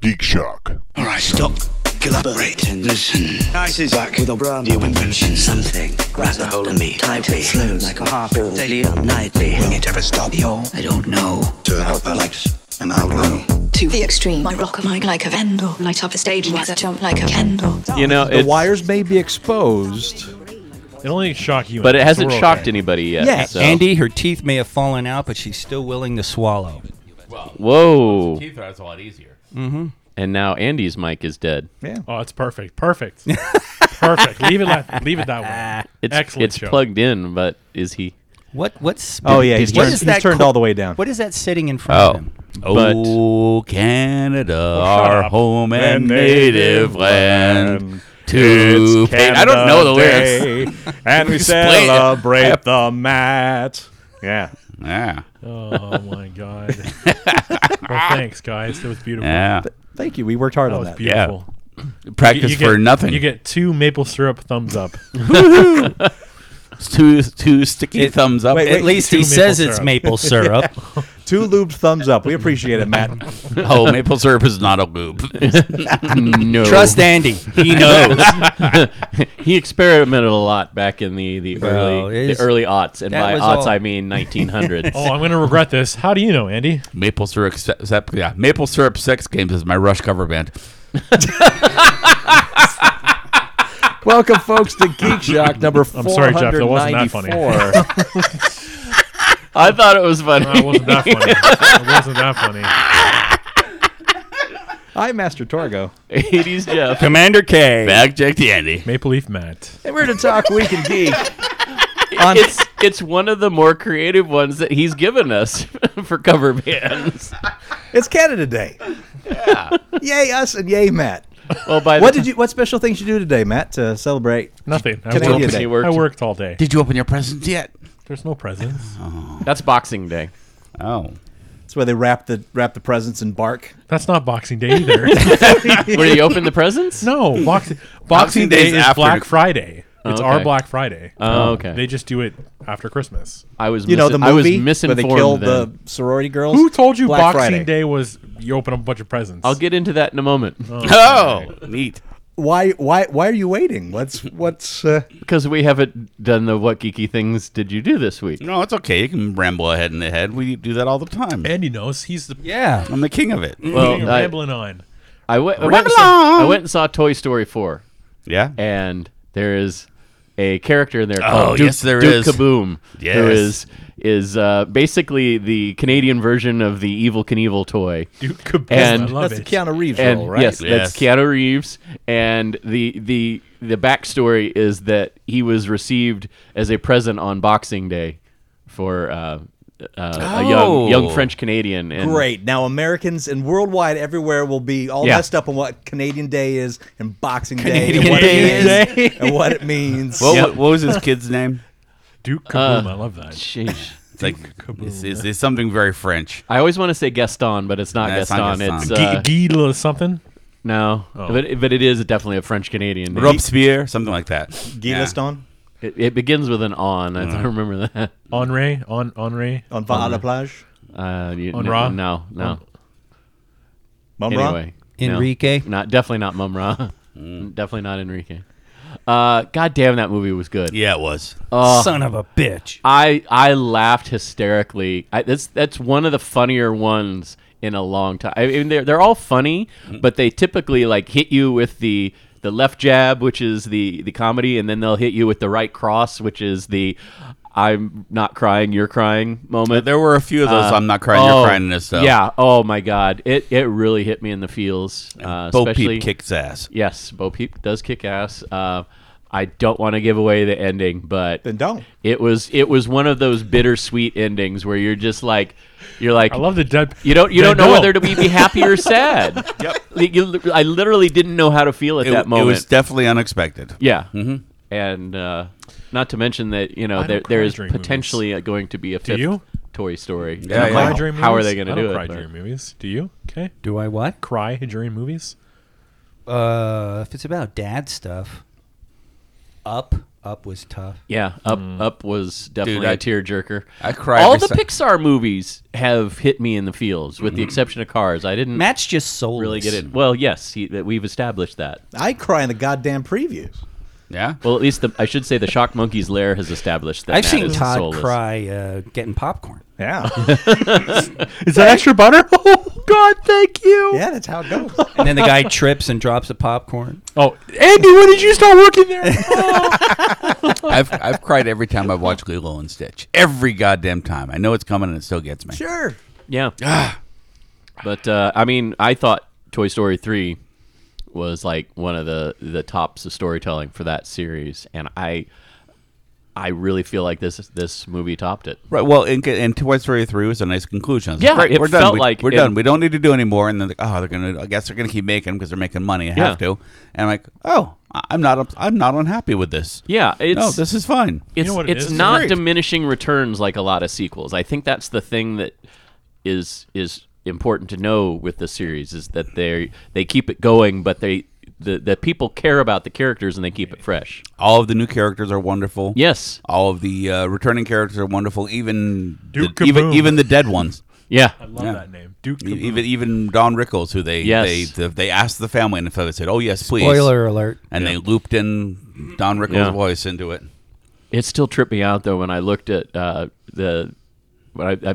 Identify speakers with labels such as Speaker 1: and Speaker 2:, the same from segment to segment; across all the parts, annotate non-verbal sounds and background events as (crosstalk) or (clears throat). Speaker 1: Geek Shock.
Speaker 2: All right, stop, collaborate, and listen. Ice is back with a brand new invention.
Speaker 3: Something grabs a hold of me tightly.
Speaker 2: Flows like a harpoon,
Speaker 3: Daily and nightly.
Speaker 2: Will it ever stop? Yo,
Speaker 3: I don't know.
Speaker 2: to help Alex and outlaw.
Speaker 4: to the extreme. I rock a mic like a vandal, light up a stage like a jump like a candle.
Speaker 5: You know,
Speaker 6: The
Speaker 5: it's,
Speaker 6: wires may be exposed.
Speaker 7: It only shock you,
Speaker 5: but it hasn't shocked anybody yet.
Speaker 6: Yeah,
Speaker 5: so-
Speaker 8: Andy, her teeth may have fallen out, but she's still willing to swallow.
Speaker 5: Whoa!
Speaker 9: Teeth are that's a lot easier.
Speaker 5: And now Andy's mic is dead.
Speaker 7: Oh, it's perfect. Perfect. perfect. Leave it. Like, leave it that way.
Speaker 5: It's
Speaker 7: Excellent
Speaker 5: it's
Speaker 7: show.
Speaker 5: plugged in, but is he?
Speaker 8: What? What's?
Speaker 6: Oh yeah, he's
Speaker 8: what
Speaker 6: turned,
Speaker 8: is
Speaker 6: he's
Speaker 8: that
Speaker 6: turned
Speaker 8: co-
Speaker 6: all the way down.
Speaker 8: What is that sitting in front of
Speaker 5: Oh.
Speaker 8: him?
Speaker 5: But-
Speaker 8: oh, Canada, Uh, our
Speaker 7: up.
Speaker 8: home and
Speaker 7: And
Speaker 8: native
Speaker 7: native
Speaker 8: land.
Speaker 7: land.
Speaker 8: To fa- I don't know the
Speaker 7: (laughs)
Speaker 8: lyrics.
Speaker 6: lyrics. and we
Speaker 8: Explain it.
Speaker 6: celebrate the mat. Yeah.
Speaker 8: Yeah,
Speaker 7: Oh
Speaker 8: (laughs)
Speaker 7: my god. well, thanks, guys. That was beautiful.
Speaker 8: yeah.
Speaker 6: Thank you. We worked hard
Speaker 7: That
Speaker 6: on
Speaker 7: was
Speaker 6: that.
Speaker 7: beautiful. You-
Speaker 8: (clears throat) Practice
Speaker 7: you
Speaker 8: for
Speaker 7: get-
Speaker 8: nothing.
Speaker 7: You get two maple syrup thumbs
Speaker 8: (laughs)
Speaker 7: up.
Speaker 8: two two sticky
Speaker 6: It-
Speaker 8: thumbs up.
Speaker 6: wait,
Speaker 8: At
Speaker 6: wait,
Speaker 8: least
Speaker 7: two
Speaker 8: he
Speaker 7: maple
Speaker 8: says it's
Speaker 7: syrup.
Speaker 8: maple syrup.
Speaker 6: (laughs) Two lubed thumbs up. We appreciate it, Matt.
Speaker 7: (laughs)
Speaker 8: oh, maple syrup is not a (laughs) lube.
Speaker 5: No.
Speaker 8: Trust Andy.
Speaker 5: (laughs)
Speaker 8: He knows.
Speaker 5: (laughs) he experimented a lot back in the the
Speaker 8: Well,
Speaker 5: early
Speaker 8: it's-
Speaker 5: the early aughts, and
Speaker 8: that
Speaker 5: by
Speaker 8: was
Speaker 5: aughts
Speaker 8: all-
Speaker 5: I mean 1900s.
Speaker 7: Oh, I'm gonna regret this. How do you know, Andy?
Speaker 8: maple syrup. se- se- yeah, maple syrup sex games is my Rush cover band.
Speaker 6: Welcome, folks, to Geek Shock number four.
Speaker 7: I'm sorry, Jeff, that wasn't that funny.
Speaker 5: (laughs)
Speaker 7: (laughs)
Speaker 5: I thought it was funny. (laughs)
Speaker 7: That wasn't that funny. it wasn't that funny.
Speaker 6: I'm Master Torgo.
Speaker 5: 80s Jeff.
Speaker 8: Commander K. Back Jack the Andy.
Speaker 7: Maple leaf Matt.
Speaker 6: And we're to talk Week in Geek. On,
Speaker 5: It's it's one of the more creative ones that he's given us (laughs) for cover bands.
Speaker 6: it's Canada Day. Yeah. (laughs) Yay us and yay Matt.
Speaker 5: Well, by
Speaker 6: What
Speaker 5: the
Speaker 6: did you? What special things you do today, Matt, to celebrate?
Speaker 7: Nothing. I
Speaker 6: Canadian
Speaker 7: worked,
Speaker 6: Day.
Speaker 5: He worked.
Speaker 7: I worked all day.
Speaker 8: Did you open your presents yet?
Speaker 7: There's
Speaker 5: (gasps)
Speaker 7: no presents.
Speaker 5: that's Boxing Day.
Speaker 8: Oh.
Speaker 6: That's where they wrap the wrap the presents in bark.
Speaker 7: That's not Boxing Day either.
Speaker 5: (laughs)
Speaker 7: (laughs)
Speaker 5: Where you open the presents?
Speaker 7: no, Boxing
Speaker 8: Boxing
Speaker 7: Boxing Day
Speaker 8: Day's
Speaker 7: is
Speaker 8: after-
Speaker 7: Black Friday. It's our
Speaker 5: Oh, okay.
Speaker 7: Black Friday. Um,
Speaker 5: Oh, okay.
Speaker 7: They just do it after Christmas.
Speaker 5: I was
Speaker 6: You know the movie
Speaker 5: missin- I was
Speaker 6: where
Speaker 5: misinformed.
Speaker 6: they killed
Speaker 5: then.
Speaker 6: the sorority girls.
Speaker 7: Who told you
Speaker 6: Black
Speaker 7: Boxing
Speaker 6: Friday.
Speaker 7: Day was you open up a bunch of presents?
Speaker 5: I'll get into that in a moment
Speaker 8: Oh. Neat.
Speaker 6: Why? Why? Why are you waiting? What's what's? Uh,
Speaker 5: because we haven't done the what geeky things did you do this week?
Speaker 8: No, it's okay. You can ramble ahead and ahead. We do that all the time.
Speaker 7: Andy knows he's the
Speaker 8: yeah. I'm the king of it.
Speaker 5: Well, I,
Speaker 7: rambling on.
Speaker 5: I went. I went, and saw, I went and saw Toy Story four,
Speaker 8: yeah.
Speaker 5: and there is a character in there
Speaker 8: Oh,
Speaker 5: called Duke,
Speaker 8: yes, there
Speaker 5: Duke
Speaker 8: is.
Speaker 5: Kaboom, who
Speaker 8: Yes.
Speaker 5: is is uh, basically the Canadian version of the Evil Knievel toy.
Speaker 7: Duke Kaboom.
Speaker 5: And-
Speaker 7: I love
Speaker 6: that's the
Speaker 7: it.
Speaker 6: Keanu Reeves
Speaker 5: and
Speaker 6: role, right?
Speaker 5: yes, that's
Speaker 8: Yes.
Speaker 5: Keanu Reeves. And the the the backstory is that he was received as a present on Boxing Day for uh, uh, a young
Speaker 8: Oh.
Speaker 5: young French Canadian. And
Speaker 6: Great. Now Americans and worldwide everywhere will be all
Speaker 5: Yeah.
Speaker 6: messed up on what Canadian Day is and Boxing
Speaker 8: Canadian
Speaker 6: Day and what it
Speaker 8: Day
Speaker 6: means and what it means.
Speaker 8: Well, what, what was his kid's (laughs) name?
Speaker 7: Duke
Speaker 5: Uh,
Speaker 7: Kaboom. I love that.
Speaker 5: Sheesh.
Speaker 8: It's like it's, it's, it's something very French.
Speaker 5: I always want to say Gaston, but it's not
Speaker 8: No, it's
Speaker 5: Gaston.
Speaker 8: not Gaston. Oh.
Speaker 5: It's uh,
Speaker 7: G- Gila something.
Speaker 5: no, but but it is definitely a French Canadian. name.
Speaker 8: Robespierre, something like that.
Speaker 6: Guy
Speaker 8: Yeah.
Speaker 6: Leston
Speaker 5: It, it begins with an on. I
Speaker 8: Uh-huh.
Speaker 5: don't remember that.
Speaker 7: Henri. On Henri.
Speaker 6: on Va
Speaker 5: Uh-huh.
Speaker 6: à la plage.
Speaker 5: Uh, you,
Speaker 7: On
Speaker 5: no,
Speaker 7: Ra?
Speaker 5: No, no.
Speaker 6: Mum Ra?
Speaker 5: anyway, no.
Speaker 8: Enrique.
Speaker 5: Not definitely not Mum
Speaker 8: (laughs)
Speaker 5: Ra. Definitely not Enrique. Uh, God damn, that movie was good.
Speaker 8: Yeah, it was.
Speaker 5: Uh,
Speaker 1: (laughs)
Speaker 6: Son of a bitch.
Speaker 5: I I laughed hysterically. I, that's that's one of the funnier ones in a long time. I mean, they're they're all funny,
Speaker 8: Mm-hmm.
Speaker 5: but they typically like hit you with the the left jab, which is the the comedy, and then they'll hit you with the right cross, which is the I'm not crying, you're crying moment.
Speaker 8: there were a few of those. I'm not crying.
Speaker 5: Oh,
Speaker 8: you're crying in this. Though.
Speaker 5: Yeah. Oh my God. It it really hit me in the feels. Uh,
Speaker 8: Bo
Speaker 5: especially,
Speaker 8: Peep kicks ass.
Speaker 5: Yes, Bo Peep does kick ass. Uh, I don't want to give away the ending, but
Speaker 6: Then don't.
Speaker 5: it was it was one of those bittersweet endings where you're just like, you're like,
Speaker 7: I love the dead.
Speaker 5: you don't you
Speaker 7: dead
Speaker 5: don't know
Speaker 7: dog.
Speaker 5: whether to be, be happy
Speaker 7: (laughs)
Speaker 5: or sad. yep. I literally didn't know how to feel at
Speaker 8: It,
Speaker 5: that
Speaker 8: it
Speaker 5: moment.
Speaker 8: was definitely unexpected.
Speaker 5: yeah. Mm-hmm. And uh, not to mention that you know
Speaker 7: don't
Speaker 5: there there
Speaker 7: cry
Speaker 5: is
Speaker 7: during movies.
Speaker 5: potentially uh, going to be a fifth
Speaker 7: you?
Speaker 5: Toy Story.
Speaker 8: Yeah,
Speaker 5: And
Speaker 8: yeah.
Speaker 5: I'm
Speaker 7: Cry
Speaker 5: like,
Speaker 7: during movies?
Speaker 5: How are they going to
Speaker 7: I
Speaker 5: do
Speaker 7: don't
Speaker 5: it?
Speaker 7: Cry
Speaker 5: But-
Speaker 7: during movies. Do you? Okay.
Speaker 8: Do I what?
Speaker 7: Cry during movies.
Speaker 8: Uh,
Speaker 6: if it's about dad
Speaker 8: stuff.
Speaker 6: Up.
Speaker 1: Up was tough.
Speaker 5: Yeah, up up was definitely
Speaker 8: Mm. I-
Speaker 5: a tearjerker.
Speaker 8: I cry
Speaker 5: All
Speaker 8: every
Speaker 5: the
Speaker 8: si- Mm-hmm.
Speaker 5: Pixar movies have hit me in the feels, with the exception of Cars. I didn't
Speaker 1: Matt's just soulless.
Speaker 5: really get it. Well, yes, he, that we've established that.
Speaker 9: I cry in the goddamn previews.
Speaker 8: Yeah.
Speaker 5: Well, at least the, I should say the Shock Monkey's Lair has established that.
Speaker 1: I've
Speaker 5: Matt
Speaker 1: seen
Speaker 5: is
Speaker 1: Todd
Speaker 5: soulless.
Speaker 1: cry uh, getting popcorn.
Speaker 6: (laughs)
Speaker 9: Yeah.
Speaker 7: Is that extra butter? (laughs) Oh God, thank you.
Speaker 9: yeah, that's how
Speaker 5: (laughs)
Speaker 9: it goes.
Speaker 1: And then the
Speaker 6: (laughs)
Speaker 1: guy trips and drops the popcorn.
Speaker 7: Oh, Andy, when did you start working (laughs) there? Oh.
Speaker 8: I've I've cried every time I've watched Lilo and Stitch. Every goddamn time. I know it's coming and it still gets me.
Speaker 9: sure.
Speaker 8: (sighs)
Speaker 5: Yeah.
Speaker 8: Ah.
Speaker 5: but uh, I mean, I thought Toy Story three was like one of the the tops of storytelling for that series, and I I really feel like this this movie topped it.
Speaker 8: Right. Well, and, and Toy Story three was a nice conclusion. I was
Speaker 5: Yeah,
Speaker 8: great,
Speaker 5: it
Speaker 8: we're done.
Speaker 5: felt
Speaker 8: we,
Speaker 5: like
Speaker 8: we're
Speaker 5: it-
Speaker 8: done. We don't need to do anymore. And then like, oh, they're gonna. I guess they're gonna keep making because they're making money. I
Speaker 5: Yeah.
Speaker 8: have to. And I'm like, oh, I- I'm not. ups- I'm not unhappy with this.
Speaker 5: Yeah, it's
Speaker 8: no, this is fine.
Speaker 5: it's,
Speaker 7: know what it
Speaker 5: it's
Speaker 7: is?
Speaker 5: not
Speaker 7: Great.
Speaker 5: diminishing returns like a lot of sequels. I think that's the thing that is is important to know with the series is that they they keep it going, but they the, the people care about the characters and they keep it fresh.
Speaker 8: All of the new characters are wonderful.
Speaker 5: Yes.
Speaker 8: All of the uh, returning characters are wonderful. Even
Speaker 7: Duke
Speaker 8: the, even
Speaker 7: Kaboom.
Speaker 8: even the dead ones.
Speaker 5: Yeah.
Speaker 7: I love
Speaker 8: Yeah.
Speaker 7: that name, Duke.
Speaker 8: E- Even even Don Rickles, who they
Speaker 5: Yes.
Speaker 8: they they, they asked the family, and if they said, "Oh yes, please,"
Speaker 1: Spoiler alert.
Speaker 8: and they looped in Don Rickles'
Speaker 5: Yeah.
Speaker 8: voice into it.
Speaker 5: It still tripped me out though when I looked at uh, the. When I, I,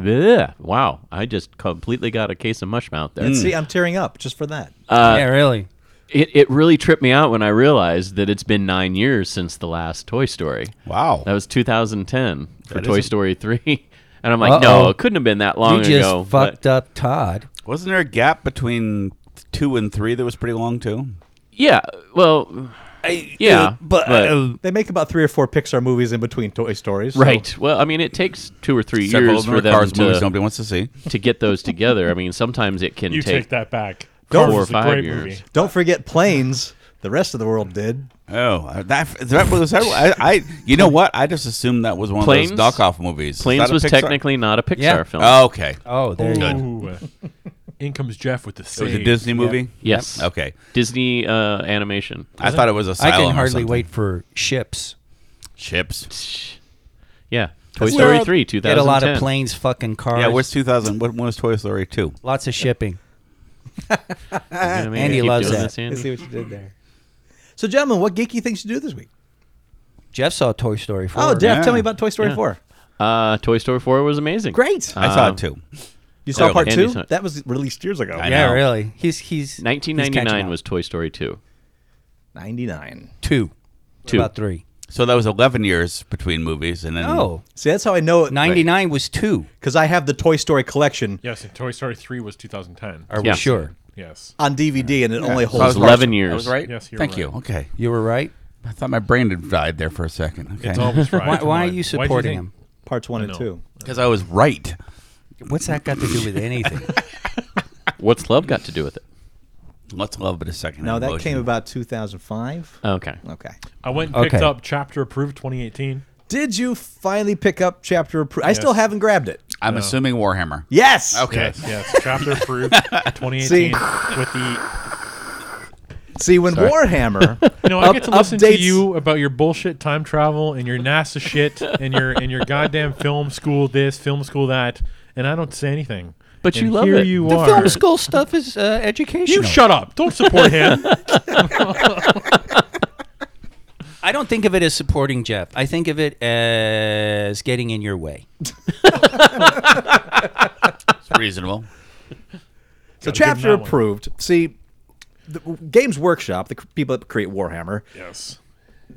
Speaker 5: bleh. wow, I just completely got a case of mush mouth there.
Speaker 7: Mm.
Speaker 9: See, I'm tearing up just for that.
Speaker 5: Uh,
Speaker 1: yeah, really.
Speaker 5: It, it really tripped me out when I realized that it's been nine years since the last Toy Story.
Speaker 8: Wow.
Speaker 5: That was 2010 for Toy Story 3. (laughs) And I'm like, no,
Speaker 1: Uh-oh.
Speaker 5: it couldn't have been that long
Speaker 1: You just
Speaker 5: ago. but-
Speaker 1: fucked up Todd.
Speaker 8: Wasn't there a gap between two and three that was pretty long too?
Speaker 5: yeah, well, yeah.
Speaker 1: uh, but,
Speaker 9: uh, They make about three or four Pixar movies in between Toy Stories. so-
Speaker 5: right. Well, I mean, it takes two or three
Speaker 8: Several
Speaker 5: years
Speaker 8: of them
Speaker 5: for
Speaker 8: are
Speaker 5: them
Speaker 8: Cars movies
Speaker 5: to,
Speaker 8: nobody wants to see.
Speaker 5: to get those together. I mean, sometimes it can
Speaker 7: You take,
Speaker 5: take
Speaker 7: that back.
Speaker 5: Don't-
Speaker 7: Cars is
Speaker 5: Four or
Speaker 7: a
Speaker 5: five
Speaker 7: great
Speaker 5: years.
Speaker 7: movie.
Speaker 9: Don't forget Planes. The rest of the world did.
Speaker 8: Oh, uh, that that was that, I, I. You know what? I just assumed that was one
Speaker 5: Planes?
Speaker 8: of those knockoff movies. Is
Speaker 5: Planes
Speaker 8: that a
Speaker 5: was
Speaker 8: Pixar?
Speaker 5: technically not a Pixar
Speaker 1: Yeah.
Speaker 5: film.
Speaker 8: Oh, okay.
Speaker 1: oh, there you go.
Speaker 7: Ooh, uh, (laughs) in comes Jeff with the
Speaker 8: It
Speaker 7: save.
Speaker 8: was a Disney movie.
Speaker 5: Yes.
Speaker 8: Okay.
Speaker 5: Disney uh, animation.
Speaker 8: I thought it was
Speaker 1: I
Speaker 8: Asylum.
Speaker 1: can
Speaker 8: or
Speaker 1: hardly
Speaker 8: something.
Speaker 1: wait for ships.
Speaker 8: Chips.
Speaker 5: Yeah. Toy Story 3,
Speaker 1: Get
Speaker 5: 2010.
Speaker 1: a lot of planes, fucking cars.
Speaker 8: Yeah. Where's 2000? What when was Toy Story two?
Speaker 1: lots of shipping.
Speaker 5: You know what I mean?
Speaker 1: Andy
Speaker 5: Keep
Speaker 1: loves
Speaker 5: doing
Speaker 1: that.
Speaker 5: this, Andy.
Speaker 9: I see what you did there. So, gentlemen, what geeky things you do this week?
Speaker 1: Jeff saw Toy Story 4.
Speaker 9: Oh, Jeff,
Speaker 8: yeah.
Speaker 9: tell me about Toy Story
Speaker 5: Yeah.
Speaker 9: 4.
Speaker 5: Uh, Toy Story 4 was amazing.
Speaker 9: Great.
Speaker 8: I saw
Speaker 5: Um,
Speaker 8: it too.
Speaker 9: you saw
Speaker 8: really?
Speaker 9: part two?
Speaker 5: oh, Andy's not-
Speaker 9: That was released years ago.
Speaker 8: I
Speaker 1: Yeah,
Speaker 8: know.
Speaker 1: really. He's he's
Speaker 5: 1999
Speaker 1: he's
Speaker 5: was Toy Story 2.
Speaker 9: 99.
Speaker 1: two,
Speaker 5: Two.
Speaker 1: about three.
Speaker 8: So that was 11 years between movies, and then
Speaker 1: Oh,
Speaker 9: See, that's how I know it
Speaker 1: 99 was two.
Speaker 9: because I have the Toy Story collection
Speaker 7: Yes, and Toy Story three was 2010.
Speaker 1: Are
Speaker 5: Yeah.
Speaker 1: we sure?
Speaker 7: yes.
Speaker 9: on DVD and it only
Speaker 8: So I
Speaker 9: holds
Speaker 8: was
Speaker 5: It was 11
Speaker 8: partial-
Speaker 5: years.
Speaker 8: I was right.
Speaker 7: Yes, you're
Speaker 8: Thank
Speaker 7: right.
Speaker 8: you. Okay.
Speaker 1: You were right.
Speaker 8: I thought my brain had died there for a second. Okay.
Speaker 7: It's
Speaker 8: (laughs)
Speaker 7: always right.
Speaker 1: Why,
Speaker 7: Come
Speaker 1: why are
Speaker 7: on.
Speaker 1: you
Speaker 7: Why'd
Speaker 1: supporting him?
Speaker 7: think-
Speaker 9: parts one and
Speaker 7: know.
Speaker 9: two.
Speaker 8: Because I was right.
Speaker 1: What's that got to do with anything?
Speaker 5: What's love got to do with it?
Speaker 8: Let's love but a second.
Speaker 9: No, that
Speaker 8: emotion.
Speaker 9: came about 2005.
Speaker 5: Okay.
Speaker 9: Okay.
Speaker 7: I went and picked
Speaker 1: Okay.
Speaker 7: up Chapter Approved 2018.
Speaker 9: Did you finally pick up chapter? Appro- I still haven't grabbed it.
Speaker 8: I'm assuming Warhammer.
Speaker 9: Yes.
Speaker 8: Okay.
Speaker 7: Yes, (laughs) yes. Chapter Approved 2018 with the.
Speaker 9: See, when
Speaker 7: (laughs)
Speaker 9: Warhammer,
Speaker 7: You know, I get to listen
Speaker 9: updates-
Speaker 7: to you about your bullshit time travel and your NASA shit and your and your goddamn film school this, film school that, and I don't say anything.
Speaker 5: But you
Speaker 7: And
Speaker 5: love
Speaker 7: here
Speaker 5: it.
Speaker 7: You
Speaker 1: the
Speaker 7: are.
Speaker 1: film school stuff is uh, educational.
Speaker 7: You shut up! Don't support him.
Speaker 1: I don't think of it as supporting Jeff. I think of it as getting in your way.
Speaker 8: It's reasonable. (laughs)
Speaker 9: so
Speaker 7: give 'em
Speaker 9: chapter
Speaker 7: that one.
Speaker 9: approved. See, the Games Workshop, the cr- people that create Warhammer,
Speaker 7: yes.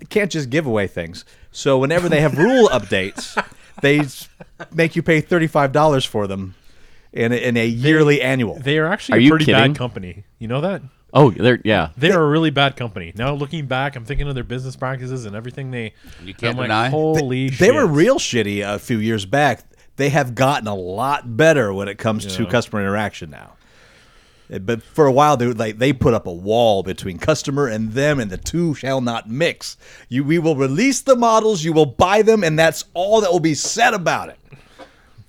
Speaker 9: can't just give away things. So whenever they have rule
Speaker 7: (laughs)
Speaker 9: updates, they s- make you pay thirty-five dollars for them in a, in a yearly annual.
Speaker 7: They are
Speaker 5: Are
Speaker 7: actually a
Speaker 5: you
Speaker 7: pretty
Speaker 5: kidding?
Speaker 7: bad company. You know that?
Speaker 5: Oh, there. Yeah.
Speaker 7: They are a really bad company. Now looking back, I'm thinking of their business practices and everything they.
Speaker 8: You can't
Speaker 7: I'm like,
Speaker 8: deny.
Speaker 7: Holy shit!
Speaker 9: They were real shitty a few years back. They have gotten a lot better when it comes to
Speaker 7: Yeah.
Speaker 9: customer interaction now. Uh, But for a while, they like they put up a wall between customer and them, and the two shall not mix. You, we will release the models, you will buy them, and that's all that will be said about it.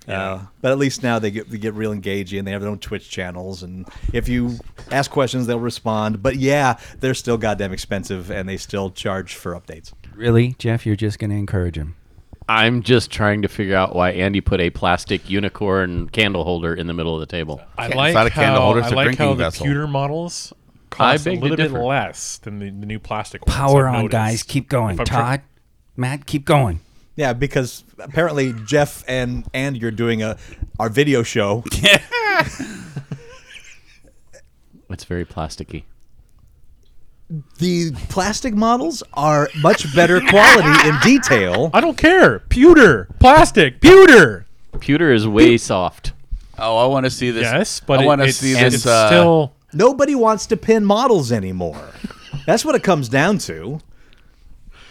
Speaker 9: Uh, but at least now they get they get real engaging. and They have their own Twitch channels, and if you ask questions, they'll respond. But yeah, they're still goddamn expensive, and they still charge for updates.
Speaker 1: Really, Jeff? You're just going to encourage him?
Speaker 5: I'm just trying to figure out why Andy put a plastic unicorn candle holder in the middle of the table.
Speaker 7: I
Speaker 8: It's
Speaker 7: like
Speaker 8: not a candle
Speaker 7: how,
Speaker 8: holder, it's
Speaker 7: I
Speaker 8: a
Speaker 7: like how
Speaker 8: drinking
Speaker 7: the
Speaker 8: vessel.
Speaker 7: pewter models cost a
Speaker 5: beg to
Speaker 7: little bit
Speaker 5: differ.
Speaker 7: less than the, the new plastic ones.
Speaker 1: Power
Speaker 7: I've
Speaker 1: on,
Speaker 7: noticed.
Speaker 1: guys. Keep going.
Speaker 7: If I'm try-
Speaker 1: Todd, Matt, keep going.
Speaker 9: Yeah, because apparently Jeff and and you're doing a our video show.
Speaker 5: It's very plasticky.
Speaker 9: The plastic models are much better quality in detail.
Speaker 7: I don't care. Pewter, plastic, pewter.
Speaker 5: Pewter is way soft.
Speaker 8: Oh, I want to see this.
Speaker 7: Yes, but
Speaker 8: I
Speaker 7: it-
Speaker 8: want to
Speaker 7: it's,
Speaker 8: see
Speaker 7: it's
Speaker 8: this. uh,
Speaker 7: still.
Speaker 9: Nobody wants to pin models anymore. That's what it comes down to.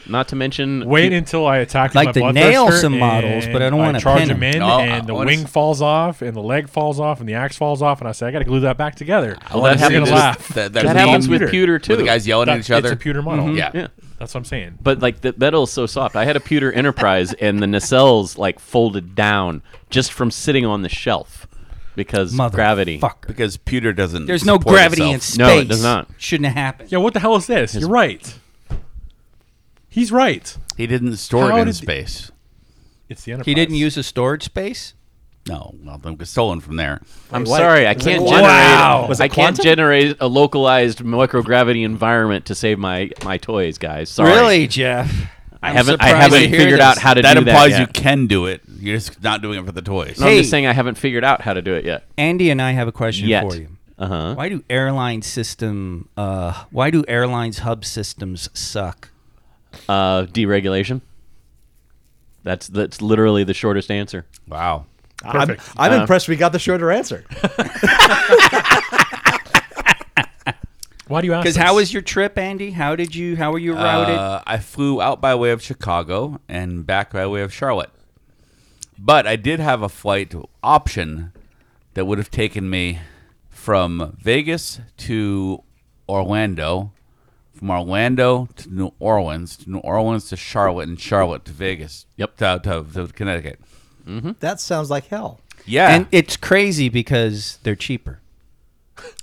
Speaker 5: Not to mention,
Speaker 7: Wait until I attack. with
Speaker 1: Like
Speaker 7: my
Speaker 1: to
Speaker 7: bloodthirster
Speaker 1: nail some models,
Speaker 7: and
Speaker 1: but I don't wanna
Speaker 7: charge
Speaker 1: pin
Speaker 7: them
Speaker 1: them.
Speaker 7: in,
Speaker 8: No, I
Speaker 7: and the
Speaker 8: wanna
Speaker 7: wing
Speaker 8: s-
Speaker 7: falls off, and the leg falls off, and the axe falls off, and I say I got to glue that back together.
Speaker 8: I
Speaker 5: that
Speaker 8: wanna see
Speaker 7: You're gonna
Speaker 8: this-
Speaker 7: laugh.
Speaker 8: That, that
Speaker 5: that
Speaker 8: meme
Speaker 5: happens with
Speaker 7: Pewter.
Speaker 5: pewter too.
Speaker 8: where the guys yelling
Speaker 7: That-
Speaker 8: at each other. Mm-hmm.
Speaker 7: It's a pewter model.
Speaker 8: Yeah.
Speaker 5: yeah.
Speaker 7: that's what I'm saying.
Speaker 5: But like the metal is so soft. I had a pewter
Speaker 9: (laughs)
Speaker 5: Enterprise, and the nacelles like folded down just from sitting on the shelf because
Speaker 1: Mother
Speaker 5: gravity.
Speaker 1: Fucker.
Speaker 8: Because pewter doesn't.
Speaker 1: There's no
Speaker 8: support
Speaker 1: gravity in
Speaker 8: itself.
Speaker 1: space.
Speaker 5: No, it does not.
Speaker 1: Shouldn't have happened.
Speaker 7: Yeah, what the hell is this? You're right. He's right.
Speaker 8: He didn't store
Speaker 7: How
Speaker 8: it in
Speaker 7: did-
Speaker 8: space.
Speaker 7: It's the Enterprise.
Speaker 1: He didn't use a storage space?
Speaker 8: No, well, it was stolen from there.
Speaker 5: I'm
Speaker 9: Wait, what?
Speaker 5: sorry, I
Speaker 9: Was
Speaker 5: can't
Speaker 9: it-
Speaker 5: generate.
Speaker 9: Wow. Was it
Speaker 5: I can't
Speaker 9: quantum?
Speaker 5: generate a localized microgravity environment to save my my toys, guys. Sorry.
Speaker 1: Really, Jeff?
Speaker 5: I haven't I haven't figured out how to
Speaker 8: that
Speaker 5: do
Speaker 8: implies
Speaker 5: that.
Speaker 8: you
Speaker 5: yet.
Speaker 8: can do it. You're just not doing it for the toys.
Speaker 5: No, I'm
Speaker 1: Hey.
Speaker 5: just saying I haven't figured out how to do it yet.
Speaker 1: Andy and I have a question
Speaker 5: Yet.
Speaker 1: for you.
Speaker 5: Uh-huh.
Speaker 1: Why do airline system? Uh, why do airlines hub systems suck?
Speaker 5: Uh, deregulation. That's that's literally the shortest answer.
Speaker 8: Wow.
Speaker 9: I'm, I'm impressed we got the shorter answer.
Speaker 7: Why do you ask?
Speaker 1: Because
Speaker 7: this?
Speaker 1: how was your trip, Andy? How did you? How were you routed?
Speaker 8: Uh, I flew out by way of Chicago and back by way of Charlotte. But I did have a flight option that would have taken me from Vegas to Orlando, from Orlando to New Orleans, to New Orleans to Charlotte, and Charlotte to Vegas.
Speaker 5: Yep.
Speaker 8: To, to, to Connecticut.
Speaker 9: That sounds like hell.
Speaker 8: Yeah.
Speaker 1: And it's crazy because they're cheaper.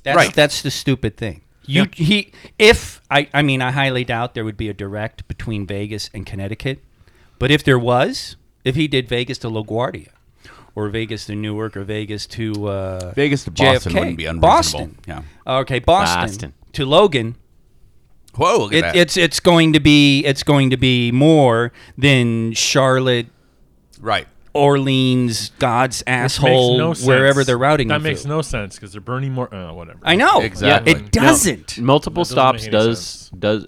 Speaker 1: That's,
Speaker 8: Right.
Speaker 1: That's the stupid thing. You he if I I mean I highly doubt there would be a direct between Vegas and Connecticut, but if there was, if he did Vegas to LaGuardia, or Vegas to Newark, or Vegas to uh,
Speaker 8: Vegas to Boston
Speaker 1: JFK.
Speaker 8: wouldn't be unreasonable.
Speaker 1: Boston,
Speaker 8: Yeah.
Speaker 1: Okay, Boston,
Speaker 5: Boston.
Speaker 1: to Logan.
Speaker 8: Whoa, look at
Speaker 1: It,
Speaker 8: that.
Speaker 1: it's it's going to be it's going to be more than Charlotte,
Speaker 8: right.
Speaker 1: Orleans, God's
Speaker 7: Which makes
Speaker 1: asshole,
Speaker 7: no
Speaker 1: wherever
Speaker 7: sense.
Speaker 1: they're routing.
Speaker 7: That
Speaker 1: them
Speaker 7: makes
Speaker 1: through.
Speaker 7: no sense because they're burning more. Uh, whatever.
Speaker 1: I know.
Speaker 8: Exactly.
Speaker 1: It doesn't.
Speaker 5: Multiple
Speaker 7: That doesn't make
Speaker 5: stops
Speaker 7: any
Speaker 5: does
Speaker 7: sense.
Speaker 5: does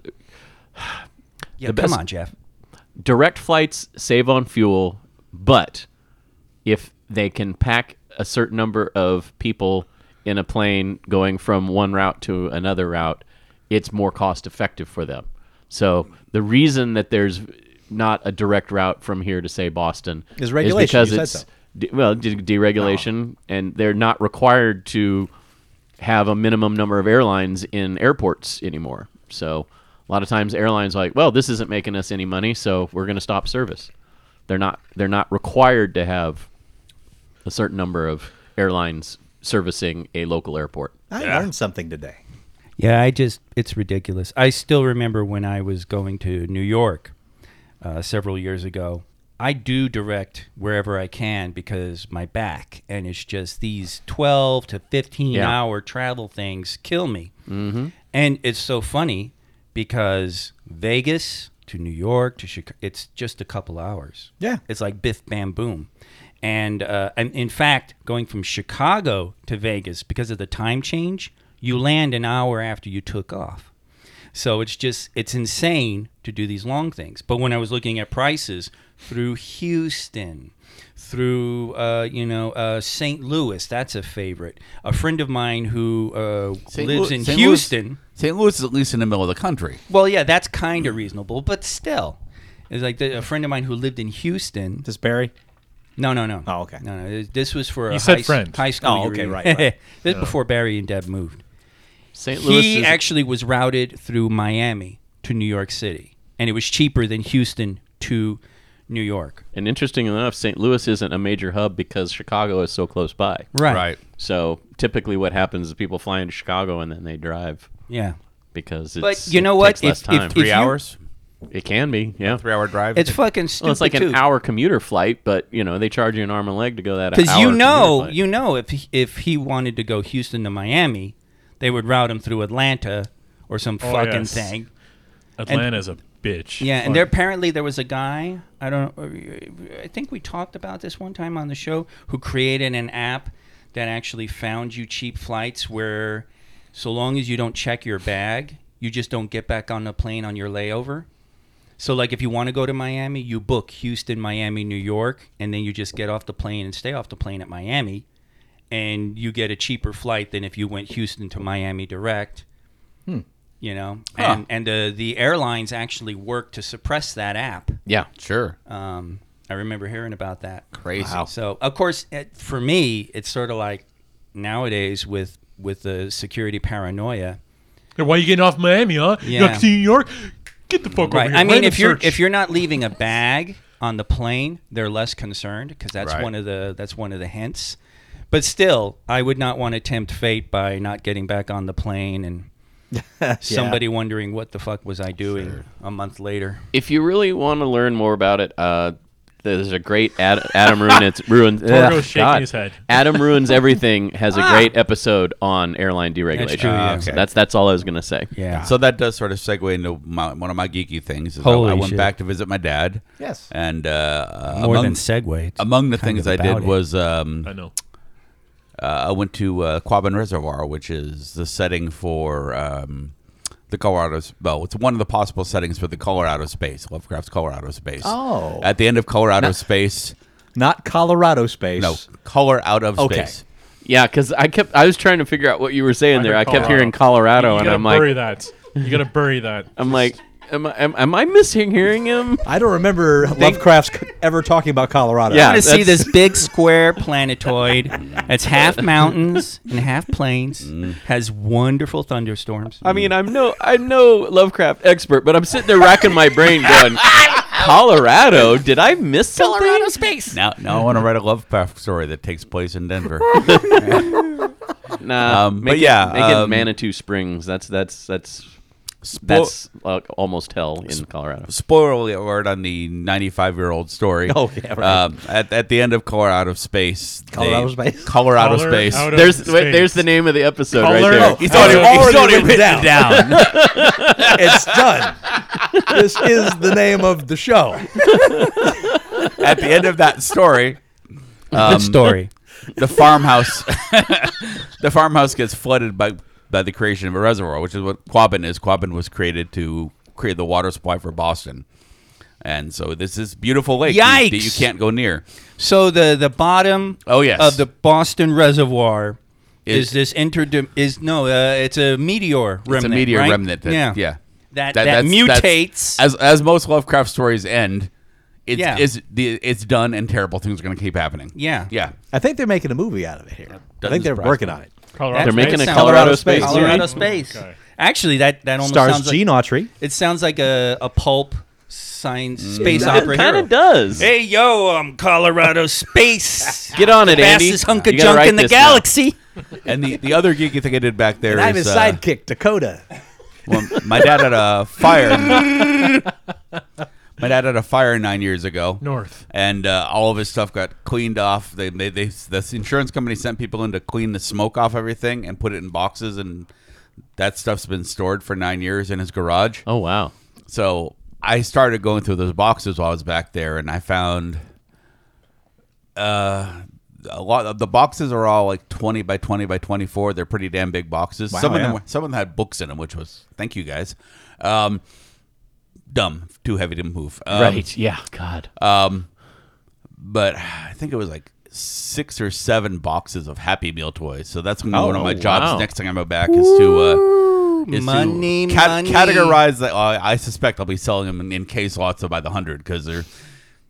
Speaker 1: Yeah,
Speaker 5: The
Speaker 1: come
Speaker 5: best-
Speaker 1: on, Jeff.
Speaker 5: direct flights save on fuel, but if they can pack a certain number of people in a plane going from one route to another route, it's more cost effective for them. So the reason that there's not a direct route from here to say Boston
Speaker 9: Is regulation.
Speaker 5: because
Speaker 9: You said
Speaker 5: it's
Speaker 9: so.
Speaker 5: de- well de- deregulation, and they're not required to have a minimum number of airlines in airports anymore. So a lot of times airlines are like, well, this isn't making us any money, so we're going to stop service. They're not they're not required to have a certain number of airlines servicing a local airport.
Speaker 9: I learned something today.
Speaker 1: Yeah, I just, it's ridiculous. I still remember when I was going to New York uh, several years ago. I do direct wherever I can because my back, and it's just these 12 to 15
Speaker 5: Yeah.
Speaker 1: hour travel things kill me. Mm-hmm. And it's so funny because Vegas to New York to Chicago, it's just a couple hours.
Speaker 9: Yeah.
Speaker 1: It's like biff, bam, boom. And, uh, and in fact, going from Chicago to Vegas, because of the time change, you land an hour after you took off. So it's just, it's insane to do these long things. But when I was looking at prices through Houston, through, uh, you know, uh, St. Louis, that's a favorite. A friend of mine who uh, lives in Houston.
Speaker 8: St. Louis is at least in the middle of the country.
Speaker 1: Well, yeah, that's kind of reasonable, but still. It's like the, a friend of mine who lived in Houston.
Speaker 9: This Barry?
Speaker 1: No, no, no.
Speaker 9: Oh, okay.
Speaker 1: No, no. This was for a
Speaker 7: You said
Speaker 1: high, s-
Speaker 7: friend.
Speaker 1: high school.
Speaker 9: Oh, okay,
Speaker 1: reunion.
Speaker 9: right, right.
Speaker 1: (laughs) this before Barry and Deb moved.
Speaker 5: St. Louis
Speaker 1: He
Speaker 5: is
Speaker 1: actually was routed through Miami to New York City, and it was cheaper than Houston to New York.
Speaker 5: And interesting enough, St. Louis isn't a major hub because Chicago is so close by.
Speaker 1: Right.
Speaker 8: Right.
Speaker 5: So typically, what happens is people fly into Chicago and then they drive
Speaker 1: Yeah.
Speaker 5: because it's,
Speaker 1: But you know
Speaker 5: it
Speaker 1: what?
Speaker 5: Takes less
Speaker 1: If- if-
Speaker 5: time.
Speaker 1: if-
Speaker 8: Three
Speaker 1: you-
Speaker 8: hours,
Speaker 5: it can be, yeah.
Speaker 8: three hour drive.
Speaker 1: It's fucking stupid.
Speaker 5: Well, it's like an
Speaker 1: too.
Speaker 5: hour commuter flight, but you know they charge you an arm and leg to go that.
Speaker 1: because
Speaker 5: hour
Speaker 1: you
Speaker 5: commuter
Speaker 1: know
Speaker 5: flight.
Speaker 1: you know if he, if he wanted to go Houston to Miami, they would route him through Atlanta or some
Speaker 5: Oh,
Speaker 1: fucking
Speaker 7: yes.
Speaker 1: thing.
Speaker 7: Atlanta's a bitch.
Speaker 1: Yeah,
Speaker 7: Fuck.
Speaker 1: and there apparently there was a guy. I don't. I think we talked about this one time on the show who created an app that actually found you cheap flights where, so long as you don't check your bag, you just don't get back on the plane on your layover. So like if you want to go to Miami, you book Houston, Miami, New York, and then you just get off the plane and stay off the plane at Miami, and you get a cheaper flight than if you went Houston to Miami direct. You know, and and the the airlines actually work to suppress that app.
Speaker 5: yeah.
Speaker 8: sure.
Speaker 1: Um, I remember hearing about that.
Speaker 8: Crazy.
Speaker 1: So of course, it, for me, it's sort of like nowadays with with the security paranoia.
Speaker 7: Hey, Why you getting off Miami, huh? You
Speaker 1: Yeah.
Speaker 7: got to New York? Get the fuck
Speaker 1: Right.
Speaker 7: over here.
Speaker 1: I mean,
Speaker 7: Random
Speaker 1: if you're
Speaker 7: search.
Speaker 1: if you're not leaving a bag on the plane, they're less concerned because that's
Speaker 8: Right.
Speaker 1: one of the that's one of the hints. But still, I would not want to tempt fate by not getting back on the plane and somebody wondering what the fuck was I doing a month later.
Speaker 5: If you really want to learn more about it, uh, there's a great Ad- Adam ruins
Speaker 7: (laughs)
Speaker 5: ruins. Ugh,
Speaker 7: shaking
Speaker 5: God.
Speaker 7: his head. Ah!
Speaker 5: Adam
Speaker 7: (laughs)
Speaker 5: ruins everything has a great episode on airline deregulation.
Speaker 1: That's true, yeah.
Speaker 5: So that's that's all I was gonna say.
Speaker 1: Yeah.
Speaker 8: So that does sort of segue into my, one of my geeky things. is I-
Speaker 1: Holy
Speaker 8: I, went
Speaker 1: shit.
Speaker 8: back to visit my dad.
Speaker 9: Yes.
Speaker 8: And uh,
Speaker 1: More
Speaker 8: among,
Speaker 1: than segue. it's
Speaker 8: among the
Speaker 1: kind
Speaker 8: things
Speaker 1: of
Speaker 8: I
Speaker 1: about
Speaker 8: did
Speaker 1: it.
Speaker 8: was um,
Speaker 7: I know.
Speaker 8: uh, I went to uh, Quabbin Reservoir, which is the setting for um, the Colorado. Well, it's one of the possible settings for the Colorado Space, Lovecraft's Colorado Space.
Speaker 9: Oh.
Speaker 8: at the end of Colorado Space,
Speaker 9: Not Colorado space.
Speaker 8: no, Oh, color out of
Speaker 9: Okay.
Speaker 8: space.
Speaker 5: Yeah, because I kept I was trying to figure out what you were saying
Speaker 7: I
Speaker 5: there.
Speaker 7: heard
Speaker 5: I kept
Speaker 7: Colorado.
Speaker 5: hearing Colorado,
Speaker 7: You
Speaker 5: and
Speaker 7: gotta
Speaker 5: I'm
Speaker 7: bury
Speaker 5: like,
Speaker 7: that. You gotta bury that.
Speaker 5: I'm like, am I am, am I mishearing him?
Speaker 9: I don't remember Lovecraft's c- ever talking about Colorado.
Speaker 5: Yeah.
Speaker 1: I want to see
Speaker 5: that's-
Speaker 1: this big square planetoid. It's half mountains and half plains. Has wonderful thunderstorms.
Speaker 5: I mean, I'm no I'm no Lovecraft expert, but I'm sitting there racking my brain, (laughs) going, Colorado? Did I miss something? Colorado space?
Speaker 8: Now, now I want to write a Lovecraft story that takes place in Denver.
Speaker 5: Nah,
Speaker 8: Um,
Speaker 5: make
Speaker 8: but
Speaker 5: it-
Speaker 8: yeah,
Speaker 5: make it
Speaker 8: um,
Speaker 5: Manitou Springs. That's that's that's
Speaker 8: Spo-
Speaker 5: that's uh, almost hell in Colorado.
Speaker 8: spoiler alert on the 95 year old story.
Speaker 9: Oh, yeah, right.
Speaker 8: Um, at, at the end of Colorado Space. they-
Speaker 9: Colorado
Speaker 8: (laughs)
Speaker 9: Space?
Speaker 8: Colorado
Speaker 7: Color
Speaker 8: Space.
Speaker 7: out of
Speaker 5: There's wait,
Speaker 7: space.
Speaker 5: there's the name of the episode
Speaker 7: Color-
Speaker 5: right there.
Speaker 7: Oh,
Speaker 8: He's
Speaker 7: Out
Speaker 8: already,
Speaker 7: of-
Speaker 8: he's
Speaker 9: already
Speaker 8: already
Speaker 9: written
Speaker 8: written it down.
Speaker 9: (laughs) it's done. this is the name of the show.
Speaker 8: (laughs) at the end of that story, um,
Speaker 1: Good story.
Speaker 8: the farmhouse (laughs) the farmhouse gets flooded by by the creation of a reservoir, which is what Quabbin is. Quabbin was created to create the water supply for Boston. And so this is beautiful lake that you
Speaker 1: Yikes.
Speaker 8: can't go near.
Speaker 1: So the the bottom
Speaker 8: Oh, yes.
Speaker 1: of the Boston Reservoir is,
Speaker 8: Is-
Speaker 1: this interdom is no uh, it's a meteor remnant.
Speaker 8: It's a meteor
Speaker 1: right?
Speaker 8: remnant. That, yeah.
Speaker 1: That that, mutates.
Speaker 8: as as most Lovecraft stories end. It's
Speaker 1: Yeah.
Speaker 8: it's the it's done and terrible things are going to keep happening.
Speaker 1: Yeah.
Speaker 8: yeah.
Speaker 9: I think they're making a movie out of it here. I
Speaker 8: Doesn't
Speaker 9: think they're
Speaker 8: surprise
Speaker 9: working
Speaker 8: me.
Speaker 9: on it.
Speaker 7: Colorado.
Speaker 5: They're
Speaker 1: That
Speaker 5: making a
Speaker 1: sounds-
Speaker 5: Colorado Space
Speaker 1: Colorado
Speaker 5: series.
Speaker 1: Space.
Speaker 7: Okay.
Speaker 1: Actually, that that almost
Speaker 9: Stars
Speaker 1: sounds
Speaker 9: Gene
Speaker 1: like
Speaker 9: Autry.
Speaker 1: it sounds like a, a pulp science space opera.
Speaker 5: Kind
Speaker 1: hero.
Speaker 5: of does.
Speaker 1: Hey yo, I'm
Speaker 5: (laughs)
Speaker 1: Colorado Space.
Speaker 5: Get on it, Andy.
Speaker 1: Fastest hunk of
Speaker 5: You gotta
Speaker 1: junk
Speaker 5: write
Speaker 1: in the
Speaker 5: this now.
Speaker 1: galaxy.
Speaker 8: And the, the other geeky thing I did back there is
Speaker 9: I'm his
Speaker 8: uh,
Speaker 9: sidekick, Dakota.
Speaker 8: well, my dad
Speaker 1: (laughs)
Speaker 8: had a fire. my dad had a fire nine years ago.
Speaker 7: North.
Speaker 8: And uh, all of his stuff got cleaned off. They, they, they, this insurance company sent people in to clean the smoke off everything and put it in boxes. And that stuff's been stored for nine years in his garage.
Speaker 5: Oh wow.
Speaker 8: So I started going through those boxes while I was back there, and I found uh, a lot of the boxes are all like twenty by twenty by twenty four. They're pretty damn big boxes. some of
Speaker 9: yeah.
Speaker 8: them, were- some of them had books in them, which was thank you guys. Um, dumb, too heavy to move. Um,
Speaker 5: Right. Yeah. God.
Speaker 8: but I think it was like six or seven boxes of Happy Meal toys. So that's gonna be one of my jobs
Speaker 5: Oh, wow.
Speaker 8: next time I go back is to uh, is
Speaker 1: money,
Speaker 8: to cat-
Speaker 1: money.
Speaker 8: categorize that. Uh, I suspect I'll be selling them in, in case lots of by the hundred because they're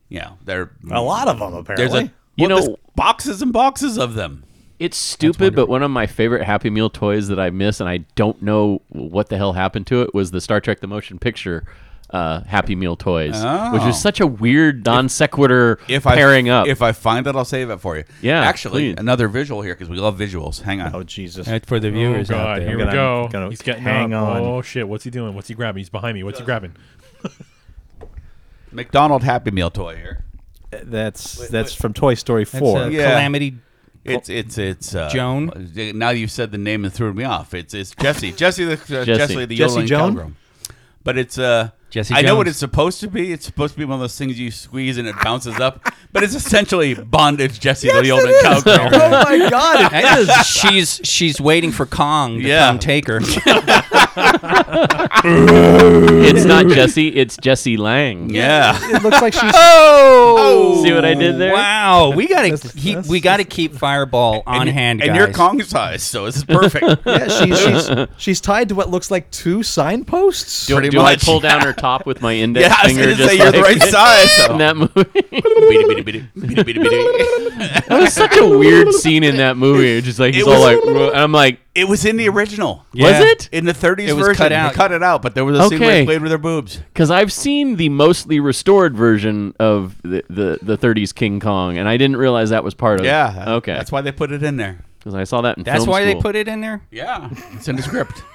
Speaker 8: you know they're
Speaker 9: A lot of them,
Speaker 8: there's
Speaker 9: apparently.
Speaker 8: a
Speaker 5: You
Speaker 8: well,
Speaker 5: know-
Speaker 8: there's boxes and boxes of them.
Speaker 5: It's stupid, but one of my favorite Happy Meal toys that I miss, and I don't know what the hell happened to it, was the Star Trek: The Motion Picture uh, Happy Meal toys, which
Speaker 1: Oh.
Speaker 5: is such a weird non sequitur
Speaker 8: If I
Speaker 5: pairing up.
Speaker 8: if I find it, I'll save it for you.
Speaker 5: Yeah,
Speaker 8: actually,
Speaker 5: please.
Speaker 8: another visual here because we love visuals. Hang on.
Speaker 9: Oh Jesus!
Speaker 1: Right, Uh, for the
Speaker 7: Oh
Speaker 1: viewers out
Speaker 7: God!
Speaker 1: there.
Speaker 7: Here we
Speaker 9: Gonna-
Speaker 7: go.
Speaker 9: gonna
Speaker 7: He's getting
Speaker 9: hang
Speaker 7: up.
Speaker 9: on.
Speaker 7: Oh shit! What's he doing? What's he grabbing? He's behind me. What's he grabbing?
Speaker 8: McDonald Happy Meal toy here.
Speaker 9: That's that's from Toy Story
Speaker 1: That's,
Speaker 9: Four.
Speaker 1: uh, (laughs)
Speaker 8: Yeah.
Speaker 1: Calamity.
Speaker 8: It's it's it's uh,
Speaker 1: Joan?
Speaker 8: Now you said the name and threw me off. It's it's Jesse Jesse the uh, Jesse. the
Speaker 9: Jesse
Speaker 8: yodeling
Speaker 9: Joan?
Speaker 8: Pilgrim. But it's uh
Speaker 1: Jesse
Speaker 8: I know what
Speaker 1: Jones.
Speaker 8: it's supposed to be. It's supposed to be one of those things you squeeze and it bounces up. But it's essentially bondage Jesse the yodeling
Speaker 1: (laughs)
Speaker 8: cowgirl.
Speaker 9: oh my God!
Speaker 1: she's she's waiting for Kong to
Speaker 8: Yeah.
Speaker 1: come take (laughs) her.
Speaker 5: it's not
Speaker 1: (laughs)
Speaker 5: Jesse, it's Jesse Lang.
Speaker 8: yeah.
Speaker 9: It looks like she's
Speaker 8: Oh,
Speaker 5: See what I did there?
Speaker 1: Wow, we gotta
Speaker 9: That's-
Speaker 1: keep,
Speaker 9: that's-
Speaker 1: we gotta keep (laughs) Fireball on
Speaker 8: and, you-
Speaker 1: hand,
Speaker 8: And
Speaker 1: guys.
Speaker 8: you're Kong size, so this
Speaker 1: (laughs)
Speaker 8: is perfect.
Speaker 9: yeah, she's, she's she's tied to what looks like two signposts.
Speaker 5: Do,
Speaker 8: Pretty
Speaker 5: do I
Speaker 8: much.
Speaker 5: pull down
Speaker 8: (laughs)
Speaker 5: her top with my index
Speaker 8: yeah, I was
Speaker 5: finger?
Speaker 8: gonna
Speaker 5: just
Speaker 8: say you're the
Speaker 5: like (laughs)
Speaker 8: right size.
Speaker 5: in
Speaker 8: So.
Speaker 5: that movie. (laughs)
Speaker 8: Beady, beady, beady, beady, beady, beady. (laughs)
Speaker 5: It was such a weird scene in that movie. It's just like he's
Speaker 8: It
Speaker 5: all
Speaker 8: was-
Speaker 5: like, "Whoa," and I'm like,
Speaker 8: It was in the original.
Speaker 5: was
Speaker 1: Yeah.
Speaker 5: it?
Speaker 8: In the 30s
Speaker 1: It was
Speaker 8: version,
Speaker 1: cut
Speaker 8: they
Speaker 1: out.
Speaker 8: cut it out, but there was a scene where
Speaker 5: Okay.
Speaker 8: they played with their boobs.
Speaker 5: Because I've seen the mostly restored version of the, the the 30s King Kong, and I didn't realize that was part of it.
Speaker 8: Yeah.
Speaker 5: Okay.
Speaker 8: That's why they put it in there.
Speaker 5: Because I saw that in
Speaker 1: That's
Speaker 5: film
Speaker 1: why they
Speaker 5: school.
Speaker 1: put it in there.
Speaker 8: Yeah. It's in the script. (laughs)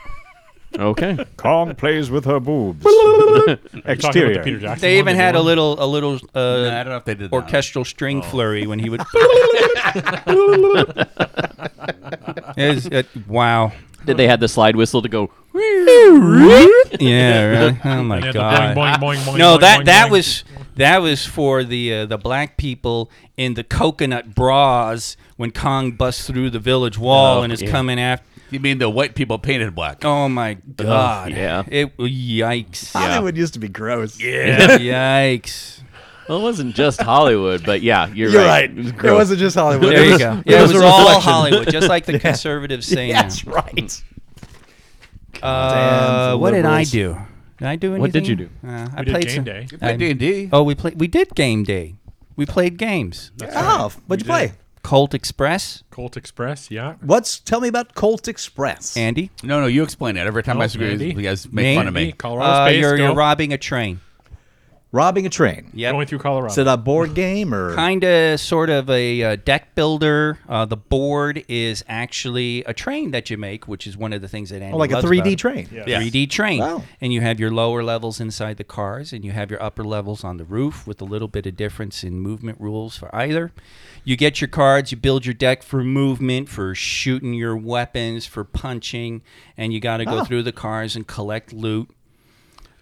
Speaker 5: Okay.
Speaker 6: Kong plays with her
Speaker 10: (laughs)
Speaker 6: boobs.
Speaker 7: Talking about the
Speaker 6: Exterior.
Speaker 7: Peter
Speaker 1: (laughs)
Speaker 7: Jackson.
Speaker 1: They even
Speaker 7: one,
Speaker 1: had
Speaker 7: the
Speaker 1: a
Speaker 7: one-
Speaker 1: little a little uh,
Speaker 8: I don't know if they did that.
Speaker 1: orchestral string flurry when he would. (laughs) It was, uh, wow.
Speaker 5: Did they had the slide whistle to go?
Speaker 1: Yeah. Really? Oh my
Speaker 7: They had the
Speaker 1: god.
Speaker 7: boing, boing, boing, boing,
Speaker 1: no,
Speaker 7: boing,
Speaker 1: that
Speaker 7: boing,
Speaker 1: that
Speaker 7: boing.
Speaker 1: was that was for the uh, the black people in the coconut bras when Kong busts through the village wall and is coming after.
Speaker 8: You mean the white people painted black?
Speaker 1: Oh my god!
Speaker 5: yeah.
Speaker 1: It yikes.
Speaker 9: Hollywood used to be gross. Yeah,
Speaker 1: (laughs) Yikes.
Speaker 5: Well, it wasn't just Hollywood, but yeah, you're,
Speaker 9: you're
Speaker 5: right.
Speaker 9: right.
Speaker 5: It was
Speaker 9: It,
Speaker 5: gross.
Speaker 9: was not just Hollywood.
Speaker 1: There
Speaker 9: it
Speaker 1: you
Speaker 9: was,
Speaker 1: go.
Speaker 9: it
Speaker 1: Yeah, it was,
Speaker 9: a
Speaker 1: all
Speaker 9: reflection.
Speaker 1: Hollywood, just
Speaker 9: (laughs)
Speaker 1: like the conservatives say now.
Speaker 9: That's (laughs) right. Damn,
Speaker 1: Uh,
Speaker 9: the
Speaker 1: what did I
Speaker 9: liberals.
Speaker 1: do? Did I do anything?
Speaker 5: What did you
Speaker 1: Uh, I
Speaker 7: We did
Speaker 1: played
Speaker 7: game
Speaker 1: some-
Speaker 7: day.
Speaker 8: Like
Speaker 1: I-
Speaker 8: D&D.
Speaker 1: Oh, we played. We did game day. We played games.
Speaker 9: Oh, what'd (laughs) you play?
Speaker 1: Colt Express,
Speaker 7: Colt Express. Yeah.
Speaker 9: What's tell me about Colt Express?
Speaker 1: Andy.
Speaker 8: No, no, you explain it. Every time I
Speaker 7: Oh,
Speaker 8: screw
Speaker 7: Andy.
Speaker 8: you guys make
Speaker 1: Me?
Speaker 8: fun of
Speaker 7: Me,
Speaker 8: me.
Speaker 7: Colorado
Speaker 1: Uh,
Speaker 7: Space.
Speaker 1: you're,
Speaker 7: go.
Speaker 1: you're robbing a train.
Speaker 9: Robbing a train.
Speaker 1: Yep.
Speaker 7: Going through Colorado.
Speaker 9: Is it a board game or?
Speaker 1: kind of sort of a uh, deck builder. Uh, the board is actually a train that you make, which is one of the things that Andy
Speaker 9: Oh, like a
Speaker 1: loves
Speaker 9: 3D
Speaker 1: about it.
Speaker 9: train.
Speaker 8: Yes.
Speaker 1: 3D train.
Speaker 9: Wow.
Speaker 1: And you have your lower levels inside the cars, and you have your upper levels on the roof with a little bit of difference in movement rules for either. You get your cards, you build your deck for movement, for shooting your weapons, for punching, and you got to go through the cars and collect loot.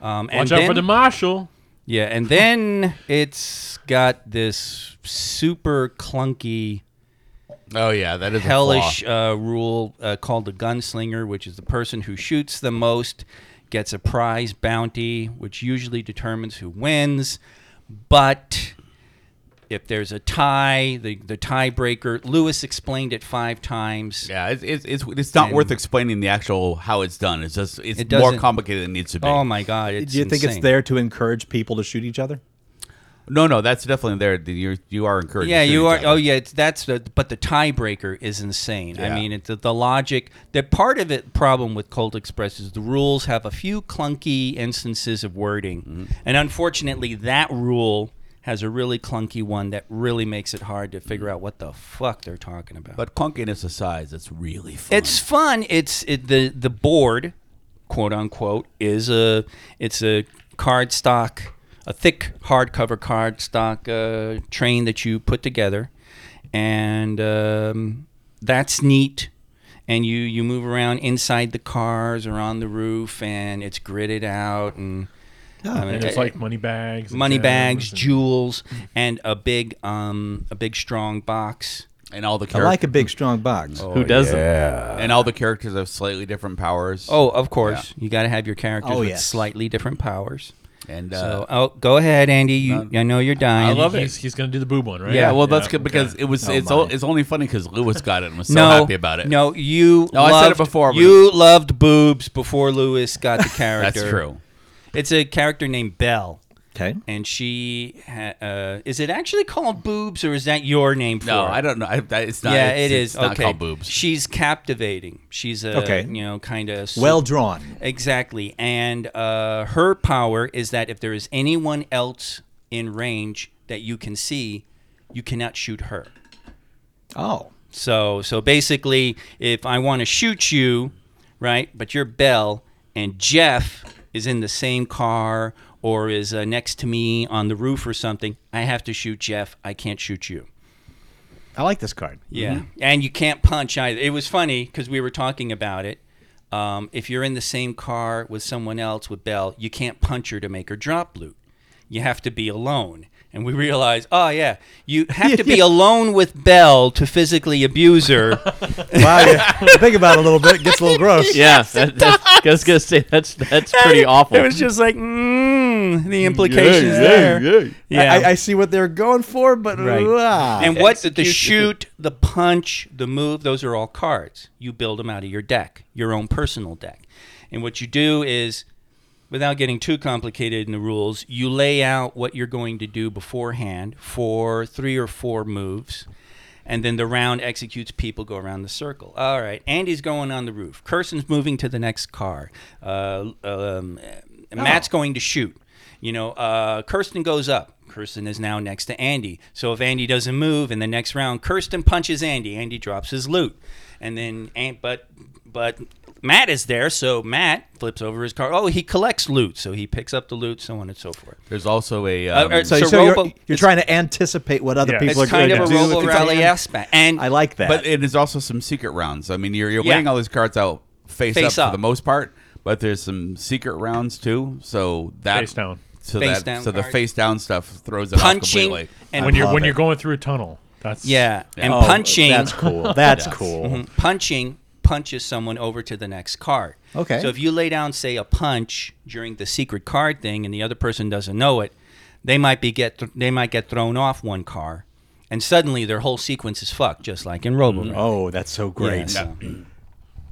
Speaker 1: Um, and
Speaker 7: Watch out for
Speaker 1: then-
Speaker 7: the marshal.
Speaker 1: yeah, and then it's got this super clunky,
Speaker 8: Oh, yeah, that is
Speaker 1: hellish
Speaker 8: A
Speaker 1: uh, rule uh, called the gunslinger, which is the person who shoots the most gets a prize bounty, which usually determines who wins. But if there's a tie, the the tiebreaker, Lewis explained it five times.
Speaker 8: flaw. Yeah, it's, it's, it's, it's not
Speaker 1: And-
Speaker 8: worth explaining the actual how it's done. It's just it's
Speaker 1: It
Speaker 8: more
Speaker 1: doesn't-
Speaker 8: complicated than it needs to be.
Speaker 1: Oh my God! It's
Speaker 9: Do you think
Speaker 1: insane.
Speaker 9: it's there to encourage people to shoot each other?
Speaker 8: no, no, that's definitely there. You you are encouraged. to
Speaker 1: Yeah,
Speaker 8: shoot
Speaker 1: you
Speaker 8: each
Speaker 1: are.
Speaker 8: other.
Speaker 1: Oh, yeah. It's, that's the. But the tiebreaker is insane. I
Speaker 8: Yeah.
Speaker 1: mean, it's the, the logic. The part of it problem with Colt Express is the rules have a few clunky instances of wording,
Speaker 8: Mm-hmm.
Speaker 1: and unfortunately, that rule has a really clunky one that really makes it hard to figure
Speaker 8: Mm-hmm.
Speaker 1: out what the fuck they're talking about.
Speaker 8: But clunkiness aside, it's really fun.
Speaker 1: It's fun. It's it, the the board, quote unquote, is a it's a card stock, a thick hardcover card stock uh, train that you put together, and um, that's neat. And you you move around inside the cars or on the roof, and it's gridded out and. I mean,
Speaker 7: And it's
Speaker 1: it-
Speaker 7: like money bags. and
Speaker 1: money
Speaker 7: gems
Speaker 1: bags,
Speaker 7: and-
Speaker 1: jewels, and a big, um, a big strong box.
Speaker 8: and all the
Speaker 9: I
Speaker 8: characters
Speaker 9: like a big, strong box.
Speaker 1: Oh.
Speaker 8: Oh,
Speaker 5: Who doesn't?
Speaker 8: and all the characters have slightly different powers.
Speaker 1: Oh, of course, you got to have your characters
Speaker 9: Oh,
Speaker 1: with
Speaker 9: yes.
Speaker 1: slightly different powers.
Speaker 8: and
Speaker 1: So,
Speaker 8: uh,
Speaker 1: oh, go ahead, Andy. You, I know you're dying.
Speaker 8: I love it.
Speaker 7: He's, he's gonna do the boob one,
Speaker 1: um,
Speaker 7: right?
Speaker 8: yeah, well, that's good
Speaker 7: okay.
Speaker 8: because it was it's o- it's only funny because Lewis got it and was so
Speaker 1: Oh, no,
Speaker 8: happy about it.
Speaker 1: No, you.
Speaker 8: No, I
Speaker 1: loved,
Speaker 8: said it before, but-
Speaker 1: You
Speaker 8: (laughs)
Speaker 1: loved boobs before Lewis got the character.
Speaker 8: that's true.
Speaker 1: It's a character named Bell,
Speaker 9: Okay.
Speaker 1: and she ha- uh, is it actually called boobs or is that your name for
Speaker 8: No,
Speaker 1: it?
Speaker 8: I don't know. I, I- it's not.
Speaker 1: yeah,
Speaker 8: it's,
Speaker 1: it is.
Speaker 8: it's not
Speaker 1: okay.
Speaker 8: called boobs.
Speaker 1: She's captivating. She's a
Speaker 9: Okay.
Speaker 1: you know kind of
Speaker 9: Well drawn.
Speaker 1: exactly. And uh, her power is that if there is anyone else in range that you can see, you cannot shoot her.
Speaker 9: Oh.
Speaker 1: So so basically, if I want to shoot you, right, but you're Bell and Jeff is in the same car or is uh, next to me on the roof or something, I have to shoot Jeff. I can't shoot you.
Speaker 9: I like this
Speaker 1: (laughs)
Speaker 9: card.
Speaker 1: Yeah, and you can't punch either. It was funny because we were talking about it. Um, if you're in the same car with someone else with Belle, you can't punch her to make her drop loot. You have to be alone. And we realized, oh yeah, you have (laughs) to be alone with Belle to physically abuse her.
Speaker 9: Wow. Yeah. Think about it a little bit. It gets a little gross.
Speaker 5: Yeah, that, that's, I was gonna say that's that's
Speaker 8: (laughs)
Speaker 5: pretty awful.
Speaker 1: (laughs) It was just like, mm, the implications there. Yeah.
Speaker 9: I, I see what they're going for, but
Speaker 1: Right.
Speaker 9: ah.
Speaker 1: and what the shoot, the punch, the move, those are all cards. You build them out of your deck, your own personal deck. And what you do is, without getting too complicated in the rules, you lay out what you're going to do beforehand for three or four moves. And then the round executes people go around the circle. All right, Andy's going on the roof. Kirsten's moving to the next car. Uh, um, Matt's going to shoot. You know, uh, Kirsten goes up. Kirsten is now next to Andy. So if Andy doesn't move in the next round, Kirsten punches Andy. Andy drops his loot, and then An- but but Matt is there. So Matt flips over his car. Oh, he collects loot, so he picks up the loot, so on and so forth.
Speaker 8: There's also a.
Speaker 1: Uh,
Speaker 8: Um,
Speaker 1: or-
Speaker 9: So,
Speaker 1: So
Speaker 9: so you're,
Speaker 1: robo-
Speaker 9: you're
Speaker 1: it's-
Speaker 9: trying to anticipate what other
Speaker 7: Yeah.
Speaker 9: people
Speaker 7: It's
Speaker 9: are
Speaker 1: It's kind
Speaker 9: going
Speaker 1: of
Speaker 9: to
Speaker 1: a
Speaker 9: do. with
Speaker 1: robo
Speaker 9: the
Speaker 1: rally
Speaker 9: card.
Speaker 1: aspect, and
Speaker 9: I like that.
Speaker 8: but it is also some secret rounds. I mean, you're, you're
Speaker 1: Yeah.
Speaker 8: laying all these cards out face,
Speaker 1: Face
Speaker 8: up,
Speaker 1: up.
Speaker 8: for the most part, but there's some secret rounds too. So that
Speaker 7: Face down.
Speaker 8: So
Speaker 1: Face
Speaker 8: that
Speaker 1: down
Speaker 8: so the
Speaker 1: cards.
Speaker 8: face down stuff throws it off
Speaker 1: punching
Speaker 8: completely.
Speaker 1: and
Speaker 7: when you're
Speaker 9: love
Speaker 7: when
Speaker 9: it.
Speaker 7: you're going through a tunnel. That's
Speaker 1: yeah, and
Speaker 9: Oh,
Speaker 1: punching. Mm-hmm.
Speaker 9: That's
Speaker 1: (laughs)
Speaker 9: cool. That's cool.
Speaker 1: punching punches someone over to the next card.
Speaker 9: Okay.
Speaker 1: So if you lay down, say, a punch during the secret card thing, and the other person doesn't know it, they might be get they might get thrown off one car, and suddenly their whole sequence is fucked, just like in Robo.
Speaker 9: Oh, that's so great.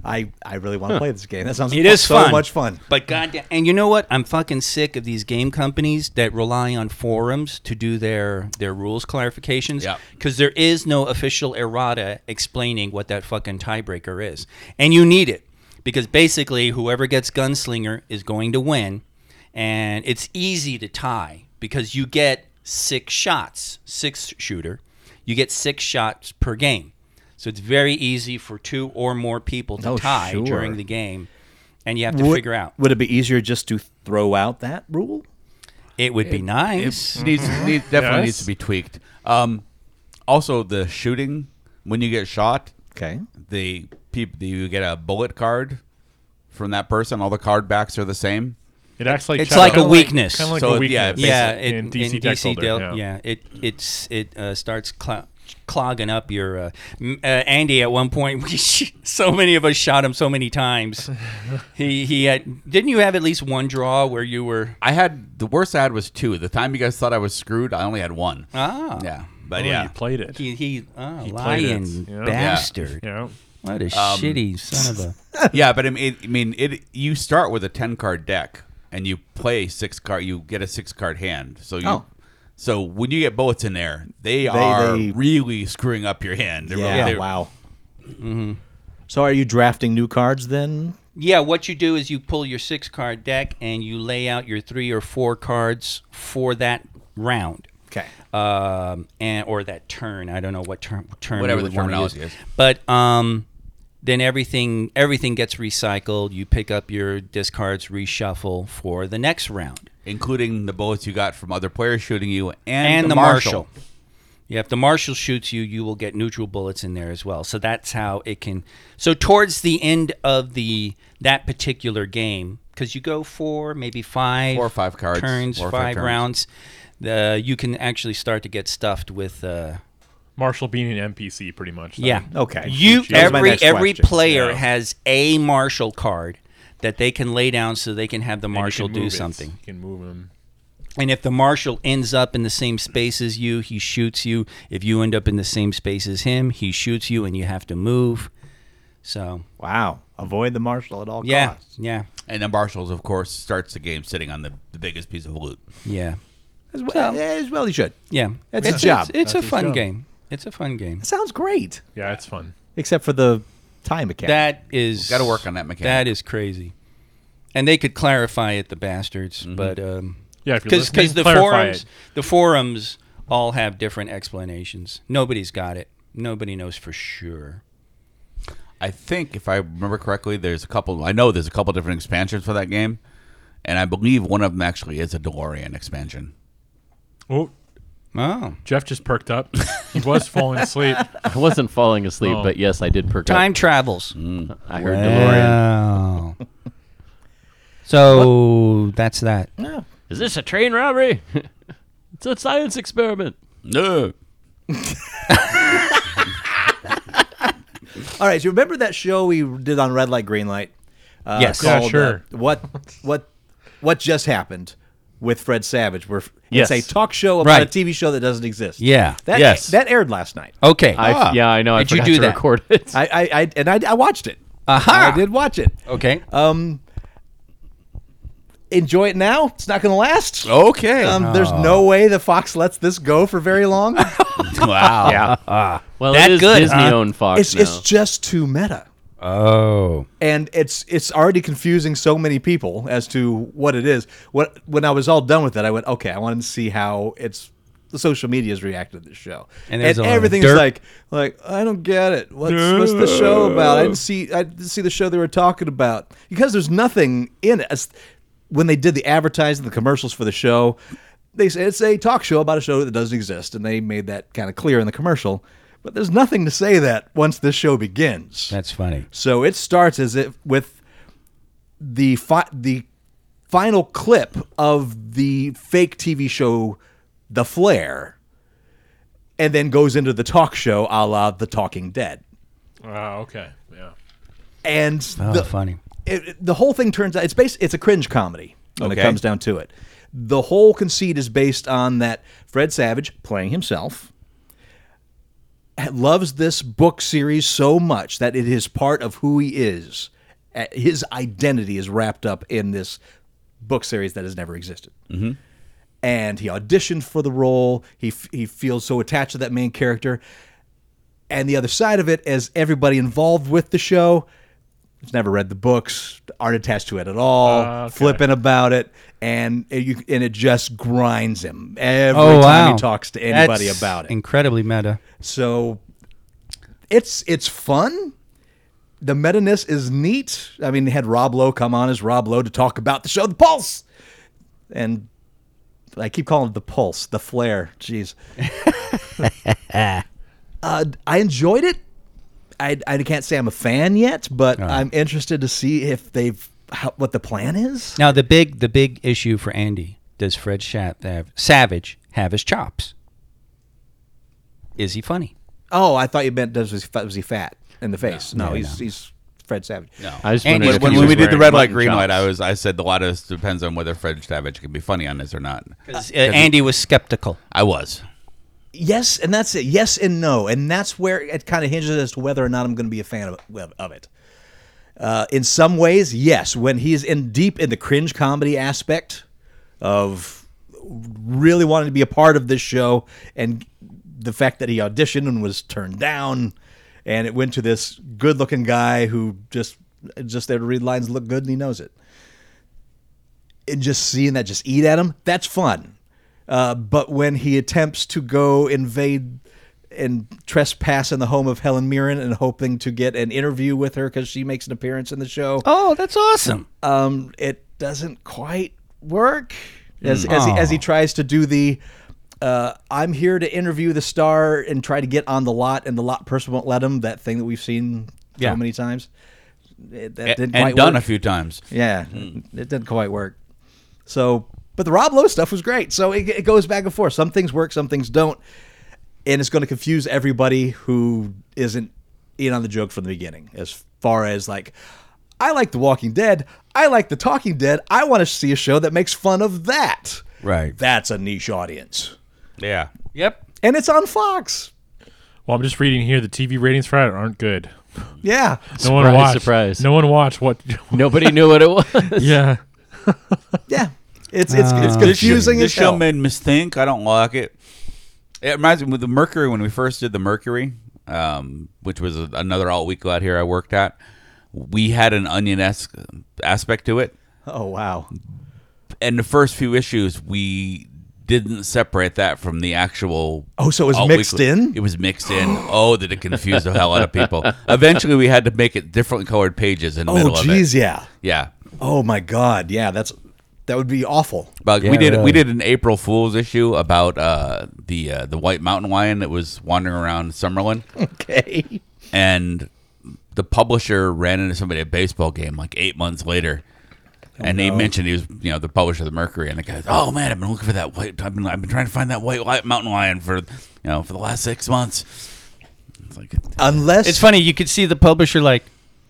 Speaker 9: I, I really want to play this game. That sounds
Speaker 1: It is
Speaker 9: so
Speaker 1: fun.
Speaker 9: much fun.
Speaker 1: But goddamn, and you know what? I'm fucking sick of these game companies that rely on forums to do their their rules clarifications.
Speaker 8: Yeah.
Speaker 1: Because there is no official errata explaining what that fucking tiebreaker is, and you need it because basically whoever gets gunslinger is going to win, and it's easy to tie because you get six shots, six shooter, you get six shots per game. So it's very easy for two or more people to
Speaker 9: Oh,
Speaker 1: tie
Speaker 9: sure.
Speaker 1: during the game and you have to
Speaker 9: would,
Speaker 1: figure out.
Speaker 9: Would it be easier just to throw out that rule?
Speaker 1: It would be nice.
Speaker 8: It Mm-hmm. needs, needs definitely
Speaker 7: Mm-hmm. Yes.
Speaker 8: needs to be tweaked. Um, also, the shooting when you get shot,
Speaker 9: Okay.
Speaker 8: the peop- you get a bullet card from that person. All the card backs are the same.
Speaker 7: It acts like
Speaker 1: It's
Speaker 7: Shadow-
Speaker 1: like a
Speaker 7: kinda
Speaker 1: weakness.
Speaker 7: kinda like
Speaker 8: So,
Speaker 7: a
Speaker 8: it- yeah,
Speaker 7: weakness.
Speaker 8: basically
Speaker 1: yeah, it,
Speaker 7: in DC, Deck Builder,
Speaker 1: dealt-
Speaker 7: yeah.
Speaker 1: yeah, it it's it uh, starts cl- clogging up your uh, m- uh, Andy. At one point, (laughs) we sh- so many of us shot him so many times.
Speaker 7: (laughs)
Speaker 1: he he had didn't you have at least one draw where you were
Speaker 8: I had the worst I had was two. The time you guys thought I was screwed, I only had one.
Speaker 1: ah
Speaker 8: Yeah,
Speaker 7: Oh,
Speaker 8: but
Speaker 7: you
Speaker 8: yeah, (laughs)
Speaker 7: played it.
Speaker 1: he he, ah,
Speaker 7: played it,
Speaker 1: lying
Speaker 7: yeah.
Speaker 1: bastard.
Speaker 7: Yeah.
Speaker 1: What a shitty son of a.
Speaker 8: yeah. But I mean, it, I mean, it. You start with a ten card deck and you play six card. You get a six card hand. So you.
Speaker 9: Oh.
Speaker 8: So when you get bullets in there, they, are
Speaker 9: they-
Speaker 8: really screwing up your hand. They're really-
Speaker 9: Yeah.
Speaker 8: they're-
Speaker 9: Wow.
Speaker 1: Mm-hmm.
Speaker 9: So are you drafting new cards then?
Speaker 1: (laughs) Yeah, what you do is you pull your six card deck and you lay out your three or four cards for that round.
Speaker 9: Okay.
Speaker 1: Um, and or that turn. I don't know what term term
Speaker 8: Whatever
Speaker 1: you would
Speaker 8: the
Speaker 1: want to
Speaker 8: terminology
Speaker 1: use.
Speaker 8: is.
Speaker 1: But um, then everything everything gets recycled. You pick up your discards, reshuffle for the next round,
Speaker 8: including the bullets you got from other players shooting you and,
Speaker 1: and,
Speaker 8: the,
Speaker 1: the
Speaker 8: marshal.
Speaker 1: marshal. Yeah, if the marshal shoots you, you will get neutral bullets in there as well. So that's how it can. So towards the end of the that particular game, because you go four, maybe five,
Speaker 8: Four or five cards,
Speaker 1: turns,
Speaker 8: four or
Speaker 1: five,
Speaker 8: five turns.
Speaker 1: rounds, the you can actually start to get stuffed with. Uh,
Speaker 7: Marshall being an NPC, pretty much. then.
Speaker 1: yeah.
Speaker 9: Uh, Okay.
Speaker 1: You
Speaker 9: That was my
Speaker 1: every
Speaker 9: next
Speaker 1: every
Speaker 9: question.
Speaker 1: player
Speaker 7: Yeah.
Speaker 1: has a marshal card that they can lay down so they can have the
Speaker 7: And you
Speaker 1: marshal
Speaker 7: can
Speaker 1: do
Speaker 7: move it.
Speaker 1: something.
Speaker 7: You can move him.
Speaker 1: And if the marshal ends up in the same space as you, he shoots you. If you end up in the same space as him, he shoots you and you have to move. So,
Speaker 9: Wow. Avoid the marshal at all
Speaker 1: yeah.
Speaker 9: costs.
Speaker 1: Yeah.
Speaker 8: And the marshals, of course, starts the game sitting on the, the biggest piece of loot.
Speaker 1: Yeah.
Speaker 9: As well, as well, you should.
Speaker 1: Yeah,
Speaker 9: That's
Speaker 1: it's
Speaker 9: his job.
Speaker 1: It's, it's a
Speaker 7: That's his
Speaker 1: fun
Speaker 7: job.
Speaker 1: game. It's a fun game.
Speaker 9: Sounds great,
Speaker 7: Yeah, it's fun.
Speaker 9: except for the time mechanic.
Speaker 1: That is
Speaker 8: Gotta work on that mechanic.
Speaker 1: That is crazy. And they could clarify it, the bastards, but um,
Speaker 7: Yeah, if you're listening,
Speaker 1: the
Speaker 7: clarify
Speaker 1: forums,
Speaker 7: it.
Speaker 1: the forums all have different explanations. Nobody's got it. Nobody knows for sure.
Speaker 8: I think if I remember correctly, there's a couple. I know there's a couple different expansions for that game, and I believe one of them actually is a DeLorean expansion.
Speaker 7: Oh,
Speaker 1: Oh,
Speaker 7: Jeff just perked up. He
Speaker 1: (laughs)
Speaker 7: was falling asleep.
Speaker 5: I wasn't falling asleep,
Speaker 7: Oh.
Speaker 5: but yes, I did perk
Speaker 1: time
Speaker 5: up.
Speaker 1: travels.
Speaker 5: I heard DeLorean.
Speaker 1: Wow. so that's that.
Speaker 5: Is this a train robbery? (laughs) it's a science experiment.
Speaker 8: No,
Speaker 9: All right, so remember that show we did on Red Light Green Light? Uh,
Speaker 1: Yes.
Speaker 7: Yeah,
Speaker 9: called, uh,
Speaker 7: sure.
Speaker 9: what what what just happened with Fred Savage? Where f-
Speaker 5: Yes.
Speaker 9: it's a talk show about a
Speaker 1: Right.
Speaker 9: TV show that doesn't exist.
Speaker 1: Yeah.
Speaker 9: That,
Speaker 5: Yes.
Speaker 9: that aired last night.
Speaker 1: Okay.
Speaker 5: I,
Speaker 8: Ah.
Speaker 5: yeah, I know. I
Speaker 1: Did you
Speaker 5: forgot
Speaker 1: do
Speaker 5: to
Speaker 1: that?
Speaker 5: record it.
Speaker 9: I, I, I and I, I watched it.
Speaker 1: Aha!
Speaker 9: I did watch it.
Speaker 1: okay.
Speaker 9: Um, enjoy it now. It's not going to last.
Speaker 1: Oh.
Speaker 8: okay,
Speaker 9: Um, There's no way the Fox lets this go for very
Speaker 1: (laughs)
Speaker 9: long.
Speaker 1: Oh.
Speaker 8: wow,
Speaker 5: yeah. well,
Speaker 1: That
Speaker 5: it is
Speaker 1: good,
Speaker 5: Disney
Speaker 1: huh?
Speaker 5: owned Fox
Speaker 9: it's
Speaker 5: now.
Speaker 9: it's just too meta.
Speaker 1: oh.
Speaker 9: and it's it's already confusing so many people as to what it is. What when I was all done with it, I went, okay, I wanted to see how it's the social media's reacted to this show, and,
Speaker 1: And there's a lot of
Speaker 9: everything's
Speaker 1: derp.
Speaker 9: like like I don't get it. What's what's the show about? I didn't see I didn't see the show they were talking about because there's nothing in it. As- When they did the advertising, the commercials for the show, they said it's a talk show about a show that doesn't exist, and they made that kind of clear in the commercial. But there's nothing to say that once this show begins.
Speaker 1: That's funny.
Speaker 9: So it starts as if with the fi- the final clip of the fake TV show The Flare, and then goes into the talk show a la The Talking Dead,
Speaker 7: Wow, okay. Yeah.
Speaker 9: and
Speaker 1: Oh,
Speaker 9: the,
Speaker 1: funny.
Speaker 9: it, it- the whole thing turns out it's based it's a cringe comedy when
Speaker 8: Okay.
Speaker 9: it comes down to it. The whole conceit is based on that Fred Savage playing himself loves this book series so much that it is part of who he is. Uh, His identity is wrapped up in this book series that has never existed. Mm-hmm. And he auditioned for the role. He f- he feels so attached to that main character. And the other side of it is everybody involved with the show has never read the books, aren't attached to it at all,
Speaker 1: Uh,
Speaker 9: flippant about it, and it, you, and it just grinds him every
Speaker 1: Oh
Speaker 9: time
Speaker 1: wow.
Speaker 9: he talks to anybody
Speaker 1: That's
Speaker 9: about it.
Speaker 1: Incredibly meta.
Speaker 9: So it's it's fun. The meta ness is neat. I mean, they had Rob Lowe come on as Rob Lowe to talk about the show The Pulse. And I keep calling it The Pulse, The Flare. (laughs) Jeez. uh, I enjoyed it. I, I can't say I'm a fan yet, but I'm interested to see if they've how, what the plan is.
Speaker 1: Now the big the big issue for Andy does Fred Sha- have, Savage have his chops? Is he funny?
Speaker 9: Oh, I thought you meant does was he, fa- was he fat in the face? No, he's he's Fred Savage. No.
Speaker 5: I just
Speaker 1: Andy-
Speaker 5: wondered if
Speaker 8: When,
Speaker 5: he
Speaker 8: when
Speaker 5: was
Speaker 8: we did the
Speaker 5: wearing
Speaker 8: red light,
Speaker 5: mutton
Speaker 8: green
Speaker 5: (laughs)
Speaker 8: light,
Speaker 5: chops.
Speaker 8: I was I said a lot of this depends on whether Fred Savage can be funny on this or not.
Speaker 1: 'Cause, uh, Andy was skeptical.
Speaker 8: I was.
Speaker 9: Yes, and that's it. Yes and no, and that's where it kind of hinges as to whether or not I'm going to be a fan of, of it. Uh, in some ways, yes, when he's in deep in the cringe comedy aspect of really wanting to be a part of this show, and the fact that he auditioned and was turned down, and it went to this good-looking guy who just just there to read lines, and look good, and he knows it and just seeing that just eat at him, that's fun. Uh, but when he attempts to go invade and trespass in the home of Helen Mirren and hoping to get an interview with her because she makes an appearance in the show,
Speaker 1: Oh, that's awesome.
Speaker 9: um, it doesn't quite work. As,
Speaker 8: Hmm.
Speaker 9: as, he, as he tries to do the, uh, I'm here to interview the star and try to get on the lot, and the lot person won't let him, that thing that we've seen
Speaker 1: Yeah.
Speaker 9: so many times. It, that
Speaker 8: A-
Speaker 9: didn't
Speaker 8: and
Speaker 9: quite
Speaker 8: done
Speaker 9: work.
Speaker 8: a few times.
Speaker 9: Yeah,
Speaker 8: Hmm.
Speaker 9: it didn't quite work. So, but the Rob Lowe stuff was great. So it, it goes back and forth. Some things work, some things don't, and it's going to confuse everybody who isn't in on the joke from the beginning. As far as like, I like The Walking Dead. I like The Talking Dead. I want to see a show that makes fun of that.
Speaker 1: Right.
Speaker 9: That's a niche audience,
Speaker 8: Yeah.
Speaker 1: Yep.
Speaker 9: and it's on Fox.
Speaker 7: Well, I'm just reading here. The TV ratings for it aren't good.
Speaker 9: Yeah,
Speaker 7: No one
Speaker 5: Surprise,
Speaker 7: watched.
Speaker 5: surprise.
Speaker 7: (laughs) No one watched what.
Speaker 5: Nobody knew what it was.
Speaker 7: yeah.
Speaker 9: yeah. It's it's, it's confusing
Speaker 8: Uh,
Speaker 9: as
Speaker 8: This show
Speaker 9: hell.
Speaker 8: made me think. I don't like it. It reminds me with the Mercury when we first did the Mercury, um, which was a- another all week out here I worked at. We had an onion esque aspect to it,
Speaker 9: Oh wow.
Speaker 8: and the first few issues we didn't separate that from the actual.
Speaker 9: Oh, so it was
Speaker 8: All
Speaker 9: mixed in?
Speaker 8: It was mixed in. (gasps) Oh, did it confuse the hell out of people? Eventually, we had to make it different colored pages in the
Speaker 9: Oh
Speaker 8: middle
Speaker 9: jeez,
Speaker 8: of it.
Speaker 9: yeah.
Speaker 8: Yeah,
Speaker 9: Oh my god, yeah. That's that would be awful.
Speaker 8: But we did we did an April Fool's issue about uh, the uh, the white mountain lion that was wandering
Speaker 5: (laughs)
Speaker 8: around Summerlin,
Speaker 9: Okay.
Speaker 8: and the publisher ran into somebody at a baseball game like eight months later,
Speaker 5: Oh,
Speaker 8: and they mentioned he was you know the publisher of the Mercury, and the guy's oh man I've been looking for that white I've been I've been trying to find that white, white mountain lion for you know for the last six months. It's like (laughs)
Speaker 9: Unless
Speaker 1: It's funny. You could see the publisher like,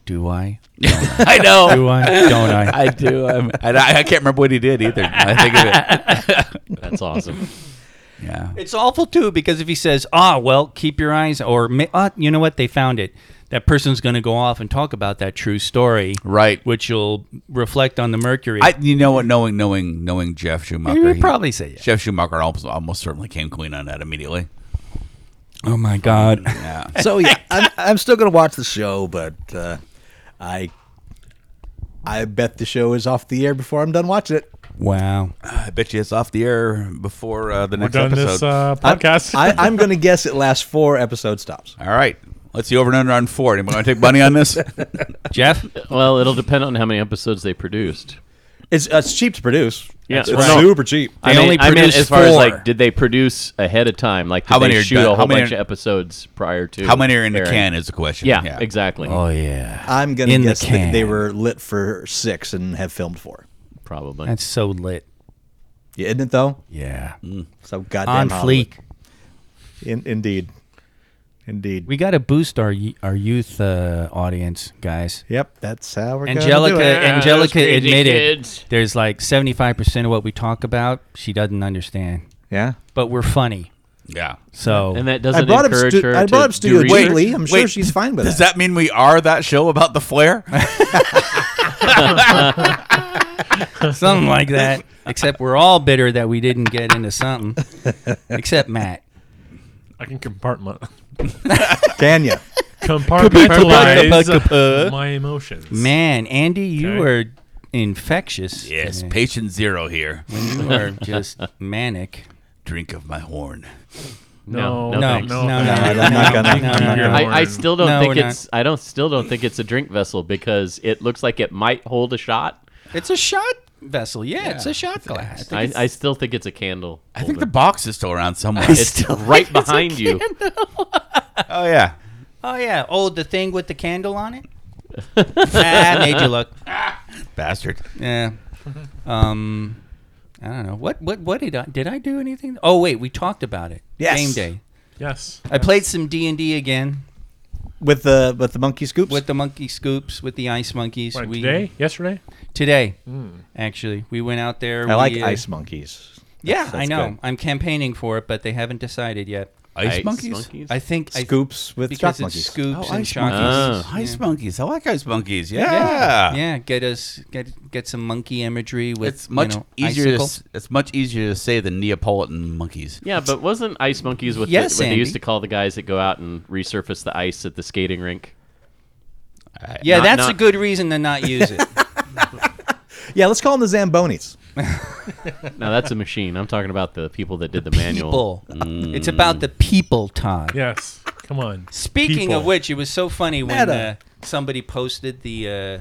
Speaker 1: do (laughs) I?
Speaker 8: I know.
Speaker 1: Do I? Don't I?
Speaker 5: I do. I'm,
Speaker 8: And I, I can't remember what he did either. I think
Speaker 5: (laughs)
Speaker 8: of
Speaker 5: that's awesome.
Speaker 8: it. Yeah.
Speaker 1: It's awful too because if he says, "Ah, well, keep your eyes," or ma- "Ah, you know what? They found it." That person's going to go off and talk about that true story,
Speaker 8: Right.
Speaker 1: Which will reflect on the Mercury.
Speaker 8: I, you know what? Knowing, knowing, knowing Jeff Schumacher,
Speaker 1: He would
Speaker 8: he-
Speaker 1: probably say yes.
Speaker 8: Jeff Schumacher almost, almost certainly came clean on that immediately.
Speaker 1: oh my God!
Speaker 8: Yeah,
Speaker 9: so
Speaker 1: (laughs)
Speaker 9: yeah, I'm, I'm still gonna watch the show, but uh, I I bet the show is off the air before I'm done watching it.
Speaker 1: Wow.
Speaker 8: (laughs) I bet you it's off the air before uh,
Speaker 7: (laughs)
Speaker 8: the
Speaker 7: We're
Speaker 8: next
Speaker 7: done
Speaker 8: episode.
Speaker 7: this uh,
Speaker 9: I'm-
Speaker 7: podcast.
Speaker 9: I, I'm gonna guess it lasts four episode stops.
Speaker 7: uh,
Speaker 8: All right, let's see over and under on four. Anybody want to take money on (laughs) this?
Speaker 1: Jeff,
Speaker 5: Well, it'll depend on how many episodes they produced.
Speaker 9: It's, uh, it's cheap to produce.
Speaker 5: Yeah,
Speaker 9: it's
Speaker 5: well, no.
Speaker 9: super cheap.
Speaker 5: I mean,
Speaker 1: only
Speaker 5: I meant
Speaker 1: produced
Speaker 5: as far as
Speaker 1: four.
Speaker 5: like, did they produce ahead of time? Like, did
Speaker 8: How
Speaker 5: they
Speaker 8: many are
Speaker 5: shoot
Speaker 8: done-
Speaker 5: a
Speaker 8: how
Speaker 5: whole
Speaker 8: many
Speaker 5: bunch
Speaker 8: are-
Speaker 5: of episodes prior to?
Speaker 8: How many are in the
Speaker 5: airing?
Speaker 8: can is the question.
Speaker 5: Yeah, exactly.
Speaker 8: Oh,
Speaker 9: Oh,
Speaker 1: yeah,
Speaker 9: I'm gonna
Speaker 1: In the
Speaker 9: guess that they
Speaker 1: can.
Speaker 9: were lit for six and have filmed four.
Speaker 5: Probably.
Speaker 1: that's so lit.
Speaker 9: Yeah, isn't it though?
Speaker 1: Yeah,
Speaker 5: Mm.
Speaker 9: So goddamn
Speaker 1: on
Speaker 9: Hollywood.
Speaker 1: fleek.
Speaker 9: In, indeed, indeed.
Speaker 1: We got to boost our y- our youth uh, audience, guys.
Speaker 9: yep, that's how we're gonna do
Speaker 1: Angelica,
Speaker 9: it.
Speaker 5: Yeah,
Speaker 1: Angelica
Speaker 5: those crazy
Speaker 1: admitted
Speaker 5: kids.
Speaker 1: there's like 75% of what we talk about she doesn't understand.
Speaker 9: Yeah.
Speaker 1: But we're funny.
Speaker 8: yeah.
Speaker 1: So
Speaker 5: and that doesn't
Speaker 9: I brought up
Speaker 5: encourage
Speaker 9: stu-
Speaker 5: her
Speaker 9: I brought
Speaker 5: to
Speaker 9: up Studio
Speaker 5: do research?
Speaker 9: Ghibli. I'm sure she's fine with
Speaker 8: Does
Speaker 9: that.
Speaker 8: that mean we are that show about the (laughs) flare?
Speaker 1: (laughs) something like that. Except we're all bitter that we didn't get
Speaker 9: (laughs)
Speaker 1: into something. Except Matt.
Speaker 7: (laughs) I can
Speaker 1: (laughs)
Speaker 7: compartment
Speaker 9: Can you?
Speaker 7: compartmentalize my emotions.
Speaker 1: Man, Andy, you
Speaker 7: Okay.
Speaker 1: were infectious.
Speaker 8: yes,
Speaker 1: today.
Speaker 8: patient zero here.
Speaker 1: You were just (laughs) manic.
Speaker 8: Drink of my horn.
Speaker 5: No, no,
Speaker 7: No,
Speaker 1: No,
Speaker 5: thanks.
Speaker 1: no, no,
Speaker 7: No,
Speaker 1: no,
Speaker 9: I'm
Speaker 1: no,
Speaker 9: not
Speaker 1: no,
Speaker 9: gonna-
Speaker 1: no,
Speaker 9: I'm not
Speaker 1: no.
Speaker 7: gonna-
Speaker 1: I-
Speaker 5: I, I still don't
Speaker 1: No,
Speaker 5: think
Speaker 1: we're
Speaker 5: it's. I don't still don't think it's a drink vessel because it looks like it might hold a shot.
Speaker 1: It's a shot vessel. Yeah, it's a shot glass.
Speaker 5: I, I still think it's a candle.
Speaker 8: I think the box is still around somewhere.
Speaker 5: it's right behind you.
Speaker 8: (laughs) oh yeah.
Speaker 1: Oh, yeah. Oh, the thing with the candle on
Speaker 8: (laughs)
Speaker 1: it? ah, made you look.
Speaker 8: Bastard.
Speaker 1: Yeah. Um, I don't know what what what did I did I do anything? Oh wait, we talked about it.
Speaker 9: Yes.
Speaker 1: Game day.
Speaker 7: Yes.
Speaker 1: I played some D and D again
Speaker 9: With the with the monkey scoops.
Speaker 1: with the monkey scoops with the ice monkeys.
Speaker 7: What,
Speaker 1: we,
Speaker 7: today? Yesterday?
Speaker 1: Today,
Speaker 8: Hmm.
Speaker 1: actually, we went out there.
Speaker 9: I like
Speaker 1: we, uh,
Speaker 9: ice monkeys.
Speaker 1: Yeah,
Speaker 9: That's-
Speaker 1: I
Speaker 9: that's
Speaker 1: know.
Speaker 9: good.
Speaker 1: I'm campaigning for it, but they haven't decided yet.
Speaker 8: Ice, monkeys.
Speaker 1: I think I-
Speaker 9: Scoops with
Speaker 1: because
Speaker 9: shock
Speaker 1: it's
Speaker 9: monkeys.
Speaker 1: scoops
Speaker 8: Oh,
Speaker 1: and
Speaker 8: ice
Speaker 1: shock
Speaker 8: monkeys.
Speaker 1: monkeys.
Speaker 8: Ice monkeys. I like ice monkeys.
Speaker 1: Yeah.
Speaker 8: yeah.
Speaker 1: yeah, get us get get some monkey imagery with
Speaker 8: It's much
Speaker 1: you know,
Speaker 8: easier. To,
Speaker 1: icicle.
Speaker 8: s- it's much easier to say than Neapolitan monkeys.
Speaker 5: Yeah, but wasn't ice monkeys what,
Speaker 1: Yes,
Speaker 5: the, what they used
Speaker 1: Andy.
Speaker 5: to call the guys that go out and resurface the ice at the skating rink?
Speaker 1: yeah,
Speaker 5: Not-
Speaker 1: that's
Speaker 5: not-
Speaker 1: a good reason to not use it.
Speaker 9: Yeah, let's call them the Zambonis.
Speaker 5: No, that's a machine. I'm talking about the people that did the, manual.
Speaker 1: people. It's about the people, Todd.
Speaker 7: Yes. Come on.
Speaker 1: Speaking
Speaker 7: People.
Speaker 1: of which, it was so funny when uh,
Speaker 9: Meta.
Speaker 1: somebody posted the uh,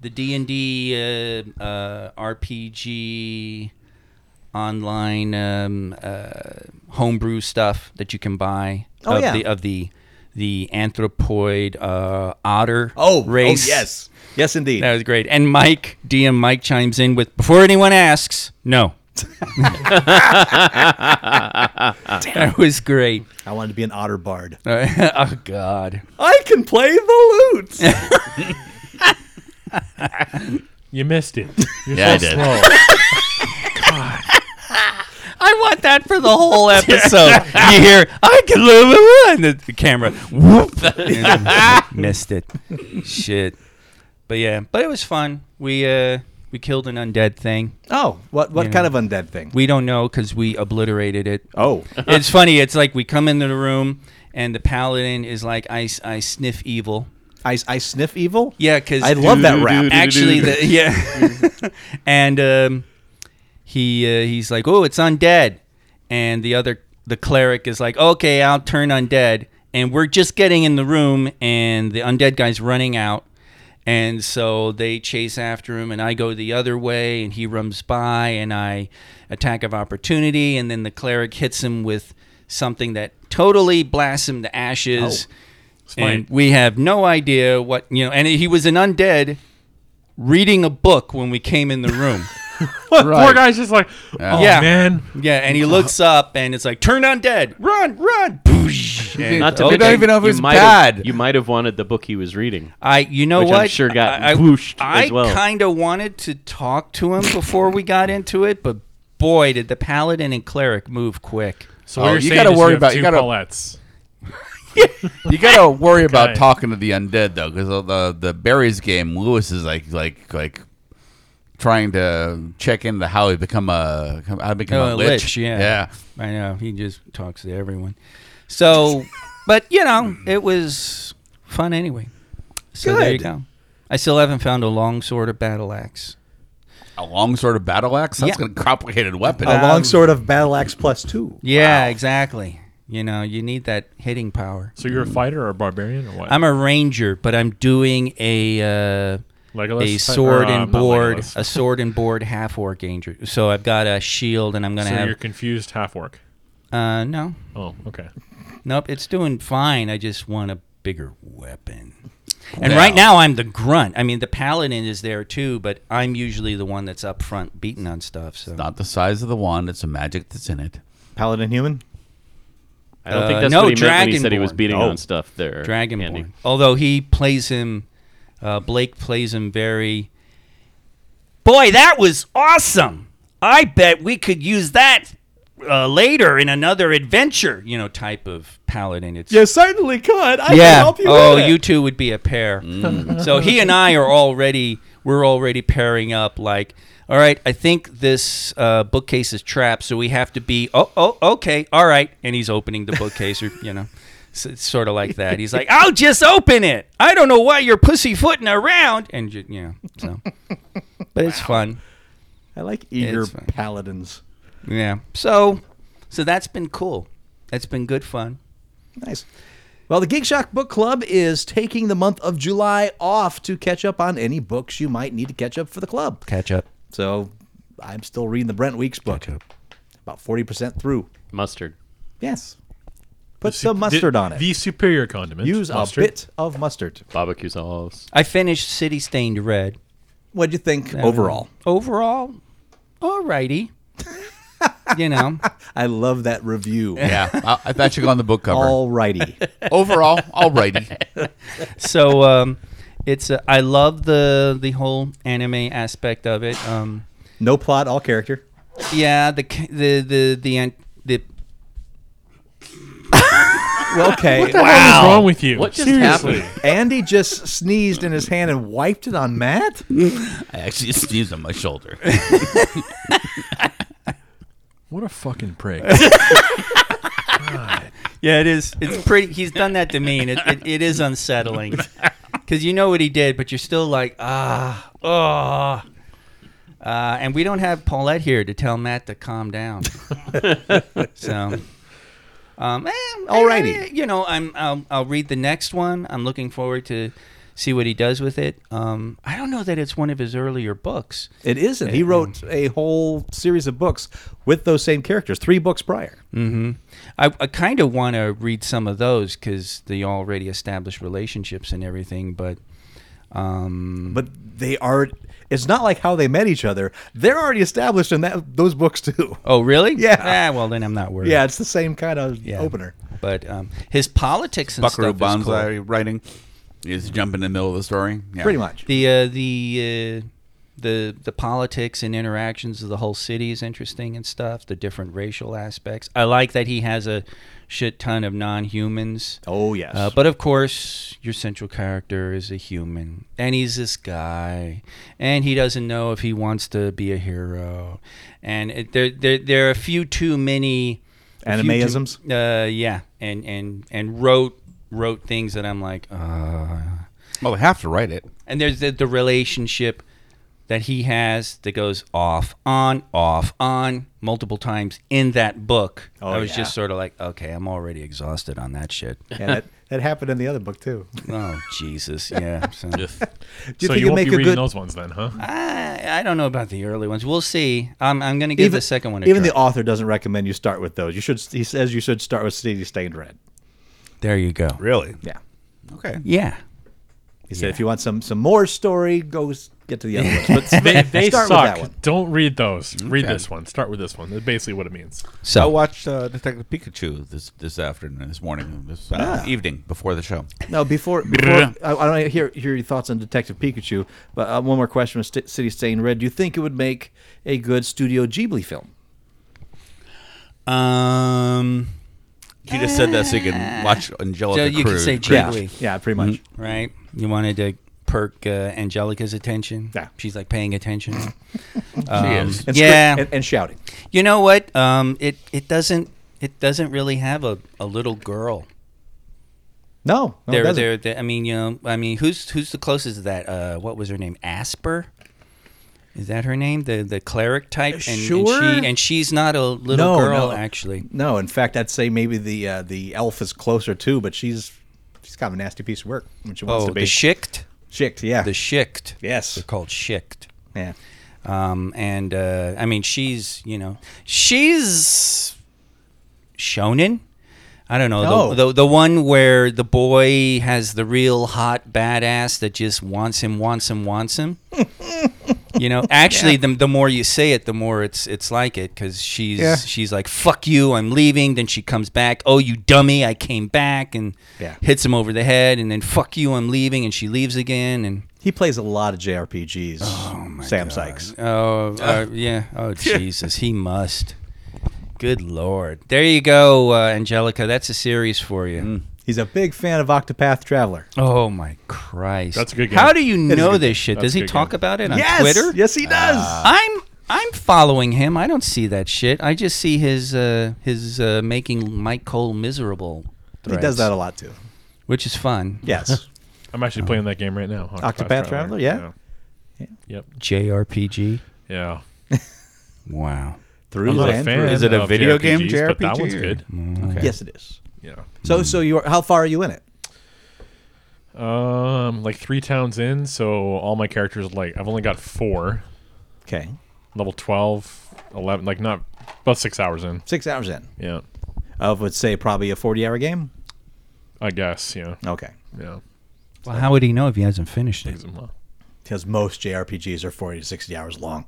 Speaker 1: the D and D uh, RPG online um, uh, homebrew stuff that you can buy
Speaker 9: Oh,
Speaker 1: of
Speaker 9: yeah.
Speaker 1: the of the the anthropoid uh, otter
Speaker 9: Oh,
Speaker 1: race.
Speaker 9: oh, yes, yes, indeed.
Speaker 1: that was great. And Mike DM Mike chimes in with before anyone asks, no. (laughs) that was great. (laughs)
Speaker 9: I wanted to be an otter bard.
Speaker 1: oh God.
Speaker 9: (laughs) I can play the lute.
Speaker 7: You missed it. You're
Speaker 8: Yeah,
Speaker 7: so
Speaker 8: I did.
Speaker 7: slow.
Speaker 1: I want that for the whole episode. you hear, I can live it, and the, the camera, (laughs) whoop, missed it. Shit. But yeah, but it was fun. We uh, We killed an undead thing.
Speaker 9: (laughs) Oh, what what
Speaker 1: Yeah.
Speaker 9: kind of undead thing?
Speaker 1: We don't know because we obliterated it.
Speaker 9: oh,
Speaker 1: it's funny. It's like we come into the room and the paladin is like, I, s- I sniff evil.
Speaker 9: I, I sniff evil.
Speaker 1: Yeah, because
Speaker 9: I love that rap.
Speaker 1: (laughs) Actually, the, yeah, and um, he uh, he's like, "Oh, it's undead," and the other the cleric is like, "Okay, I'll turn undead." And we're just getting in the room, and the undead guy's running out, and so they chase after him, and I go the other way, and he runs by, and I attack of opportunity, and then the cleric hits him with something that totally blasts him to
Speaker 9: Oh.
Speaker 1: ashes. And we have no idea what you know. And he was an undead reading a book when we came in the room.
Speaker 7: Poor guy's just like, (laughs) oh
Speaker 1: Yeah.
Speaker 7: man, Uh-huh.
Speaker 1: yeah, and he looks up and it's like, "Turn undead, run, run!" Boosh. And,
Speaker 5: Not to
Speaker 8: We
Speaker 1: okay,
Speaker 8: don't even know if
Speaker 5: you
Speaker 8: it's
Speaker 5: might have-
Speaker 8: bad.
Speaker 5: You might have wanted the book he was reading.
Speaker 1: I, you know
Speaker 5: Which I'm
Speaker 1: what?
Speaker 5: sure got
Speaker 1: I, I-
Speaker 5: booshed
Speaker 1: I
Speaker 5: as well.
Speaker 1: kind of wanted to talk to him before we got into it, but boy, did the paladin and cleric move quick.
Speaker 7: so what
Speaker 8: Oh,
Speaker 7: you're
Speaker 8: you
Speaker 7: saying
Speaker 8: gotta
Speaker 7: is
Speaker 8: worry
Speaker 7: you have
Speaker 8: about- you
Speaker 7: two
Speaker 8: gotta-
Speaker 7: Paulettes.
Speaker 8: You gotta worry about
Speaker 7: Okay.
Speaker 8: talking to the undead though, because the the Barry's game, Lewis is like like like trying to check into how he become a how he become
Speaker 1: Oh,
Speaker 8: a
Speaker 1: a
Speaker 8: lich.
Speaker 1: lich, yeah.
Speaker 8: yeah.
Speaker 1: I know he just talks to everyone. So, (laughs) but you know, it was fun anyway. So there you
Speaker 9: Good.
Speaker 1: go. I still haven't found a long sword or battle axe.
Speaker 8: A long sword of battle axe. That's
Speaker 1: Yeah.
Speaker 8: a complicated weapon.
Speaker 9: A long sword of battle axe plus two.
Speaker 1: Yeah, exactly. You know, you need that hitting power.
Speaker 7: So you're a fighter or a barbarian or what?
Speaker 1: I'm a ranger, but I'm doing a uh,
Speaker 7: Legolas
Speaker 1: a
Speaker 7: type-
Speaker 1: sword
Speaker 7: or, uh,
Speaker 1: and
Speaker 7: not
Speaker 1: board,
Speaker 7: Legolas.
Speaker 1: a sword and board half orc ranger. So I've got a shield, and I'm gonna
Speaker 7: so you're
Speaker 1: have
Speaker 7: confused half orc.
Speaker 1: uh, no,
Speaker 7: Oh, okay.
Speaker 1: Nope, it's doing fine. I just want a bigger weapon. And right now I'm the grunt. I mean, the paladin is there too, but I'm usually the one that's up front beating on stuff. So
Speaker 8: Not the size of the wand. It's the magic that's in (laughs) it.
Speaker 9: Paladin human.
Speaker 5: I don't
Speaker 1: Uh,
Speaker 5: think that's
Speaker 1: no,
Speaker 5: what he meant when he said he was
Speaker 1: Dragonborn.
Speaker 5: beating
Speaker 1: No.
Speaker 5: on stuff there.
Speaker 1: Dragonborn.
Speaker 5: Andy.
Speaker 1: Although he plays him, uh, Blake plays him very. Boy, that was awesome! I bet we could use that uh, later in another adventure. You know, type of paladin. It's
Speaker 9: certainly could.
Speaker 1: (laughs)
Speaker 9: I
Speaker 1: oh, you two would be a pair. so he and I are already we're already pairing up. Like, all right, I think this uh, bookcase is trapped, so we have to be. Oh, oh, okay, all right. And he's opening the bookcase, (laughs) or you know, so it's sort of like that. He's like, I'll just open it. I don't know why you're pussyfooting around, and ju- you know, (laughs) so. But it's fun.
Speaker 9: I like eager
Speaker 1: It's fine.
Speaker 9: paladins.
Speaker 1: Yeah. So, so that's been cool. That's been good fun.
Speaker 9: Nice. Well, the Geek Shock Book Club is taking the month of July off to catch up on any books you might need to catch up for the club.
Speaker 1: Catch up.
Speaker 9: So I'm still reading the Brent Weeks book. About 40% through.
Speaker 5: Mustard.
Speaker 9: Yes. Put
Speaker 7: Sup-
Speaker 9: some mustard
Speaker 7: the-
Speaker 9: on it.
Speaker 7: The superior condiment.
Speaker 9: Use
Speaker 7: mustard.
Speaker 9: a bit of mustard.
Speaker 5: Barbecue sauce.
Speaker 1: I finished City Stained Red.
Speaker 9: What'd you think overall?
Speaker 1: overall, alrighty. you know,
Speaker 9: I love that review.
Speaker 8: Yeah, I, I thought you go on the book cover.
Speaker 9: Alrighty.
Speaker 8: Overall, (laughs) alrighty.
Speaker 1: so um, it's uh, I love the the whole anime aspect of it. Um,
Speaker 9: no plot, all character.
Speaker 1: yeah, the c- the the the an- the
Speaker 9: Well, okay.
Speaker 7: What is wrong with you?
Speaker 5: What just
Speaker 7: Seriously.
Speaker 5: happened?
Speaker 9: Andy just sneezed in his hand and wiped it on Matt.
Speaker 8: I actually sneezed on my shoulder.
Speaker 7: What a fucking prick.
Speaker 1: yeah, it is. It's pretty. He's done that to me, and it, it, it is unsettling because you know what he did, but you're still like ah ah. Uh, and we don't have Paulette here to tell Matt to calm down. so, um, eh,
Speaker 9: Alrighty.
Speaker 1: eh, you know, I'm I'll, I'll read the next one. I'm looking forward to see what he does with it. Um, I don't know that it's one of his earlier books.
Speaker 9: (laughs) It isn't. He wrote a whole series of books with those same characters, three books prior.
Speaker 1: I, I kind of want to read some of those because the already established relationships and everything, but. Um,
Speaker 9: But they are. It's not like how they met each other. They're already established in that those books too.
Speaker 1: Oh, really?
Speaker 9: Yeah.
Speaker 1: Ah, well, then I'm not worried.
Speaker 9: Yeah, it's the same kind of
Speaker 1: Yeah.
Speaker 9: opener.
Speaker 1: But um, his politics and
Speaker 8: Buckaroo
Speaker 1: stuff is cool.
Speaker 8: Banzai writing is jumping in the middle of the story. Yeah.
Speaker 9: Pretty much.
Speaker 1: The uh, the uh, the the politics and interactions of the whole city is interesting and stuff. The different racial aspects. I like that he has a shit ton of non-humans.
Speaker 9: Oh, yes.
Speaker 1: Uh, but of course, your central character is a human, and he's this guy, and he doesn't know if he wants to be a hero, and it, there there there are a few too many a few too-
Speaker 9: Animeisms?
Speaker 1: Uh, yeah, and and and wrote wrote things that I'm like, uh
Speaker 8: Well, they have to write it.
Speaker 1: and there's the, the relationship that he has that goes off on off on multiple times in that book i was just sort of like okay i'm already exhausted on that shit
Speaker 6: Yeah, that, that happened in the other book too.
Speaker 1: oh (laughs) jesus yeah so.
Speaker 9: Do you
Speaker 7: so
Speaker 9: think
Speaker 7: you
Speaker 9: it'd
Speaker 7: won't
Speaker 9: make
Speaker 7: be
Speaker 9: a
Speaker 7: reading
Speaker 9: good
Speaker 7: those ones then, huh?
Speaker 1: I, I don't know about the early ones we'll see i'm, I'm gonna give the second one a
Speaker 9: even
Speaker 1: try.
Speaker 9: the author doesn't recommend you start with those. You should. He says you should start with City Stained Red.
Speaker 1: there you go
Speaker 8: Really?
Speaker 9: Yeah.
Speaker 8: Okay.
Speaker 1: yeah
Speaker 9: He said if you want some some more story, go s- get to the other
Speaker 7: (laughs)
Speaker 9: ones. But
Speaker 7: They, they
Speaker 9: start
Speaker 7: suck.
Speaker 9: with that one.
Speaker 7: Don't read those. Read
Speaker 8: Okay.
Speaker 7: this one. Start with this one. That's basically what it means.
Speaker 8: I
Speaker 9: Oh,
Speaker 1: so
Speaker 8: watched uh, Detective Pikachu this this afternoon, this morning, this
Speaker 1: Ah.
Speaker 8: uh, evening before the show.
Speaker 9: No,
Speaker 7: (laughs)
Speaker 9: before, before I, I want to hear, hear your thoughts on Detective Pikachu, but uh, one more question on St- City Stained Red. Do you think it would make a good Studio Ghibli film?
Speaker 1: um
Speaker 8: You just said that so you can watch Angelica
Speaker 1: Ah. so you can
Speaker 8: Cruz.
Speaker 1: say
Speaker 8: Cruz.
Speaker 1: Ghibli.
Speaker 9: Yeah, Mm-hmm. pretty much.
Speaker 1: right? You wanted to perk uh, Angelica's attention.
Speaker 9: Yeah.
Speaker 1: she's like paying attention.
Speaker 8: Um,
Speaker 1: she is.
Speaker 9: And script-
Speaker 1: yeah,
Speaker 9: and, and shouting.
Speaker 1: you know what? Um, it it doesn't it doesn't really have a, a little girl.
Speaker 9: No, no, it
Speaker 1: There,
Speaker 9: doesn't.
Speaker 1: there. there- I mean, you know, I mean, who's who's the closest to that? Uh, what was her name? Asper. Is that her name? The the cleric type, and,
Speaker 9: Sure.
Speaker 1: and she and she's not a little
Speaker 9: No,
Speaker 1: girl
Speaker 9: no.
Speaker 1: actually.
Speaker 9: No, in fact, I'd say maybe the uh, the elf is closer too, but she's she's kind of a nasty piece of work when she wants
Speaker 1: Oh,
Speaker 9: to be
Speaker 1: the Schicht.
Speaker 9: chicked. Yeah,
Speaker 1: The Schicht.
Speaker 9: Yes.
Speaker 1: they're called Schicht.
Speaker 9: yeah.
Speaker 1: Um, and uh, I mean, she's you know, she's shonen. I don't know
Speaker 9: Oh.
Speaker 1: the, the the one where the boy has the real hot badass that just wants him, wants him, wants
Speaker 9: (laughs)
Speaker 1: him. you know, actually, the, the more you say it, the more it's it's like it because she's
Speaker 6: Yeah.
Speaker 1: she's like fuck you, I'm leaving. Then she comes back, oh you dummy, I came back and
Speaker 9: Yeah.
Speaker 1: hits him over the head, and then fuck you, I'm leaving, and she leaves again, and
Speaker 9: He plays a lot of JRPGs. Sam Sykes.
Speaker 1: Oh,
Speaker 7: (laughs)
Speaker 1: uh, yeah. Oh, Jesus. He must. Good Lord. There you go, uh, Angelica. That's a series for you.
Speaker 7: Mm.
Speaker 9: He's a big fan of Octopath Traveler.
Speaker 1: Oh, my Christ.
Speaker 7: That's a good
Speaker 1: How
Speaker 7: game.
Speaker 1: do you
Speaker 7: is a
Speaker 1: know
Speaker 7: good
Speaker 1: this
Speaker 7: game.
Speaker 1: shit?
Speaker 7: That's
Speaker 1: Does
Speaker 7: a
Speaker 1: he
Speaker 7: good
Speaker 1: talk
Speaker 7: game.
Speaker 1: about it on
Speaker 9: yes,
Speaker 1: Twitter? Ah,
Speaker 9: yes, he does.
Speaker 1: I'm I'm following him. I don't see that shit. I just see his uh, his uh, making Mike Cole miserable.
Speaker 9: he
Speaker 1: Threads,
Speaker 9: does that a lot
Speaker 1: (laughs)
Speaker 9: too.
Speaker 1: which is fun.
Speaker 9: Yes.
Speaker 7: I'm actually playing that game right now.
Speaker 9: Octopath Traveler, yeah.
Speaker 7: Yep.
Speaker 1: JRPG.
Speaker 7: Yeah.
Speaker 1: Wow.
Speaker 9: Through
Speaker 7: I'm not a
Speaker 9: and
Speaker 7: fan.
Speaker 9: through.
Speaker 8: Is it a
Speaker 7: of
Speaker 8: video game
Speaker 7: JRPGs, But that
Speaker 8: JRPG?
Speaker 7: one's good.
Speaker 1: Mm.
Speaker 9: Yes, it is.
Speaker 7: Yeah.
Speaker 9: So, so you are, how far are you in it?
Speaker 7: Um, like three towns in, so all my characters like I've only got four.
Speaker 9: Okay,
Speaker 7: Level 12, 11, like not about six hours in.
Speaker 9: six hours in.
Speaker 7: Yeah.
Speaker 9: I would say probably a forty-hour game.
Speaker 7: I guess. Yeah.
Speaker 9: Okay,
Speaker 7: Yeah.
Speaker 1: Well, how would he know if he hasn't finished it?
Speaker 7: Takes them well.
Speaker 9: because most JRPGs are forty to sixty hours long.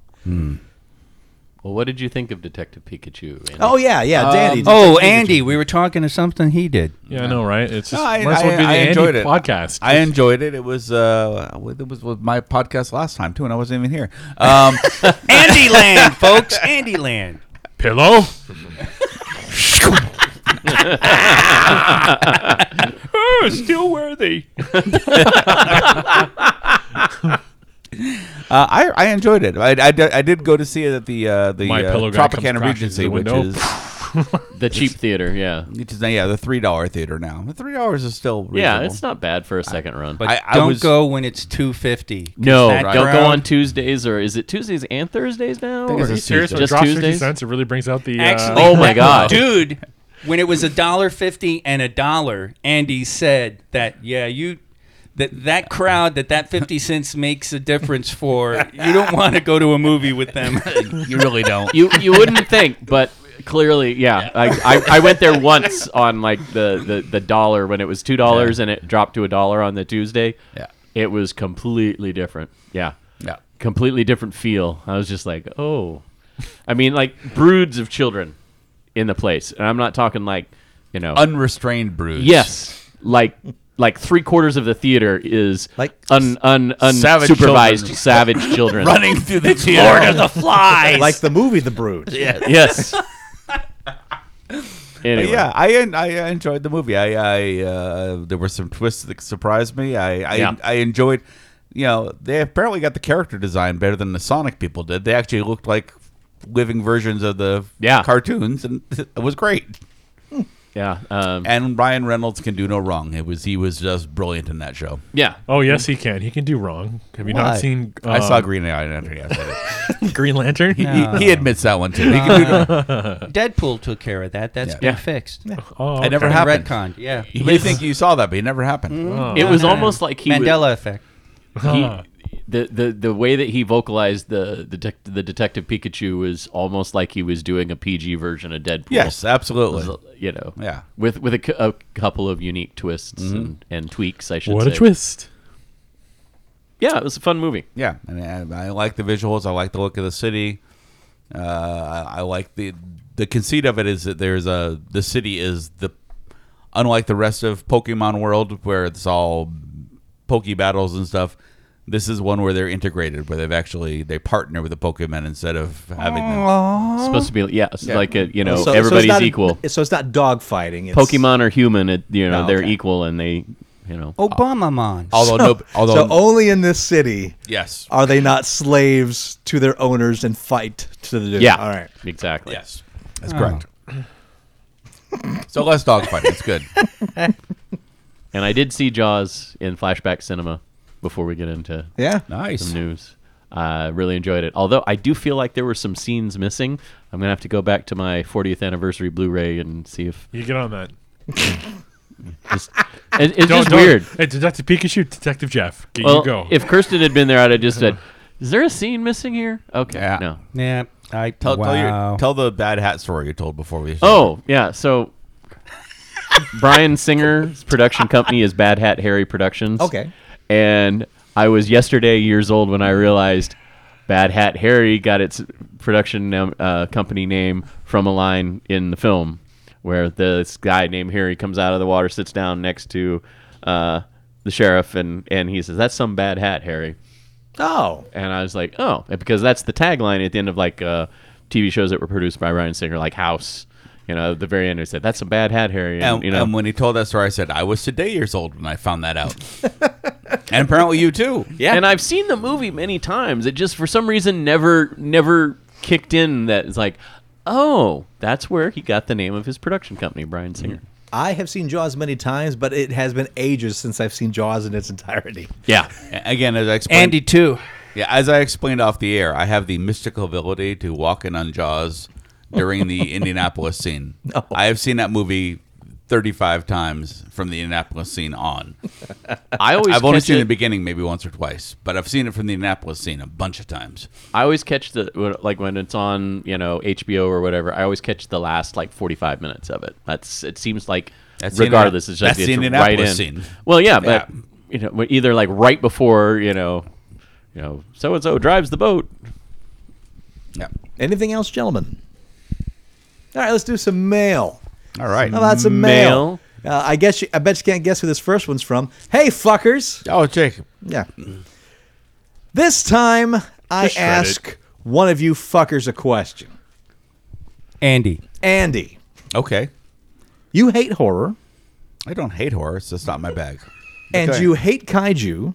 Speaker 5: Well, what did you think of Detective Pikachu? Randy?
Speaker 9: Oh yeah, yeah,
Speaker 7: Um,
Speaker 9: Danny.
Speaker 1: Oh, Andy, we were talking of something he did.
Speaker 7: Yeah, I know, right? It's just,
Speaker 8: No, I,
Speaker 7: might as well
Speaker 8: I-
Speaker 7: be the
Speaker 8: I
Speaker 7: Andy
Speaker 8: enjoyed it.
Speaker 7: podcast.
Speaker 8: I enjoyed it. It was uh, it was with my podcast last time too, and I wasn't even here. Um, (laughs)
Speaker 1: (laughs) Andy Land, folks. Andy Land.
Speaker 7: Pillow. Oh,
Speaker 5: still worthy.
Speaker 8: Uh, I, I enjoyed it. I, I, did- I did go to see it at the uh, the
Speaker 7: My
Speaker 8: uh,
Speaker 7: pillow guy comes
Speaker 8: Tropicana
Speaker 7: crashing
Speaker 8: Regency,
Speaker 7: through
Speaker 8: which
Speaker 7: the window.
Speaker 8: is
Speaker 5: The cheap theater. Yeah.
Speaker 8: which is yeah the three dollar theater now. The three dollars is still reasonable.
Speaker 5: Yeah, it's not bad for a second run.
Speaker 1: But
Speaker 8: I- I
Speaker 1: don't
Speaker 8: was-
Speaker 1: go when it's two fifty.
Speaker 5: no,
Speaker 8: that
Speaker 5: don't go
Speaker 8: crowd-
Speaker 5: on Tuesdays or is it Tuesdays and Thursdays now?
Speaker 8: think it's
Speaker 5: Or
Speaker 8: a
Speaker 5: is it
Speaker 7: Serious,
Speaker 8: Tuesday.
Speaker 5: Just
Speaker 7: drops fifty
Speaker 5: Tuesdays.
Speaker 7: cents. It really brings out the. uh,
Speaker 1: Actually,
Speaker 5: Oh my
Speaker 1: that
Speaker 5: God.
Speaker 1: (laughs) dude! When it was a dollar fifty and a dollar, Andy said that yeah, you that that crowd that that fifty cents makes a difference for. You don't want to go to a movie with them.
Speaker 8: (laughs) you
Speaker 1: (laughs)
Speaker 8: really don't.
Speaker 5: you you wouldn't think, but clearly, yeah. I, I, I went there once on like the, the, the dollar when it was two dollars and it dropped to a dollar on the Tuesday.
Speaker 8: Yeah.
Speaker 5: It was completely different. Yeah.
Speaker 8: Yeah.
Speaker 5: Completely different feel. I was just like, oh. I mean like broods of children in the place. And I'm not talking like, you know
Speaker 8: Unrestrained bruise.
Speaker 5: Yes. Like like three quarters of the theater is
Speaker 9: Like-
Speaker 5: un un
Speaker 8: Savage
Speaker 5: unsupervised
Speaker 7: (laughs)
Speaker 8: children.
Speaker 5: savage children.
Speaker 8: running through the theater.
Speaker 5: Lord of the
Speaker 1: (laughs) oh,
Speaker 5: Flies.
Speaker 9: like the movie The Brood.
Speaker 7: (laughs)
Speaker 5: yes. anyway,
Speaker 8: Yeah, I en- I enjoyed the movie. I, I uh, there were some twists that surprised me. I I,
Speaker 5: Yeah.
Speaker 8: I enjoyed. You know, they apparently got the character design better than the Sonic people did. They actually looked like living versions of the
Speaker 5: Yeah.
Speaker 8: cartoons, and (laughs) it was great.
Speaker 5: yeah, um,
Speaker 8: And Ryan Reynolds can do no wrong. It was he was just brilliant in that show.
Speaker 5: yeah.
Speaker 7: Oh yes, he can. He can do wrong. Have you
Speaker 8: Why?
Speaker 7: not seen?
Speaker 8: I
Speaker 7: um,
Speaker 5: Uh.
Speaker 8: saw Green Lantern. Yeah, I said it.
Speaker 7: Green Lantern.
Speaker 8: (laughs) he, he admits that one too. He (laughs) can do no-
Speaker 1: Deadpool took care of that. That's
Speaker 8: Yeah.
Speaker 1: been
Speaker 5: Yeah.
Speaker 1: fixed.
Speaker 7: Oh,
Speaker 8: it never
Speaker 7: okay.
Speaker 8: happened.
Speaker 1: Retconned. Yeah.
Speaker 8: You may think you saw that, but it never happened.
Speaker 7: Oh.
Speaker 5: It was almost like he was-
Speaker 1: Mandela effect.
Speaker 5: he, the, the the way that he vocalized the the, dec- the detective Pikachu was almost like he was doing a PG version of Deadpool.
Speaker 8: Yes, absolutely.
Speaker 5: you know,
Speaker 8: Yeah.
Speaker 5: with with a, cou- a couple of unique twists and, and tweaks. I should
Speaker 7: What
Speaker 5: say.
Speaker 7: a twist!
Speaker 5: Yeah, it was a fun movie.
Speaker 8: Yeah, I mean, I, I like the visuals. I like the look of the city. Uh, I, I like the the conceit of it is that there's a the city is the unlike the rest of Pokemon World where it's all Poke battles and stuff. This is one where they're integrated, where they've actually they partner with the Pokemon instead of having them.
Speaker 5: It's supposed to be yeah, it's
Speaker 8: Yeah.
Speaker 5: like a, you know
Speaker 9: So- so it's
Speaker 5: everybody's
Speaker 9: not a-
Speaker 5: equal.
Speaker 9: so it's not dog fighting. It's,
Speaker 5: Pokemon are human. It, you know
Speaker 9: Oh,
Speaker 5: they're
Speaker 9: okay.
Speaker 5: equal and they you know.
Speaker 1: Oh,
Speaker 8: Oh,
Speaker 1: Obama man.
Speaker 8: Although no, although
Speaker 9: So oh, only in this city
Speaker 8: yes,
Speaker 9: are they not slaves to their owners and fight to the
Speaker 5: Yeah.
Speaker 9: All right.
Speaker 5: Exactly.
Speaker 8: yes, that's correct. so less dogfighting. It's good.
Speaker 5: And I did see Jaws in flashback cinema before we get into
Speaker 9: Yeah.
Speaker 8: Nice.
Speaker 5: some news. I really enjoyed it. Although I do feel like there were some scenes missing. I'm gonna have to go back to my 40th anniversary Blu-ray and see if
Speaker 7: You get on that.
Speaker 5: just, it, it's just
Speaker 7: Don't- don't-
Speaker 5: weird.
Speaker 7: Hey, Detective Pikachu, Detective Jeff. Here
Speaker 5: Well,
Speaker 7: you go.
Speaker 5: if Kirsten had been there, I'd have just said, "Is there a scene missing here?" Okay,
Speaker 8: Yeah.
Speaker 5: no.
Speaker 1: yeah. I
Speaker 8: Tell,
Speaker 1: wow.
Speaker 8: Oh, tell, your, tell the bad hat story you told before we.
Speaker 5: Oh yeah, so Brian Singer's production company is Bad Hat Harry Productions.
Speaker 9: Okay.
Speaker 5: and I was yesterday years old when I realized Bad Hat Harry got its production um, uh, company name from a line in the film where this guy named Harry comes out of the water, sits down next to uh, the sheriff, and, and he says, "That's some bad hat, Harry."
Speaker 9: Oh.
Speaker 5: and I was like, oh, because that's the tagline at the end of like uh, TV shows that were produced by Ryan Singer, like House. You know, at the very end, it said, "That's a bad hat, Harry." And,
Speaker 8: And,
Speaker 5: you know,
Speaker 8: and when he told that story, I said, I was today years old when I found that out. and apparently you too.
Speaker 5: yeah. And I've seen the movie many times. It just for some reason never never kicked in that it's like, oh, that's where he got the name of his production company, Brian Singer.
Speaker 9: I have seen Jaws many times, but it has been ages since I've seen Jaws in its entirety.
Speaker 5: Yeah,
Speaker 8: A- Again, as I explained,
Speaker 1: Andy too.
Speaker 8: yeah, as I explained off the air, I have the mystical ability to walk in on Jaws
Speaker 5: (laughs)
Speaker 8: during the Indianapolis scene. I have seen that movie 35 times from the Indianapolis scene on.
Speaker 5: (laughs) I always
Speaker 8: I've only
Speaker 5: catch
Speaker 8: seen
Speaker 5: it-
Speaker 8: the beginning maybe once or twice, but I've seen it from the Indianapolis scene a bunch of times.
Speaker 5: I always catch the when- like when it's on you know HBO or whatever. I always catch the last like forty five minutes of it. That's it seems like
Speaker 8: That's the
Speaker 5: regardless,
Speaker 8: Indiana-
Speaker 5: it's just
Speaker 8: that's the
Speaker 5: it's right in.
Speaker 8: Indianapolis scene.
Speaker 5: Well, yeah, but
Speaker 8: Yeah.
Speaker 5: you know we're either like right before you know you know so and so drives the boat.
Speaker 8: Yeah.
Speaker 9: Anything else, gentlemen? All right, let's do some mail.
Speaker 8: All right.
Speaker 9: How about some mail? Uh, I guess you, I bet you can't guess who this first one's from. Hey, fuckers!
Speaker 8: Oh, Jacob.
Speaker 9: Yeah. This time I
Speaker 7: shred it.
Speaker 9: ask one of you fuckers a question.
Speaker 1: Andy.
Speaker 9: Andy,
Speaker 8: Okay.
Speaker 9: you hate horror
Speaker 8: I don't hate horror. It's just not my bag.
Speaker 9: (laughs) and
Speaker 8: Okay.
Speaker 9: you hate kaiju,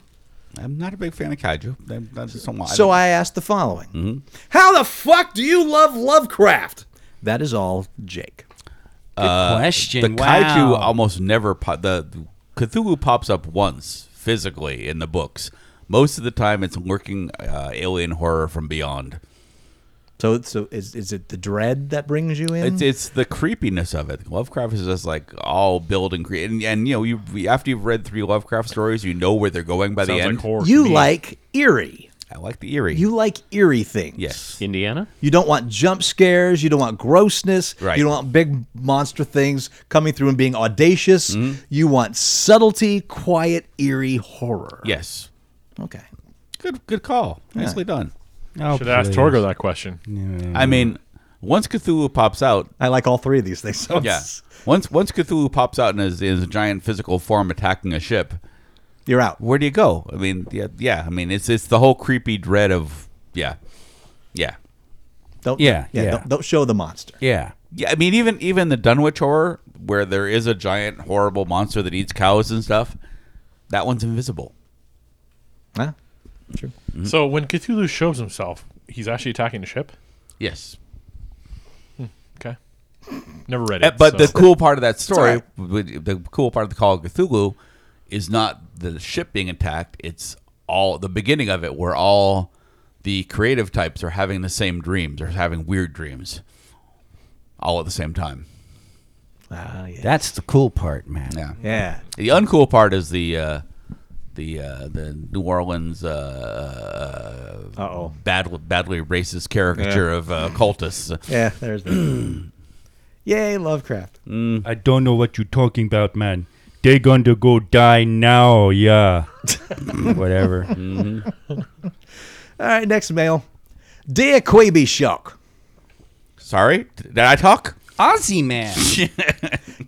Speaker 8: I'm not a big fan of kaiju. That- That's just why.
Speaker 9: so I ask the following:
Speaker 8: Mm-hmm.
Speaker 9: How the fuck do you love Lovecraft? That is all, Jake.
Speaker 1: Good question.
Speaker 8: Uh, the
Speaker 1: wow.
Speaker 8: kaiju almost never po- the Cthulhu pops up once physically in the books. Most of the time, it's lurking uh, alien horror from beyond.
Speaker 9: So, so is is it the dread that brings you in?
Speaker 8: It's it's the creepiness of it. Lovecraft is just like all build and create, and, and you know you we- after you've read three Lovecraft stories, you know where they're going by the
Speaker 7: Sounds
Speaker 8: end.
Speaker 7: like horror.
Speaker 9: you
Speaker 7: to me.
Speaker 9: like eerie.
Speaker 8: I like the eerie.
Speaker 9: You like eerie things.
Speaker 8: yes,
Speaker 5: Indiana.
Speaker 9: You don't want jump scares. You don't want grossness.
Speaker 8: Right.
Speaker 9: You don't want big monster things coming through and being audacious.
Speaker 8: Mm-hmm.
Speaker 9: You want subtlety, quiet, eerie horror.
Speaker 8: yes.
Speaker 9: Okay.
Speaker 8: Good good call. Nicely done.
Speaker 1: Oh,
Speaker 7: should ask
Speaker 1: please.
Speaker 5: Mm-hmm.
Speaker 7: Torgo that question.
Speaker 8: I mean, Once Cthulhu pops out,
Speaker 9: I like all three of these things. So
Speaker 8: yeah.
Speaker 9: it's-
Speaker 8: Once once Cthulhu pops out in his, in his giant physical form attacking a ship,
Speaker 9: you're out.
Speaker 8: where do you go? I mean, yeah, yeah. I mean, it's it's the whole creepy dread of yeah, yeah,
Speaker 9: Don't
Speaker 1: Yeah, yeah.
Speaker 9: Don't, don't show the monster.
Speaker 1: Yeah.
Speaker 8: yeah. I mean, even even the Dunwich horror, where there is a giant horrible monster that eats cows and stuff, that one's invisible.
Speaker 9: Huh?
Speaker 7: So when Cthulhu shows himself, he's actually attacking the ship.
Speaker 8: Yes,
Speaker 7: Okay. Never read
Speaker 5: Eh,
Speaker 8: Uh,
Speaker 7: it.
Speaker 8: But
Speaker 7: so-
Speaker 8: the cool part of that story,
Speaker 9: all
Speaker 8: with- the cool part of the Call of Cthulhu, is not the ship being attacked. It's all the beginning of it, where all the creative types are having the same dreams or having weird dreams, all at the same time.
Speaker 9: Ah, yeah.
Speaker 1: That's the cool part, man.
Speaker 8: Yeah.
Speaker 9: yeah.
Speaker 8: The uncool part is the uh, the uh, the New Orleans uh,
Speaker 9: Uh oh.
Speaker 8: badly badly racist caricature of uh, cultists.
Speaker 9: Yeah. There's that. (clears throat) Yay, Lovecraft.
Speaker 8: Mm.
Speaker 1: I don't know what you're talking about, man. They going to go die now, yeah. (laughs) Whatever.
Speaker 8: Mm.
Speaker 9: All right, next mail. Dear Quaby Shock.
Speaker 8: Sorry, did I talk?
Speaker 1: Aussie man.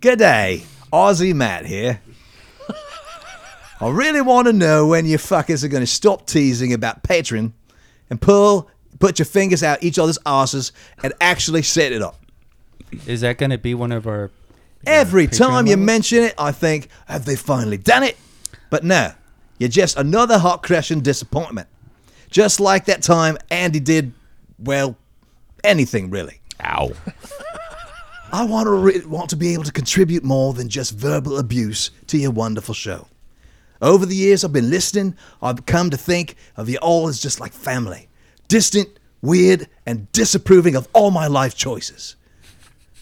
Speaker 8: (laughs)
Speaker 9: Good day. Aussie Matt
Speaker 1: (laughs)
Speaker 9: here. I really want to know when you fuckers are going to stop teasing about Patreon and pull, put your fingers out each other's asses and actually set it up.
Speaker 1: Is that going to be one of our?
Speaker 9: Every
Speaker 1: Patreon
Speaker 9: time you
Speaker 1: level?
Speaker 9: mention it, I think, have they finally done it? But no, you're just another hot crashing disappointment. Just like that time Andy did, well, anything really.
Speaker 8: Ow.
Speaker 9: I want to re- want to be able to contribute more than just verbal abuse to your wonderful show. Over the years I've been listening, I've come to think of you all as just like family, distant, weird, and disapproving of all my life choices.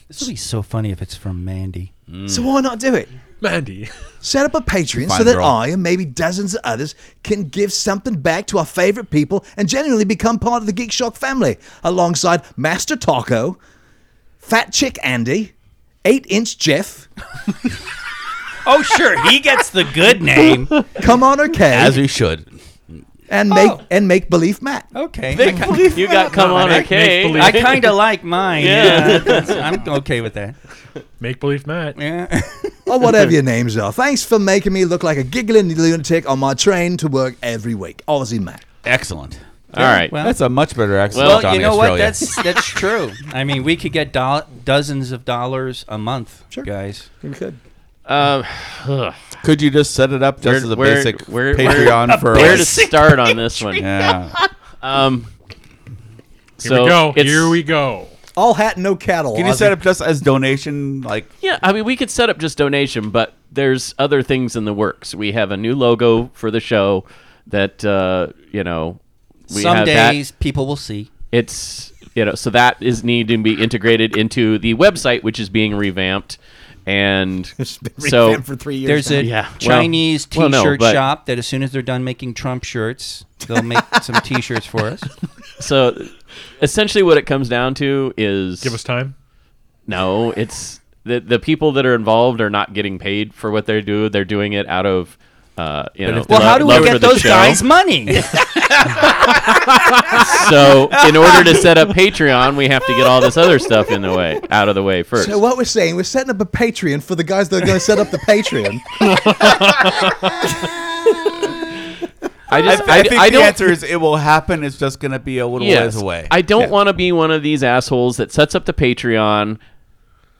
Speaker 1: This would be so funny if it's from Mandy.
Speaker 8: Mm.
Speaker 9: So why not do it?
Speaker 7: Mandy.
Speaker 9: Set up a Patreon so
Speaker 8: Fine
Speaker 9: that
Speaker 8: girl.
Speaker 9: I and maybe dozens of others can give something back to our favorite people and genuinely become part of the Geek Shock family alongside Master Taco, Fat Chick Andy, 8 Inch Jeff,
Speaker 1: Oh, sure, he gets the good name.
Speaker 9: Come On
Speaker 8: (laughs) As
Speaker 9: Okay,
Speaker 8: we should.
Speaker 9: and make and make believe Matt.
Speaker 1: Okay.
Speaker 5: (laughs) you got come on
Speaker 7: Make-
Speaker 5: okay.
Speaker 7: make-believe.
Speaker 1: I kind of like mine.
Speaker 5: Yeah.
Speaker 1: Yeah, that's- (laughs) I'm okay with that.
Speaker 7: Make believe Matt.
Speaker 8: (laughs)
Speaker 1: Yeah.
Speaker 9: Or whatever your names are. Thanks for making me look like a giggling lunatic on my train to work every week. Aussie Matt.
Speaker 8: Excellent.
Speaker 5: (laughs) All right.
Speaker 1: Well-
Speaker 8: That's a much better accent.
Speaker 5: Well,
Speaker 8: than
Speaker 1: you know what?
Speaker 8: Australia.
Speaker 1: That's
Speaker 5: (laughs)
Speaker 1: that's true. I mean, we could get do- dozens of dollars a month, guys.
Speaker 9: You could.
Speaker 5: Um,
Speaker 8: could you just set it up just
Speaker 5: where-
Speaker 8: as a
Speaker 5: where-
Speaker 8: basic
Speaker 5: where-
Speaker 8: Patreon for
Speaker 5: where to start
Speaker 8: (laughs)
Speaker 5: on this one?
Speaker 1: (laughs)
Speaker 8: yeah.
Speaker 5: Um,
Speaker 7: Here
Speaker 5: so
Speaker 7: we go.
Speaker 5: it's-
Speaker 7: Here we go.
Speaker 9: All hat, no cattle.
Speaker 8: Can
Speaker 9: (laughs)
Speaker 8: you set up just as donation? Like
Speaker 5: Yeah, I mean, we could set up just donation, but there's other things in the works. We have a new logo for the show that uh, you know. We
Speaker 1: Some
Speaker 5: have that.
Speaker 1: days people will see.
Speaker 5: it's you know so that is needing to be integrated into the website, which is being revamped, and so
Speaker 9: for three years.
Speaker 1: There's a
Speaker 5: Yeah, well-
Speaker 1: Chinese
Speaker 5: well, no,
Speaker 1: T-shirt
Speaker 5: but-
Speaker 1: shop that, as soon as they're done making Trump shirts,
Speaker 5: (laughs)
Speaker 1: they'll make some T-shirts for us.
Speaker 5: so essentially what it comes down to is
Speaker 7: Give us time.
Speaker 5: No, it's the the people that are involved are not getting paid for what they do. They're doing it out of uh, you know.
Speaker 1: Well,
Speaker 5: lo-
Speaker 1: how do we
Speaker 5: love for
Speaker 1: get
Speaker 5: the
Speaker 1: those
Speaker 5: show. (laughs)
Speaker 1: guys money?
Speaker 5: So, in order to set up Patreon, we have to get all this other stuff in the way, out of the way first.
Speaker 8: uh,
Speaker 9: So what we're saying, we're setting up a Patreon for the guys that are going to set up the Patreon.
Speaker 5: I
Speaker 8: I,
Speaker 5: just,
Speaker 8: I think the
Speaker 5: don't,
Speaker 8: answer is it will happen. It's just going to be a little
Speaker 5: yes,
Speaker 8: ways away.
Speaker 5: I don't want to be one of these assholes that sets up the Patreon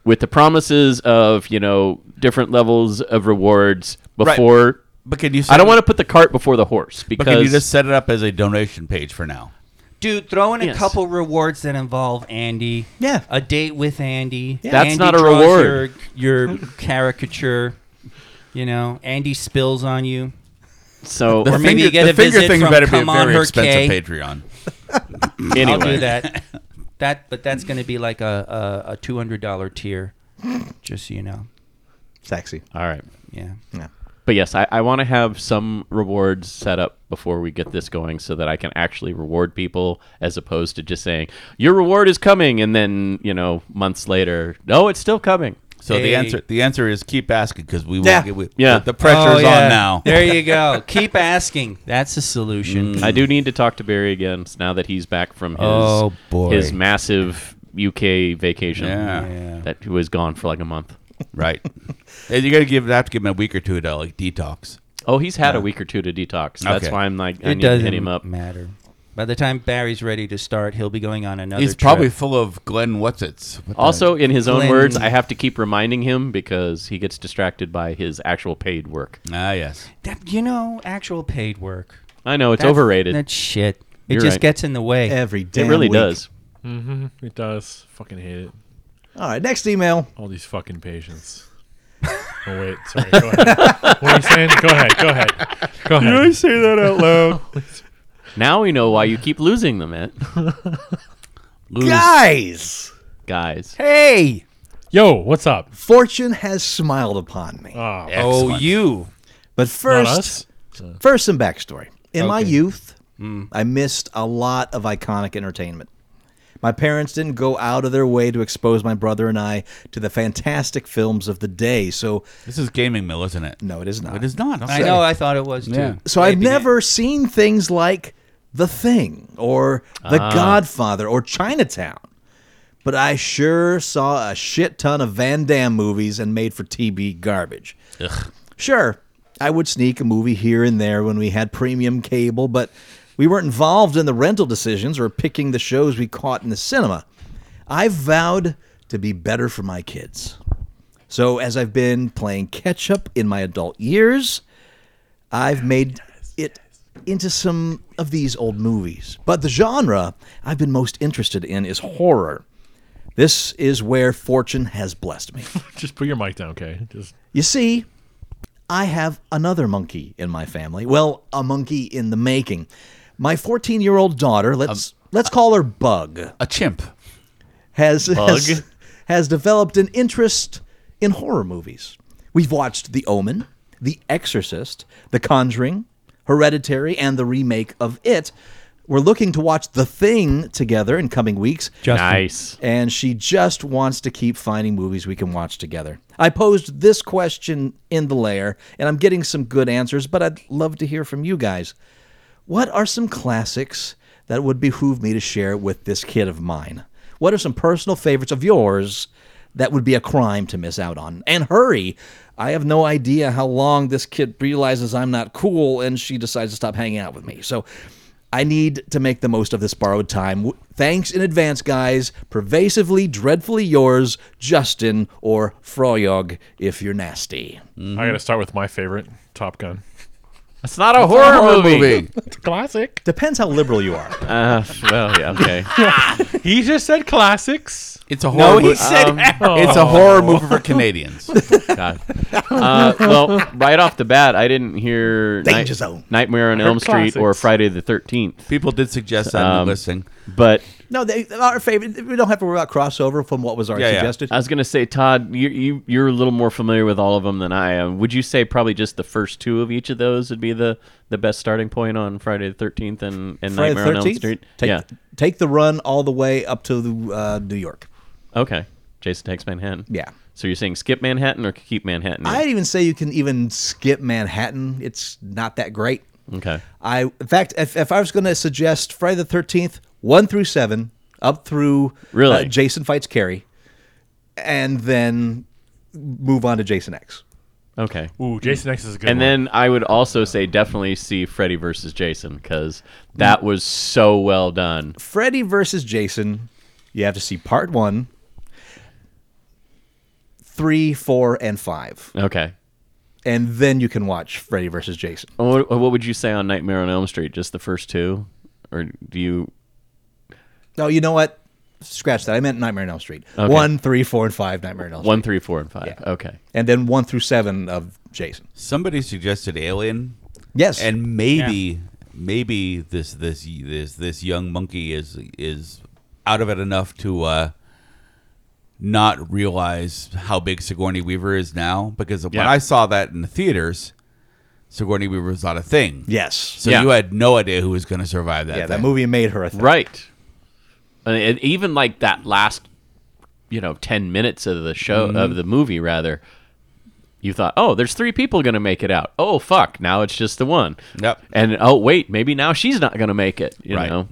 Speaker 5: with the promises of you know different levels of rewards before.
Speaker 8: but can you? Set
Speaker 5: I don't want to put the cart before the horse
Speaker 8: But
Speaker 5: because
Speaker 8: can you just set it up as a donation page for now?
Speaker 1: Dude, throw in a
Speaker 5: Yes.
Speaker 1: couple rewards that involve Andy.
Speaker 9: Yeah.
Speaker 1: A date with Andy.
Speaker 5: That's
Speaker 1: Andy
Speaker 5: not a
Speaker 1: draws
Speaker 5: reward. (laughs)
Speaker 1: Your, your caricature. You know, Andy spills on you.
Speaker 8: (laughs)
Speaker 5: so
Speaker 1: Or maybe you get
Speaker 8: the
Speaker 1: a
Speaker 8: finger
Speaker 1: visit
Speaker 8: thing
Speaker 1: from
Speaker 8: better be a
Speaker 1: Come On
Speaker 8: very
Speaker 1: Her
Speaker 8: expensive
Speaker 1: K.
Speaker 8: Patreon.
Speaker 5: anyway.
Speaker 1: I'll do that. (laughs) That, but that's going to be like a, a, a two hundred dollar tier, just so you know.
Speaker 9: Sexy.
Speaker 5: All right.
Speaker 1: Yeah.
Speaker 5: But yes, I, I want to have some rewards set up before we get this going so that I can actually reward people as opposed to just saying, your reward is coming. And then, you know, months later, no, it's still coming.
Speaker 8: So
Speaker 1: Hey.
Speaker 8: the answer the answer is keep asking because we will.
Speaker 9: Yeah.
Speaker 8: Get, we,
Speaker 5: Yeah.
Speaker 8: The pressure
Speaker 1: Oh,
Speaker 8: is
Speaker 1: yeah.
Speaker 8: on now.
Speaker 1: (laughs) There you go. Keep asking. That's the solution.
Speaker 5: Mm, I do need to talk to Barry again s- now that he's back from his,
Speaker 1: Oh, boy.
Speaker 5: his massive UK vacation.
Speaker 8: Yeah. Yeah.
Speaker 5: That he was gone for like a month.
Speaker 8: Right. (laughs) and you got to give have to give him a week or two to like detox.
Speaker 5: Oh, he's had a week or two to detox. That's
Speaker 8: Okay.
Speaker 5: why I'm like, I
Speaker 1: it
Speaker 5: need to
Speaker 1: doesn't
Speaker 5: hit him up.
Speaker 1: matter. By the time Barry's ready to start, he'll be going on another.
Speaker 8: He's
Speaker 1: trip.
Speaker 8: probably full of Glenn what's its.
Speaker 5: Also, in his own
Speaker 1: Glenn-
Speaker 5: words, I have to keep reminding him because he gets distracted by his actual paid work.
Speaker 8: ah yes.
Speaker 1: That- you know actual paid work.
Speaker 5: I know it's
Speaker 1: That's-
Speaker 5: overrated.
Speaker 1: That shit. It
Speaker 5: You're
Speaker 1: just
Speaker 5: right.
Speaker 1: gets in the way.
Speaker 9: Every
Speaker 5: it
Speaker 9: day.
Speaker 5: really does.
Speaker 7: It does. Fucking hate it.
Speaker 9: All right, next email.
Speaker 7: All these fucking patients. Oh wait, sorry. Go ahead. what are you saying? Go ahead. Go ahead. Go ahead.
Speaker 5: say that out loud? now we know why you keep losing them, man.
Speaker 9: Guys,
Speaker 5: Guys.
Speaker 1: Hey.
Speaker 7: (laughs) Yo, what's up?
Speaker 9: fortune has smiled upon me.
Speaker 7: Oh,
Speaker 1: Oh, you.
Speaker 9: But
Speaker 7: not
Speaker 9: first,
Speaker 7: us.
Speaker 9: first some backstory. In my
Speaker 1: Okay.
Speaker 9: youth, I missed a lot of iconic entertainment. My parents didn't go out of their way to expose my brother and I to the fantastic films of the day. So
Speaker 8: This is gaming mill, isn't it?
Speaker 9: no, it is not.
Speaker 8: It is not. I'll
Speaker 1: I
Speaker 8: say.
Speaker 1: know. I thought it was too.
Speaker 8: Yeah.
Speaker 9: So I've never seen things like The Thing or The Godfather or Chinatown. But I sure saw a shit ton of Van Damme movies and made for TB garbage. Sure, I would sneak a movie here and there when we had premium cable, but we weren't involved in the rental decisions or picking the shows we caught in the cinema. I vowed to be better for my kids. So as I've been playing catch up in my adult years, I've made it into some of these old movies. But the genre I've been most interested in is horror. This is where fortune has blessed me.
Speaker 7: Just put your mic down, okay? Just
Speaker 9: You see, I have another monkey in my family. Well, a monkey in the making. My 14-year-old daughter, let's let's call her Bug,
Speaker 8: A chimp.
Speaker 9: has has, has developed an interest in horror movies. We've watched The Omen, The Exorcist, The Conjuring, Hereditary, and the remake of It. We're looking to watch The Thing together in coming weeks,
Speaker 5: Nice.
Speaker 9: and she just wants to keep finding movies we can watch together. I posed this question in the layer, and I'm getting some good answers, but I'd love to hear from you guys. What are some classics that would behoove me to share with this kid of mine? What are some personal favorites of yours that would be a crime to miss out on? And hurry! I have no idea how long this kid realizes I'm not cool and she decides to stop hanging out with me. So I need to make the most of this borrowed time. W- Thanks in advance, guys. Pervasively, dreadfully yours, Justin or Froyog, if you're nasty.
Speaker 7: I gotta start with my favorite, Top Gun.
Speaker 5: It's not a horror, movie.
Speaker 7: It's classic.
Speaker 9: Depends how liberal you are.
Speaker 5: Uh, well, yeah, okay.
Speaker 7: (laughs) He just said classics.
Speaker 8: It's a horror.
Speaker 5: he
Speaker 8: movie.
Speaker 5: said- Um,
Speaker 8: (laughs) it's a horror movie for Canadians.
Speaker 5: God. Uh, well, right off the bat, I didn't hear
Speaker 9: Danger Zone.
Speaker 5: Nightmare on
Speaker 7: heard
Speaker 5: Elm Street or
Speaker 7: classics.
Speaker 5: Friday the 13th.
Speaker 8: People did suggest that in
Speaker 5: Um,
Speaker 8: the listing.
Speaker 5: But
Speaker 9: (laughs) No, they, our favorite. We don't have to worry about crossover from what was already
Speaker 8: Yeah, yeah.
Speaker 9: suggested.
Speaker 5: I was going to say, Todd, you, you, you're a little more familiar with all of them than I am. Would you say probably just the first two of each of those would be the, the best starting point on Friday the 13th and, and
Speaker 9: Friday the
Speaker 5: Nightmare on Elm
Speaker 9: 13th,
Speaker 5: Street?
Speaker 9: Take,
Speaker 5: yeah.
Speaker 9: take the run all the way up to the, uh, New York.
Speaker 5: Okay. Jason takes Manhattan.
Speaker 9: Yeah.
Speaker 5: So you're saying skip Manhattan or keep Manhattan? in?
Speaker 9: I'd even say you can even skip Manhattan. It's not that great.
Speaker 5: okay.
Speaker 9: I, in fact, if, if I was going to suggest Friday the Thirteenth, one through seven, up through uh,
Speaker 5: Really?
Speaker 9: Jason fights Carrie, and then move on to Jason X.
Speaker 5: Okay.
Speaker 7: Ooh, Jason X is a good.
Speaker 5: And
Speaker 7: one.
Speaker 5: then I would also say definitely see Freddy versus Jason because that was so well done.
Speaker 9: Freddy versus Jason. You have to see part one, three, four, and five.
Speaker 5: Okay.
Speaker 9: and then you can watch Freddy versus Jason.
Speaker 5: What, what would you say on Nightmare on Elm Street? Just the first two, or do you?
Speaker 9: No, Oh, you know what? Scratch that. I meant Nightmare on Elm Street.
Speaker 5: Okay.
Speaker 9: One, three, four, and five. Nightmare on Elm Street.
Speaker 5: One, three, four, and five.
Speaker 9: Yeah.
Speaker 5: Okay.
Speaker 9: and then one through seven of Jason.
Speaker 8: Somebody suggested Alien.
Speaker 9: Yes.
Speaker 8: And maybe maybe this this this this young monkey is is out of it enough to uh not realize how big Sigourney Weaver is now because when
Speaker 5: Yeah.
Speaker 8: I saw that in the theaters, Sigourney Weaver was not a thing.
Speaker 9: yes.
Speaker 8: So
Speaker 5: Yeah.
Speaker 8: you had no idea who was going to survive that.
Speaker 9: Yeah, that
Speaker 8: thing.
Speaker 9: movie made her a thing.
Speaker 5: Right. And, and even like that last, you know, ten minutes of the show of
Speaker 8: Mm-hmm.
Speaker 5: the movie rather. You thought, oh, there's three people gonna make it out. Oh fuck, now it's just the one.
Speaker 8: Yep.
Speaker 5: And oh wait, maybe now she's not gonna make it. You
Speaker 8: Right.
Speaker 5: know.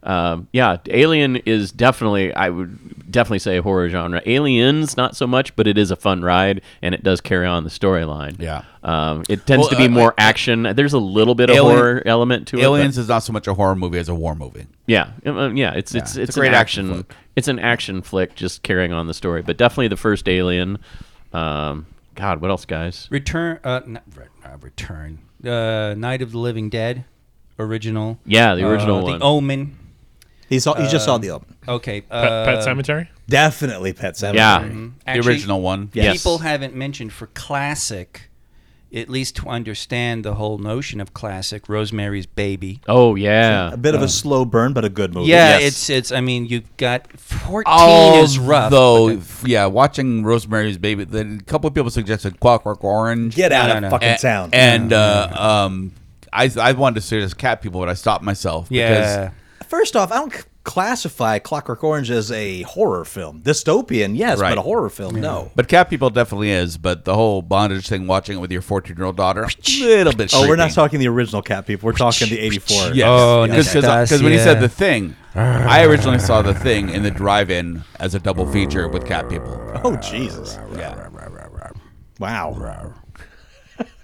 Speaker 5: Um, yeah, Alien is definitely I would definitely say a horror genre. Aliens not so much, but it is a fun ride and it does carry on the storyline.
Speaker 8: Yeah.
Speaker 5: um, it tends
Speaker 8: Well,
Speaker 5: to be
Speaker 8: uh,
Speaker 5: more
Speaker 8: I-
Speaker 5: action. There's a little bit of
Speaker 8: Alien-
Speaker 5: horror element to it. but-
Speaker 8: Aliens is not so much a horror movie as a war movie.
Speaker 5: yeah, um, um, yeah. It's it's
Speaker 8: Yeah,
Speaker 5: it's,
Speaker 8: it's a great
Speaker 5: an
Speaker 8: action
Speaker 5: action.
Speaker 8: flick.
Speaker 5: it's an action flick, just carrying on the story. But definitely the first Alien. Um, God, what else, guys?
Speaker 1: Return, uh, not, re- not Return, uh, Night of the Living Dead, original.
Speaker 5: Yeah, the original
Speaker 1: Uh,
Speaker 5: one.
Speaker 1: The Omen.
Speaker 9: He saw. He just saw the open.
Speaker 1: Okay.
Speaker 7: Pet,
Speaker 1: Uh,
Speaker 7: Pet Cemetery.
Speaker 9: Definitely Pet
Speaker 5: yeah,
Speaker 9: Sematary.
Speaker 1: actually,
Speaker 8: the original one.
Speaker 5: Yes.
Speaker 1: People haven't mentioned for classic, at least to understand the whole notion of classic, Rosemary's Baby.
Speaker 5: Oh yeah. (laughs)
Speaker 9: (laughs) A bit of a slow burn, but a good movie.
Speaker 1: Yeah,
Speaker 5: Yes.
Speaker 1: it's it's. I mean, you've got fourteen is rough.
Speaker 8: Although,
Speaker 1: but the-
Speaker 8: f- yeah, watching Rosemary's Baby, then a couple of people suggested Clockwork Orange.
Speaker 9: Get out
Speaker 1: No,
Speaker 9: of
Speaker 1: no, no.
Speaker 9: fucking
Speaker 8: and,
Speaker 9: town.
Speaker 8: And uh, um, I I wanted to say this cat people, but I stopped myself.
Speaker 1: yeah,
Speaker 9: First off, I don't c- classify Clockwork Orange as a horror film. Dystopian, yes,
Speaker 8: Right.
Speaker 9: but a horror film, no.
Speaker 8: But cat people definitely is. But the whole bondage thing, watching it with your fourteen-year-old daughter, little bit.
Speaker 9: Oh, we're not
Speaker 8: creepy.
Speaker 9: talking the original Cat People. We're talking the '84.
Speaker 8: Yes.
Speaker 1: Oh,
Speaker 8: because
Speaker 1: Nastasia.
Speaker 8: when he said the thing, I originally saw the thing in the drive-in as a double feature with cat people.
Speaker 9: Oh Jesus!
Speaker 8: Yeah.
Speaker 9: Wow.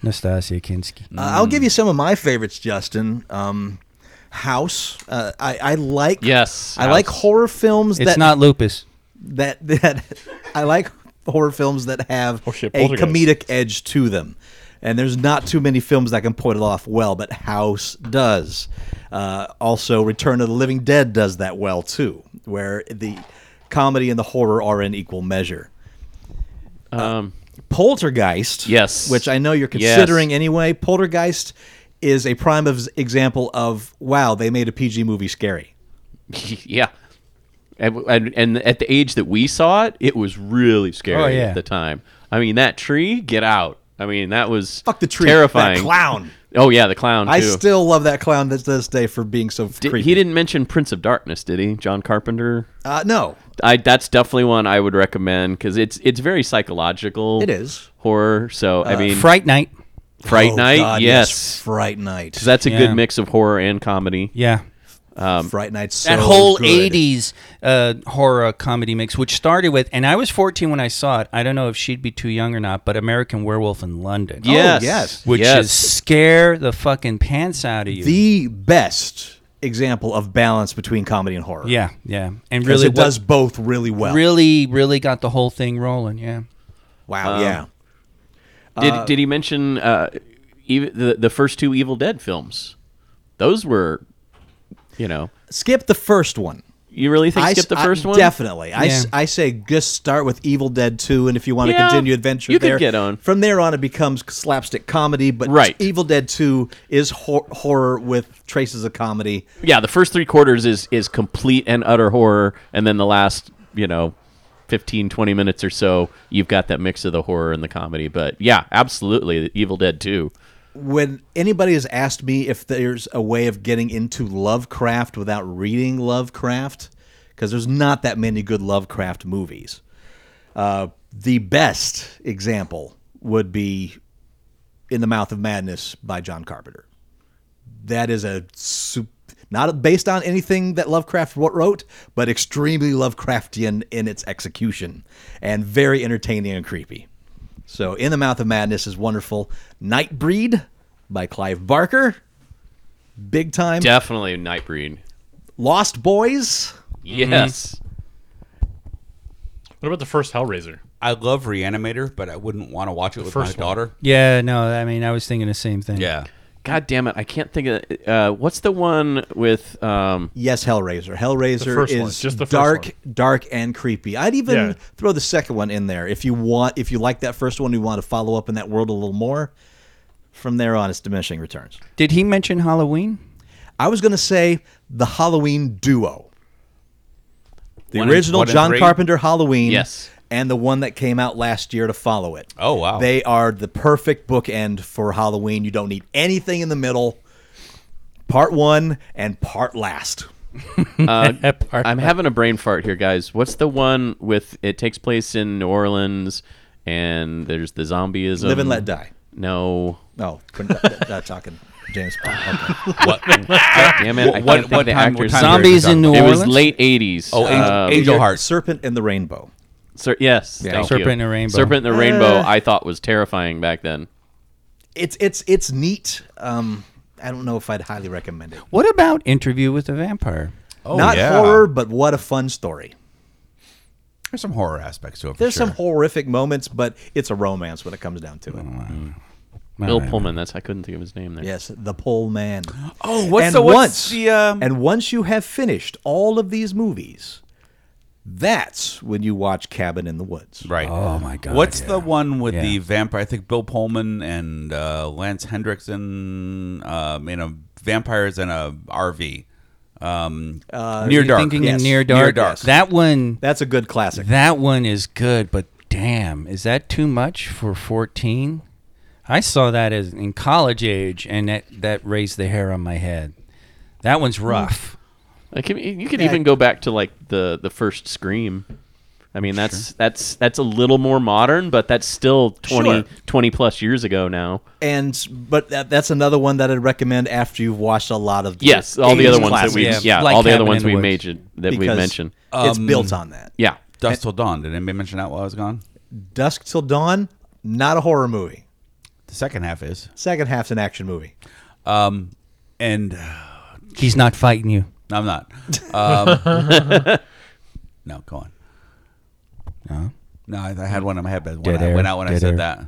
Speaker 1: Nastasia Kinski.
Speaker 9: Uh, I'll give you some of my favorites, Justin. Um, House. Uh, I, I like.
Speaker 5: Yes,
Speaker 9: I like
Speaker 5: House.
Speaker 9: horror films
Speaker 1: It's
Speaker 9: that
Speaker 1: not lupus.
Speaker 9: that that I like horror films that have
Speaker 5: Oh,
Speaker 7: shit,
Speaker 9: a
Speaker 7: Poltergeist.
Speaker 9: comedic edge to them. And there's not too many films that can point it off well, but House does. Uh, also, Return of the Living Dead does that well too, where the comedy and the horror are in equal measure. Uh,
Speaker 5: Um,
Speaker 9: Poltergeist,
Speaker 5: Yes.
Speaker 9: which I know you're
Speaker 5: Yes.
Speaker 9: considering anyway. Poltergeist is a prime of example of wow, they made a PG movie scary.
Speaker 5: yeah. And, and, and at the age that we saw it, it was really scary
Speaker 1: Oh, yeah.
Speaker 5: at the time. I mean, that tree, get out. I mean, that was
Speaker 9: Fuck the tree, that
Speaker 5: terrifying.
Speaker 9: clown.
Speaker 5: Oh yeah, the clown. Too.
Speaker 9: I still love that clown to this day for being so
Speaker 5: Did-
Speaker 9: creepy.
Speaker 5: he didn't mention Prince of Darkness, did he? John Carpenter.
Speaker 9: Uh, no,
Speaker 5: I that's definitely one I would recommend because it's it's very psychological.
Speaker 9: It is. Uh,
Speaker 5: horror. So I mean,
Speaker 1: Fright Night.
Speaker 5: Fright
Speaker 9: Oh,
Speaker 5: Night.
Speaker 9: God,
Speaker 5: yes,
Speaker 9: Fright Night.
Speaker 5: that's a
Speaker 1: Yeah.
Speaker 5: good mix of horror and comedy.
Speaker 1: Yeah.
Speaker 9: Fright Night's so
Speaker 1: that whole
Speaker 9: good.
Speaker 1: 80s uh, horror comedy mix which started with and i was 14 when i saw it i don't know if she'd be too young or not but american werewolf in london
Speaker 5: Yes,
Speaker 9: Oh, yes.
Speaker 1: which
Speaker 5: yes.
Speaker 1: is scare the fucking pants out of you
Speaker 9: the best example of balance between comedy and horror.
Speaker 1: yeah yeah and
Speaker 9: 'Cause
Speaker 1: really
Speaker 9: it
Speaker 1: what
Speaker 9: does both really well.
Speaker 1: really really got the whole thing rolling yeah
Speaker 5: Uh,
Speaker 9: wow, yeah.
Speaker 5: Did, did he mention uh, ev the the first two Evil Dead films? Those were, you know,
Speaker 9: Skip the first one.
Speaker 5: you really think skip the
Speaker 9: s-
Speaker 5: first
Speaker 9: I,
Speaker 5: one?
Speaker 9: Definitely. I, s-
Speaker 1: Yeah.
Speaker 9: I say just start with Evil Dead 2, and if you want
Speaker 5: Yeah,
Speaker 9: to continue adventure
Speaker 5: you could
Speaker 9: there.
Speaker 5: get on.
Speaker 9: From there on, it becomes slapstick comedy, but
Speaker 5: Right.
Speaker 9: Evil Dead 2 is hor- horror with traces of comedy.
Speaker 5: Yeah, the first three quarters is is complete and utter horror, and then the last, you know. 15 20 minutes or so you've got that mix of the horror and the comedy but yeah absolutely evil dead 2
Speaker 9: when anybody has asked me if there's a way of getting into Lovecraft without reading Lovecraft, because there's not that many good Lovecraft movies. Uh, the best example would be "In the Mouth of Madness" by John Carpenter. That is a sup- not based on anything that Lovecraft wo- wrote, but extremely Lovecraftian in its execution and very entertaining and creepy. So, In the Mouth of Madness is wonderful. Nightbreed by Clive Barker. Big time.
Speaker 5: definitely nightbreed
Speaker 9: Lost Boys. Mm-hmm.
Speaker 5: yes
Speaker 7: What about the first Hellraiser?
Speaker 8: I love Reanimator, but I wouldn't want to watch it with my
Speaker 7: first one.
Speaker 8: daughter.
Speaker 1: yeah no i mean i was thinking the same thing
Speaker 8: Yeah.
Speaker 5: god damn it i can't think of uh, what's the one with um,
Speaker 9: Yes, Hellraiser. Hellraiser
Speaker 7: first
Speaker 9: is
Speaker 7: one, just the first
Speaker 9: dark,
Speaker 7: one.
Speaker 9: dark and creepy. I'd even
Speaker 7: Yeah.
Speaker 9: throw the second one in there if you want. If you like that first one, you want to follow up in that world a little more. From there on, it's diminishing returns.
Speaker 1: did he mention halloween
Speaker 9: I was going to say the Halloween duo, the
Speaker 8: One and-
Speaker 9: original
Speaker 8: one and
Speaker 9: John
Speaker 8: three?
Speaker 9: Carpenter Halloween,
Speaker 5: Yes.
Speaker 9: and the one that came out last year to follow it.
Speaker 8: Oh, wow.
Speaker 9: They are the perfect bookend for Halloween. You don't need anything in the middle. Part one and part last.
Speaker 5: uh, I'm having a brain fart here, guys. What's the one with it takes place in New Orleans and there's the zombieism?
Speaker 9: Live and let die.
Speaker 5: No.
Speaker 9: No, couldn't- Oh, not, not talking. James Bond.
Speaker 8: (laughs)
Speaker 9: Okay.
Speaker 8: What?
Speaker 5: Damn it! I can't
Speaker 8: What-
Speaker 5: think
Speaker 8: what
Speaker 5: of the
Speaker 8: time- what
Speaker 5: actor's
Speaker 8: time
Speaker 5: name.
Speaker 8: period?
Speaker 1: Zombies in New
Speaker 5: It
Speaker 1: Orleans.
Speaker 5: was late '80s.
Speaker 8: Oh, Angel,
Speaker 5: Uh,
Speaker 8: Angel
Speaker 9: Your
Speaker 8: Heart.
Speaker 9: Serpent and the Rainbow.
Speaker 5: Sir, yes,
Speaker 9: Yeah.
Speaker 5: thank
Speaker 1: Serpent
Speaker 5: you.
Speaker 1: and the Rainbow.
Speaker 5: Serpent and the Rainbow. I thought was terrifying back then.
Speaker 9: It's it's it's neat. Um, I don't know if I'd highly recommend it.
Speaker 1: What about Interview with the Vampire?
Speaker 8: Oh,
Speaker 9: Not
Speaker 8: yeah.
Speaker 9: horror, but what a fun story.
Speaker 8: There's some horror aspects to it. For
Speaker 9: There's
Speaker 8: sure. Mm.
Speaker 9: some horrific moments, but it's a romance when it comes down to it.
Speaker 5: Bill
Speaker 1: right.
Speaker 5: Pullman. That's I couldn't think of his name there.
Speaker 9: Yes, the pole man.
Speaker 8: Oh, (gasps) what's
Speaker 9: and
Speaker 8: the- what's
Speaker 9: once
Speaker 8: the, um,
Speaker 9: and once you have finished all of these movies, that's when you watch Cabin in the Woods.
Speaker 8: Right.
Speaker 1: Oh, my God,
Speaker 8: What's
Speaker 1: yeah.
Speaker 8: the one with the
Speaker 1: Yeah.
Speaker 8: vampire? I think Bill Pullman and uh, Lance Hendrickson um, in a vampires in a RV. Um,
Speaker 9: Uh,
Speaker 8: near
Speaker 1: You're
Speaker 8: dark.
Speaker 1: Thinking
Speaker 9: Yes.
Speaker 1: in Near
Speaker 9: Near
Speaker 1: Dark.
Speaker 8: Dark.
Speaker 1: That one.
Speaker 9: That's a good classic.
Speaker 1: That one is good, but damn, is that too much for 14? I saw that as in college age, and that, that raised the hair on my head. That one's rough.
Speaker 5: Like, I mean, you could even go back to like the the first Scream. I mean, that's that's that's a little more modern, but that's still 20,
Speaker 9: Sure.
Speaker 5: 20 plus years ago now.
Speaker 9: And but that, that's another one that I'd recommend after you've watched a lot of
Speaker 5: Yes, all the
Speaker 9: 80s
Speaker 5: other ones that
Speaker 9: classics,
Speaker 5: we yeah,
Speaker 1: Yeah, like
Speaker 5: all the other
Speaker 1: Cabin
Speaker 5: ones
Speaker 1: in the
Speaker 5: we
Speaker 1: Woods.
Speaker 5: mentioned that we
Speaker 9: because
Speaker 5: mentioned. Um,
Speaker 9: It's built on that.
Speaker 5: Yeah,
Speaker 8: Dust Till Dawn. Did anybody mention that while I was gone?
Speaker 9: Dusk Till Dawn, not a horror movie.
Speaker 8: The second half is.
Speaker 9: Second half's an action movie.
Speaker 8: Um, and
Speaker 1: He's not fighting you.
Speaker 8: no, I'm not. Um, no, go on. No, I, I had one in my head, but when
Speaker 1: Dead
Speaker 8: I
Speaker 1: air,
Speaker 8: went out when I
Speaker 1: dead
Speaker 8: said
Speaker 1: air.
Speaker 8: that.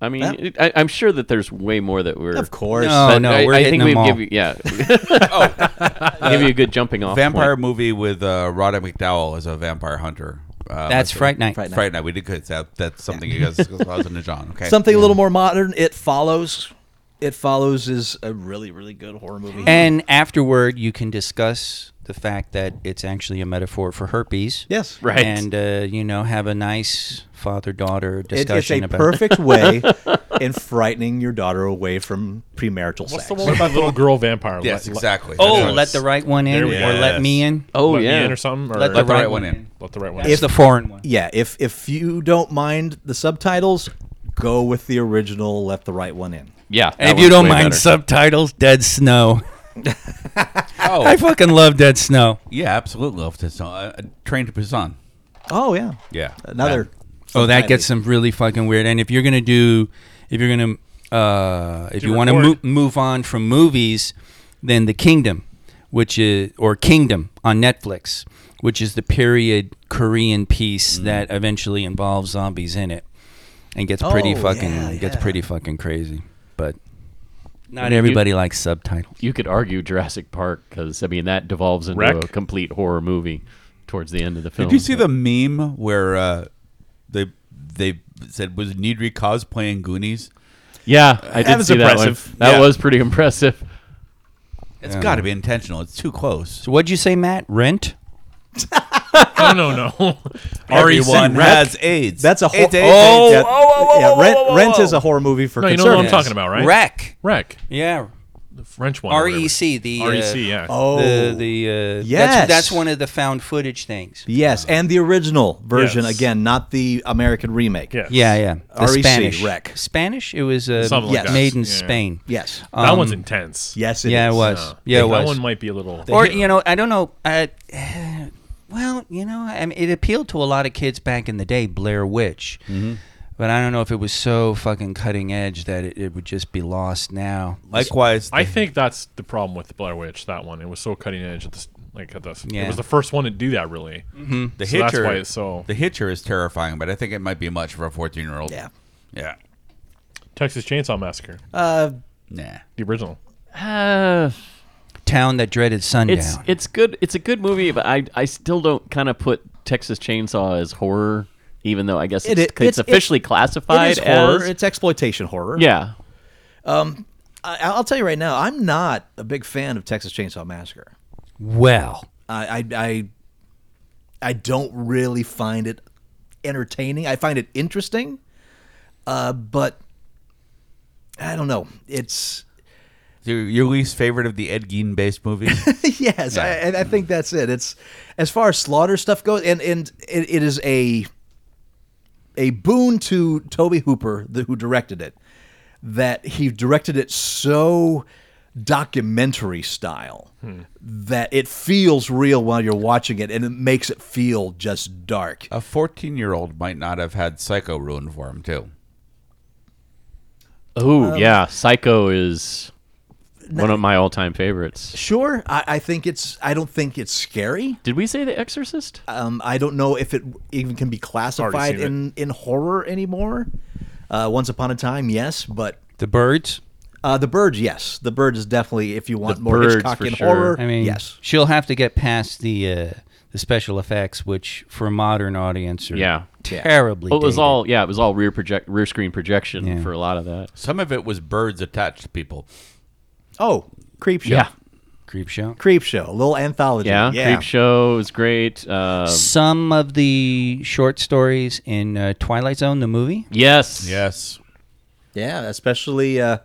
Speaker 5: I mean,
Speaker 9: That-
Speaker 5: it, I, I'm sure that there's way more that we're
Speaker 9: Of course.
Speaker 1: Oh, No.
Speaker 5: But I,
Speaker 1: we're
Speaker 5: I
Speaker 1: hitting
Speaker 5: think we
Speaker 1: them all.
Speaker 5: give you yeah,
Speaker 1: (laughs)
Speaker 5: (laughs) give you a good jumping off
Speaker 8: vampire
Speaker 5: Point.
Speaker 8: movie with uh, Roddy McDowell as a vampire hunter. Uh,
Speaker 1: That's
Speaker 8: a-
Speaker 1: Fright Night.
Speaker 9: Fright Night.
Speaker 8: Fright Night. We did good. That, that's something
Speaker 9: (laughs)
Speaker 8: you guys was in the John. Okay.
Speaker 9: Something a little more modern. It follows. It follows is a really really good horror movie.
Speaker 1: And afterward, you can discuss the fact that it's actually a metaphor for herpes.
Speaker 9: yes,
Speaker 5: Right.
Speaker 1: And, uh, you know, have a nice father daughter
Speaker 9: It, it's
Speaker 1: discussion
Speaker 9: a
Speaker 5: (laughs)
Speaker 1: about
Speaker 9: perfect way in frightening your daughter away from premarital
Speaker 7: What's
Speaker 9: sex.
Speaker 7: the one about little girl vampire?
Speaker 8: Yes,
Speaker 7: Let- let-
Speaker 8: exactly.
Speaker 1: (laughs)
Speaker 8: That's
Speaker 1: Oh,
Speaker 8: what-
Speaker 1: let the right one in
Speaker 7: There
Speaker 1: or
Speaker 7: we go.
Speaker 1: let me in.
Speaker 5: Oh
Speaker 7: let me
Speaker 5: yeah,
Speaker 7: in or something. Or
Speaker 1: Let
Speaker 8: let the right one in.
Speaker 7: let the right one.
Speaker 1: It's
Speaker 7: in.
Speaker 1: the foreign one.
Speaker 9: Yeah, if if you don't mind the subtitles, go with the original. Let the right one in.
Speaker 5: yeah. that
Speaker 1: And if you
Speaker 5: one's
Speaker 1: don't
Speaker 5: way
Speaker 1: mind
Speaker 5: better.
Speaker 1: subtitles, Dead Snow.
Speaker 8: Oh,
Speaker 1: I fucking love Dead Snow.
Speaker 8: yeah, absolutely. Love to song. Uh, Train to Busan.
Speaker 9: Oh yeah,
Speaker 8: Yeah.
Speaker 9: another.
Speaker 1: Oh, that
Speaker 9: subtitle.
Speaker 1: gets some really fucking weird. And if you're gonna do, if you're gonna, uh, if
Speaker 7: To
Speaker 1: you want to mo-
Speaker 7: record.
Speaker 1: move on from movies, then The Kingdom, which is or Kingdom on Netflix, which is the period Korean piece
Speaker 9: Mm.
Speaker 1: that eventually involves zombies in it, and gets pretty
Speaker 9: Oh,
Speaker 1: fucking
Speaker 9: yeah,
Speaker 1: gets
Speaker 9: yeah.
Speaker 1: pretty fucking crazy. But not everybody likes subtitles.
Speaker 5: you could argue Jurassic Park because I mean that devolves into
Speaker 7: Wreck?
Speaker 5: a complete horror movie towards the end of the film.
Speaker 8: Did you see the meme where uh, they they said was Nidri cosplaying Goonies?
Speaker 5: Yeah, I did
Speaker 7: That was
Speaker 5: see that
Speaker 7: impressive.
Speaker 5: one. That
Speaker 8: Yeah.
Speaker 5: was pretty impressive.
Speaker 8: It's got to be intentional. It's too close.
Speaker 1: So what'd you say, Matt? Rent?
Speaker 7: (laughs) no, no, no.
Speaker 8: Everyone has AIDS.
Speaker 9: That's a
Speaker 8: whole.
Speaker 9: horror. yeah, yeah, Rent, Rent is a horror movie for
Speaker 7: No, you know what
Speaker 9: conservatives.
Speaker 7: I'm talking about, right?
Speaker 1: Wreck.
Speaker 7: Wreck.
Speaker 1: Yeah.
Speaker 7: The French one. or
Speaker 1: R
Speaker 7: whatever.
Speaker 1: E C. The uh,
Speaker 7: REC. Yeah.
Speaker 9: Oh
Speaker 1: the the uh,
Speaker 9: Yes.
Speaker 1: that's, that's one of the found footage things.
Speaker 9: yes, and the original version
Speaker 7: Yes.
Speaker 9: again, not the American remake.
Speaker 7: Yes.
Speaker 1: Yeah, yeah. The
Speaker 9: REC,
Speaker 1: Spanish
Speaker 9: E wreck.
Speaker 1: Spanish. It was uh,
Speaker 7: Something
Speaker 9: like Yes. that.
Speaker 1: made in
Speaker 7: Yeah.
Speaker 1: Spain.
Speaker 9: Yes.
Speaker 7: That
Speaker 1: Um,
Speaker 7: one's intense.
Speaker 9: Yes. it
Speaker 1: Yeah, it
Speaker 9: is.
Speaker 1: was.
Speaker 7: Uh,
Speaker 1: yeah, it
Speaker 7: that
Speaker 1: was.
Speaker 7: one might be a little.
Speaker 1: or you know, I don't know. I, well, you know, I mean, it appealed to a lot of kids back in the day. Blair Witch.
Speaker 9: Mm-hmm.
Speaker 1: But I don't know if it was so fucking cutting edge that it, it would just be lost now.
Speaker 8: Likewise,
Speaker 7: I
Speaker 8: the-
Speaker 7: think that's the problem with the Blair Witch. That one, it was so cutting edge. At this, like at this,
Speaker 1: Yeah.
Speaker 7: it was the first one to do that. Really, mm-hmm.
Speaker 8: the
Speaker 7: so
Speaker 8: hitcher.
Speaker 7: that's why it's so-
Speaker 8: The hitcher is terrifying, but I think it might be much for a fourteen-year-old.
Speaker 9: Yeah.
Speaker 8: Yeah.
Speaker 7: Texas Chainsaw Massacre,
Speaker 8: Nah.
Speaker 7: the original.
Speaker 5: (laughs) Uh,
Speaker 1: Town that dreaded sundown.
Speaker 5: it's it's good. It's a good movie, but I I still don't kind of put Texas Chainsaw as horror, even though I guess
Speaker 9: It-
Speaker 5: it's,
Speaker 9: it-
Speaker 5: it's,
Speaker 9: it-
Speaker 5: officially
Speaker 9: it-
Speaker 5: classified
Speaker 9: It is horror.
Speaker 5: as
Speaker 9: It's exploitation horror.
Speaker 5: yeah.
Speaker 9: I, I'll tell you right now, I'm not a big fan of Texas Chainsaw Massacre.
Speaker 1: well,
Speaker 9: I, I, I, I don't really find it entertaining. I find it interesting, uh, but I don't know. It's
Speaker 8: Your, your least favorite of the Ed Gein-based movies?
Speaker 9: (laughs) yes, I, and I think that's it. It's as far as slaughter stuff goes, and and it, it is a a boon to Toby Hooper, the, who directed it. that he directed it so documentary style
Speaker 7: Hmm.
Speaker 9: that it feels real while you're watching it and it makes it feel just dark.
Speaker 8: A 14 year old might not have had Psycho ruined for him, too.
Speaker 9: Um,
Speaker 5: Oh yeah, Psycho is one of my all-time favorites.
Speaker 9: Sure, I, I think it's I don't think it's scary.
Speaker 5: Did we say The Exorcist?
Speaker 9: Um, I don't know if it even can be classified
Speaker 7: seen it.
Speaker 9: in, in horror anymore. Uh, Once upon a time, yes, but
Speaker 1: The birds.
Speaker 9: uh, the birds, yes, the bird is definitely if you want
Speaker 5: The
Speaker 9: more
Speaker 5: Birds, for
Speaker 9: Hitchcockian
Speaker 5: sure.
Speaker 9: horror.
Speaker 1: I mean,
Speaker 9: yes,
Speaker 1: she'll have to get past the uh, the special effects, which for a modern audience are
Speaker 5: Yeah.
Speaker 1: terribly.
Speaker 5: Well, Oh, it was
Speaker 1: dated.
Speaker 5: all yeah, it was all rear project, rear screen projection for a lot of that.
Speaker 8: Some of it was birds attached to people.
Speaker 9: oh, creep show,
Speaker 5: Yeah,
Speaker 1: creep show.
Speaker 9: creep show, a little anthology,
Speaker 5: yeah.
Speaker 9: yeah,
Speaker 5: Creep Show was great. Uh,
Speaker 1: Some of the short stories in uh, Twilight Zone, the movie.
Speaker 5: yes,
Speaker 8: Yes.
Speaker 9: yeah, especially uh,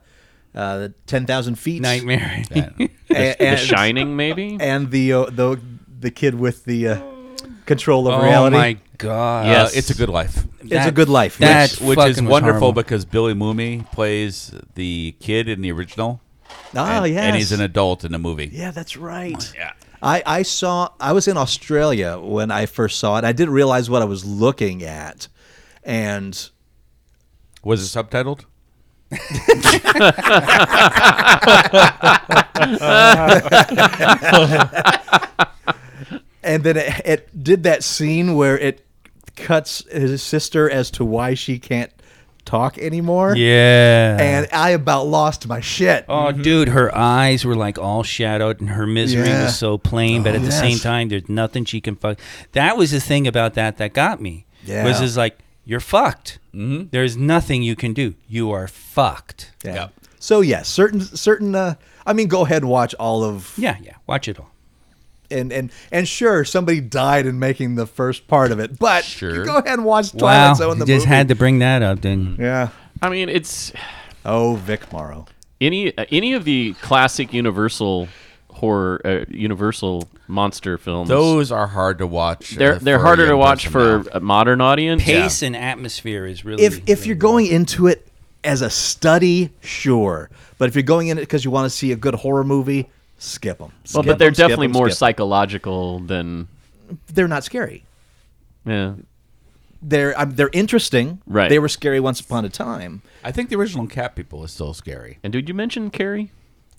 Speaker 9: uh, the ten thousand feet,
Speaker 1: (laughs) Nightmare.
Speaker 9: and,
Speaker 5: The
Speaker 9: and,
Speaker 5: Shining, maybe.
Speaker 9: and the uh, the the kid with the uh, control of
Speaker 1: oh
Speaker 9: reality.
Speaker 1: my god.
Speaker 5: Yes.
Speaker 8: Uh, it's a good life.
Speaker 9: It's a good life.
Speaker 1: That
Speaker 9: yes.
Speaker 8: Which is
Speaker 1: fucking was
Speaker 8: wonderful
Speaker 1: horrible.
Speaker 8: because Billy Mooney plays the kid in the original.
Speaker 9: Ah,
Speaker 8: and,
Speaker 9: yes.
Speaker 8: and he's an adult in the movie.
Speaker 9: Yeah, that's
Speaker 1: Oh
Speaker 9: right.
Speaker 8: Yeah.
Speaker 9: I, I saw I was in Australia when I first saw it. I didn't realize what I was looking at. And
Speaker 8: Was it subtitled?
Speaker 9: and then it, it did that scene where it cuts his sister as to why she can't talk anymore.
Speaker 1: Yeah.
Speaker 9: And I about lost my shit.
Speaker 1: Oh, dude, her eyes were like all shadowed, and her misery
Speaker 9: Yeah.
Speaker 1: was so plain. but
Speaker 9: Oh,
Speaker 1: at the same
Speaker 9: yes.
Speaker 1: time, there's nothing she can fuck. That was the thing about that that got me.
Speaker 9: Yeah. Mm-hmm.
Speaker 1: Was is like you're fucked. There's nothing you can do. You are fucked.
Speaker 9: Yeah. So yes, certain certain uh I mean go ahead and watch all of
Speaker 1: Yeah, yeah. Watch it all.
Speaker 9: and and and sure somebody died in making the first part of it, but
Speaker 8: Sure.
Speaker 9: go ahead and watch Twilight
Speaker 1: Wow,
Speaker 9: Zone
Speaker 1: you
Speaker 9: the
Speaker 1: just
Speaker 9: movie. Mm-hmm.
Speaker 1: had to bring that up, didn't you?
Speaker 9: yeah.
Speaker 5: I mean, it's
Speaker 9: Oh, Vic Morrow.
Speaker 5: any uh, any of the classic Universal horror, uh, Universal monster films.
Speaker 8: Those are hard to watch.
Speaker 5: they're
Speaker 8: uh,
Speaker 5: they're
Speaker 8: for a
Speaker 5: harder to
Speaker 8: young
Speaker 5: watch
Speaker 8: person
Speaker 5: for
Speaker 8: now.
Speaker 5: a modern audience.
Speaker 1: Pace and atmosphere is really.
Speaker 9: if if you're going into it as a study, sure. But if you're going in it because you want to see a good horror movie, skip them.
Speaker 5: Well, but they're definitely more psychological than
Speaker 9: They're not scary.
Speaker 5: yeah.
Speaker 9: They're um, they're interesting.
Speaker 5: Right.
Speaker 9: They were scary once upon a time.
Speaker 8: I think the original Cat People is still scary.
Speaker 5: And did you mention Carrie?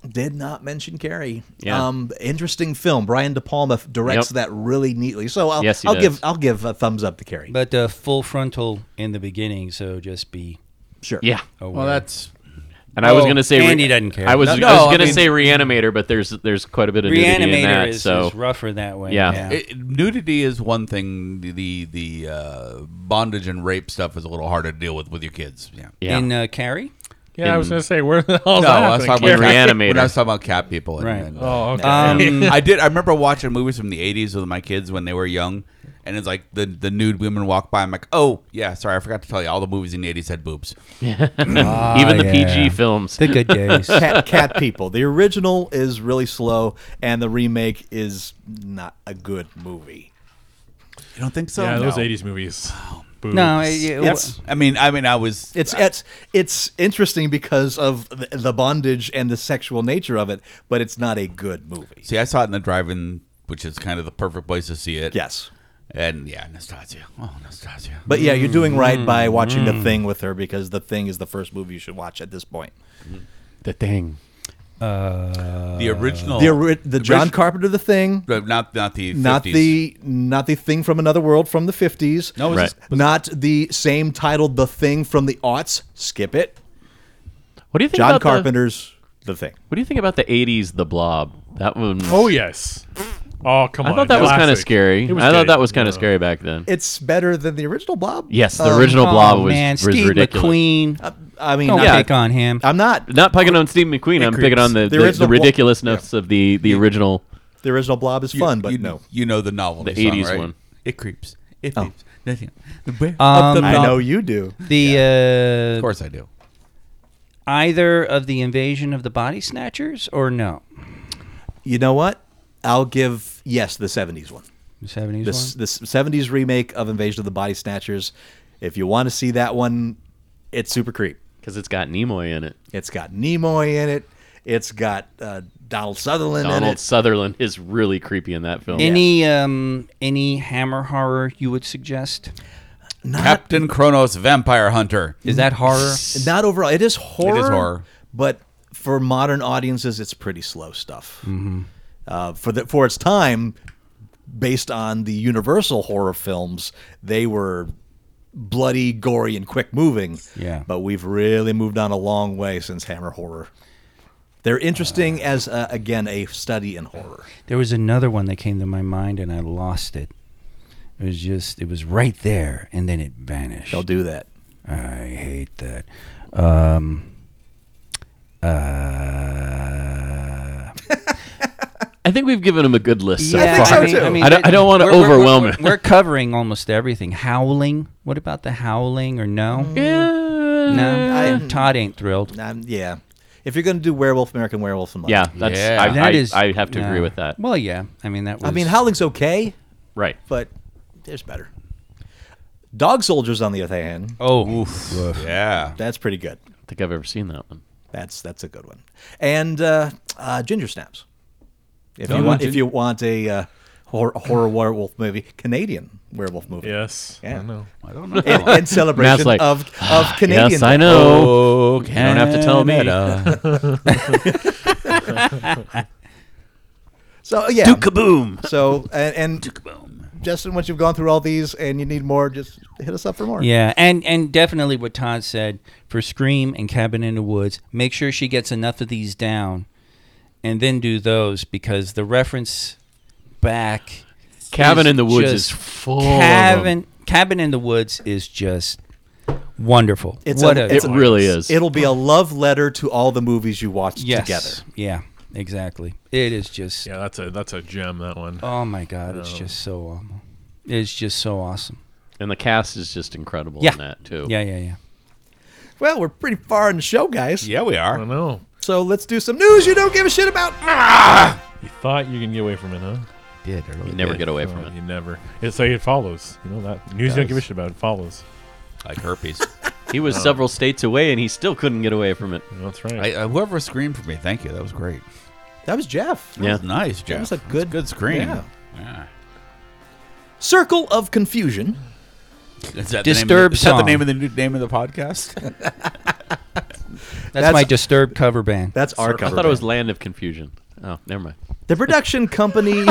Speaker 9: Did not mention Carrie.
Speaker 5: Yeah.
Speaker 9: Um, interesting film. Brian De Palma f- directs
Speaker 5: Yep.
Speaker 9: that really neatly. So I'll
Speaker 5: Yes, he
Speaker 9: I'll
Speaker 5: does.
Speaker 9: give I'll give a thumbs up to Carrie.
Speaker 1: but uh, full frontal in the beginning, so just be.
Speaker 9: sure.
Speaker 5: Yeah.
Speaker 1: Aware.
Speaker 8: Well, that's
Speaker 5: And I was
Speaker 1: Oh,
Speaker 5: gonna say
Speaker 1: Andy doesn't care.
Speaker 5: I was,
Speaker 8: No,
Speaker 5: I was
Speaker 8: no, I
Speaker 5: gonna
Speaker 8: mean-
Speaker 5: say Reanimator, but there's there's quite a bit of nudity in
Speaker 1: Reanimator
Speaker 5: that.
Speaker 1: is,
Speaker 5: so
Speaker 1: is rougher that way.
Speaker 5: Yeah.
Speaker 8: it, nudity is one thing. The the, the uh, bondage and rape stuff is a little harder to deal with with your kids. Yeah.
Speaker 5: yeah.
Speaker 1: In uh, Carrie.
Speaker 7: Yeah, I was gonna say where the hell's
Speaker 8: No,
Speaker 7: that?
Speaker 8: I was talking
Speaker 5: Carrie?
Speaker 8: about cat,
Speaker 5: Reanimator.
Speaker 8: when I was talking about cat people. and-
Speaker 1: Right.
Speaker 8: and, uh,
Speaker 7: Oh,
Speaker 9: (laughs)
Speaker 7: okay.
Speaker 1: Um,
Speaker 8: (laughs) I did. I remember watching movies from the '80s with my kids when they were young, and it's like the the nude women walk by. I'm like, oh yeah, sorry, I forgot to tell you, all the movies in the '80s had boobs.
Speaker 5: Even the
Speaker 1: yeah.
Speaker 5: PG films.
Speaker 1: the good
Speaker 9: (laughs)
Speaker 1: days.
Speaker 9: Cat, Cat People. The original is really slow, and the remake is not a good movie.
Speaker 8: You don't think so?
Speaker 7: yeah, those
Speaker 8: No.
Speaker 7: '80s movies.
Speaker 5: Mm-hmm.
Speaker 7: Boobs.
Speaker 1: no, it, it,
Speaker 9: It's
Speaker 8: I mean, I mean, I was.
Speaker 9: it's it's it's interesting because of the, the bondage and the sexual nature of it, but it's not a good movie.
Speaker 8: See, I saw it in the drive-in, which is kind of the perfect place to see it.
Speaker 9: Yes,
Speaker 8: And yeah, Nastasia. Oh, Nastasia.
Speaker 9: but yeah, you're doing right by watching the thing with her because the thing is the first movie you should watch at this point.
Speaker 5: the thing.
Speaker 8: the Oh. original.
Speaker 9: The ori- the John
Speaker 8: orig-
Speaker 9: Carpenter the thing,
Speaker 8: but not not the
Speaker 9: not
Speaker 8: 50s.
Speaker 9: the not the thing from another world from the 50s.
Speaker 8: No, it was
Speaker 5: Right.
Speaker 8: just-
Speaker 9: not the same titled the thing from the aughts. Skip it.
Speaker 5: What do you think
Speaker 9: John
Speaker 5: about the-
Speaker 9: Carpenter's the thing.
Speaker 5: what do you think about the '80s? The Blob. That one.
Speaker 7: Oh yes. Oh come
Speaker 5: I
Speaker 7: on.
Speaker 5: thought that was kind of
Speaker 7: classic.
Speaker 5: scary.
Speaker 7: It was
Speaker 5: I thought
Speaker 7: good.
Speaker 5: that was kind of
Speaker 7: Yeah.
Speaker 5: scary back then.
Speaker 9: It's better than the original Blob.
Speaker 5: yes, the
Speaker 9: Um,
Speaker 5: original
Speaker 1: oh,
Speaker 5: Blob was,
Speaker 1: man,
Speaker 5: was
Speaker 1: Steve
Speaker 5: ridiculous.
Speaker 1: McQueen.
Speaker 9: I mean,
Speaker 1: Don't
Speaker 9: I'm-
Speaker 1: pick on him.
Speaker 9: I'm not.
Speaker 5: Not picking on Steve McQueen. I'm picking on the,
Speaker 9: The
Speaker 5: the, the
Speaker 9: original Blo-
Speaker 5: ridiculousness of the, the original.
Speaker 9: The original Blob is
Speaker 8: you-
Speaker 9: fun, but
Speaker 8: you,
Speaker 9: no.
Speaker 8: You know the novel.
Speaker 5: The
Speaker 8: song,
Speaker 5: 80s
Speaker 8: right?
Speaker 5: one.
Speaker 8: It creeps. It creeps. Nothing. The bear
Speaker 1: Um,
Speaker 8: of the
Speaker 9: I
Speaker 8: blob.
Speaker 9: know you do.
Speaker 1: the uh,
Speaker 8: Of course I do.
Speaker 1: either of the invasion of the body snatchers or no?
Speaker 9: You know what? I'll give yes the '70s one.
Speaker 1: The 70s
Speaker 9: This
Speaker 1: one?
Speaker 9: this '70s remake of Invasion of the Body Snatchers. If you want to see that one, it's super creep.
Speaker 5: because it's got Nimoy in it.
Speaker 9: It's got Nimoy in it. It's got uh, Donald Sutherland in
Speaker 5: Donald
Speaker 9: it.
Speaker 5: Sutherland is really creepy in that film.
Speaker 1: Any um any hammer horror you would suggest?
Speaker 8: Captain Kronos, Vampire Hunter.
Speaker 1: Is that horror?
Speaker 9: Not overall. It is horror.
Speaker 8: horror.
Speaker 9: But for modern audiences, it's pretty slow stuff. Uh, for the for its time, based on the Universal horror films, they were bloody, gory, and quick moving.
Speaker 1: Yeah.
Speaker 9: But we've really moved on a long way since Hammer horror. They're interesting as uh, again a study in horror.
Speaker 1: There was another one that came to my mind and I lost it. It was just it was right there and then it vanished.
Speaker 9: They'll do that.
Speaker 1: I hate that. Um uh,
Speaker 5: I think we've given him a good list so
Speaker 1: yeah,
Speaker 5: far.
Speaker 1: I, mean, I, mean,
Speaker 5: I don't, I don't want to
Speaker 1: we're- we're-
Speaker 5: overwhelm
Speaker 1: we're,
Speaker 5: him.
Speaker 1: We're covering almost everything. Howling. What about the howling or no? No,
Speaker 9: Mm. I-
Speaker 1: Todd ain't thrilled.
Speaker 9: Um, yeah. If you're going to do werewolf, American werewolf in London.
Speaker 5: yeah, that's
Speaker 8: Yeah.
Speaker 5: I,
Speaker 1: That
Speaker 5: I,
Speaker 1: is-
Speaker 5: I have to agree
Speaker 1: no.
Speaker 5: with that.
Speaker 1: Well, yeah. I mean, that
Speaker 9: I
Speaker 1: was.
Speaker 9: mean, Howling's okay,
Speaker 5: Right.
Speaker 9: but there's better. Dog Soldiers, on the other hand,
Speaker 1: Oh,
Speaker 8: Yeah.
Speaker 9: that's pretty good.
Speaker 5: I think I've ever seen that one.
Speaker 9: That's that's a good one. And uh, uh, Ginger Snaps. If
Speaker 8: Oh,
Speaker 9: you want,
Speaker 8: Gin-
Speaker 9: if you want a uh, horror, horror werewolf movie, Canadian werewolf movie,
Speaker 7: Yes.
Speaker 9: Yeah.
Speaker 7: I know.
Speaker 8: I don't know.
Speaker 5: (laughs)
Speaker 9: in, in celebration
Speaker 5: Matt's like, "Ah,
Speaker 9: of of Canadian.
Speaker 5: yes, I know.
Speaker 8: Oh,
Speaker 5: You don't have to tell me.
Speaker 8: Canada.
Speaker 9: So yeah.
Speaker 5: Kaboom.
Speaker 9: So and, and Justin, once you've gone through all these and you need more, just hit us up for more.
Speaker 1: (laughs) Yeah, and and definitely what Todd said for Scream and Cabin in the Woods. Make sure she gets enough of these down, and then do those because the reference back.
Speaker 5: Cabin
Speaker 1: is
Speaker 5: in the Woods is
Speaker 1: just-
Speaker 5: full. of them.
Speaker 1: Cabin Cabin in the Woods is just wonderful.
Speaker 9: It's
Speaker 1: what
Speaker 9: a-
Speaker 1: a,
Speaker 9: it's
Speaker 5: It really is.
Speaker 9: It'll be a love letter to all the movies you watched
Speaker 1: yes,
Speaker 9: together.
Speaker 1: yeah, exactly. It is just
Speaker 7: Yeah, that's a that's a gem. That one.
Speaker 1: oh my god, it's just so awesome. It's just so awesome.
Speaker 5: And the cast is just incredible
Speaker 1: Yeah,
Speaker 5: in that too.
Speaker 1: Yeah, yeah, yeah.
Speaker 9: Well, we're pretty far in the show, guys.
Speaker 8: yeah, we
Speaker 7: I
Speaker 8: are.
Speaker 7: know.
Speaker 9: So let's do some news you don't give a shit about.
Speaker 7: You thought you can get away from it, huh?
Speaker 8: Did, I really
Speaker 5: You never
Speaker 8: did.
Speaker 5: get away from
Speaker 7: Oh,
Speaker 5: it.
Speaker 7: you never. It's like it follows. You know that news you don't give a shit about. It follows.
Speaker 8: like herpes. Oh.
Speaker 5: He was several states away and he still couldn't get away from it.
Speaker 7: That's right.
Speaker 8: I, I, whoever screamed for me, thank you. That was great.
Speaker 9: That was Jeff.
Speaker 8: That
Speaker 5: Yeah.
Speaker 8: was nice, Jeff.
Speaker 9: was a
Speaker 8: That's
Speaker 9: good-
Speaker 8: good scream.
Speaker 9: yeah.
Speaker 8: Yeah.
Speaker 9: Circle of Confusion.
Speaker 8: Is that
Speaker 1: Disturb
Speaker 8: the name of the, is that the
Speaker 1: song.
Speaker 8: name of the new name of the podcast?
Speaker 1: That's,
Speaker 9: That's-
Speaker 1: my disturbed cover band.
Speaker 9: That's our
Speaker 5: I
Speaker 9: cover.
Speaker 5: thought it was
Speaker 9: band.
Speaker 5: Land of Confusion. Oh, never mind.
Speaker 9: the production
Speaker 5: (laughs)
Speaker 9: company. (laughs)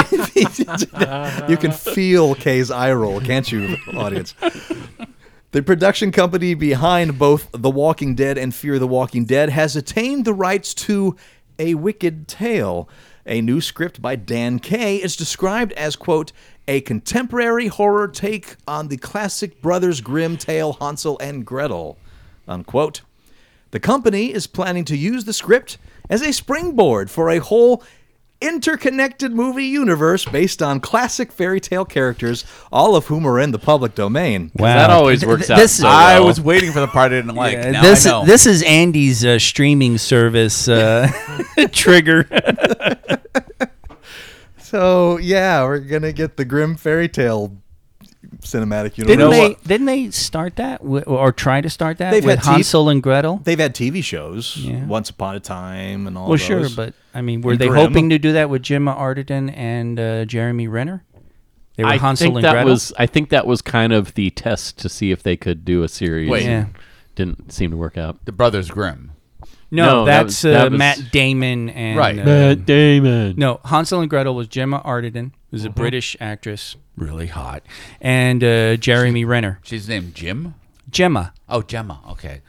Speaker 9: you can feel Kay's eye roll, can't you, audience? The production company behind both The Walking Dead and Fear the Walking Dead has attained the rights to A Wicked Tale. A new script by Dan Kay is described as, quote, a contemporary horror take on the classic Brothers Grimm tale Hansel and Gretel, unquote. The company is planning to use the script as a springboard for a whole interconnected movie universe based on classic fairy tale characters, all of whom are in the public domain.
Speaker 1: wow.
Speaker 5: that always works out.
Speaker 1: This-
Speaker 5: so
Speaker 8: I
Speaker 5: well.
Speaker 8: was waiting for the part I didn't like.
Speaker 1: Yeah,
Speaker 8: now
Speaker 1: this
Speaker 8: I know.
Speaker 1: this is Andy's uh, streaming service (laughs) uh, trigger.
Speaker 9: So yeah, we're gonna get the grim fairy tale cinematic universe.
Speaker 1: didn't
Speaker 8: know
Speaker 1: they?
Speaker 8: what?
Speaker 1: Didn't they start that wi- or try to start that
Speaker 9: They've
Speaker 1: with
Speaker 9: had teeth.
Speaker 1: Hansel and Gretel?
Speaker 9: They've had TV shows,
Speaker 1: Yeah.
Speaker 9: Once Upon a Time, and all.
Speaker 1: well,
Speaker 9: those.
Speaker 1: sure, but I mean, were
Speaker 9: And
Speaker 1: they
Speaker 9: Grimm.
Speaker 1: hoping to do that with Gemma Arterton and uh, Jeremy Renner? They were
Speaker 5: I
Speaker 1: Hansel
Speaker 5: think
Speaker 1: and
Speaker 5: that
Speaker 1: Gretel.
Speaker 5: was. I think that was kind of the test to see if they could do a series.
Speaker 8: Wait.
Speaker 1: yeah.
Speaker 5: Didn't seem to work out.
Speaker 8: the Brothers Grimm.
Speaker 1: No,
Speaker 5: No, that
Speaker 1: that's
Speaker 5: was- that
Speaker 1: uh,
Speaker 5: was-
Speaker 1: Matt Damon and
Speaker 8: Right.
Speaker 1: uh,
Speaker 5: Damon.
Speaker 1: No, Hansel and Gretel was Gemma Arterton, who's a British actress, really hot, and uh, Jeremy Renner.
Speaker 8: She's named Jim.
Speaker 1: Gemma.
Speaker 8: Oh, Gemma. Okay.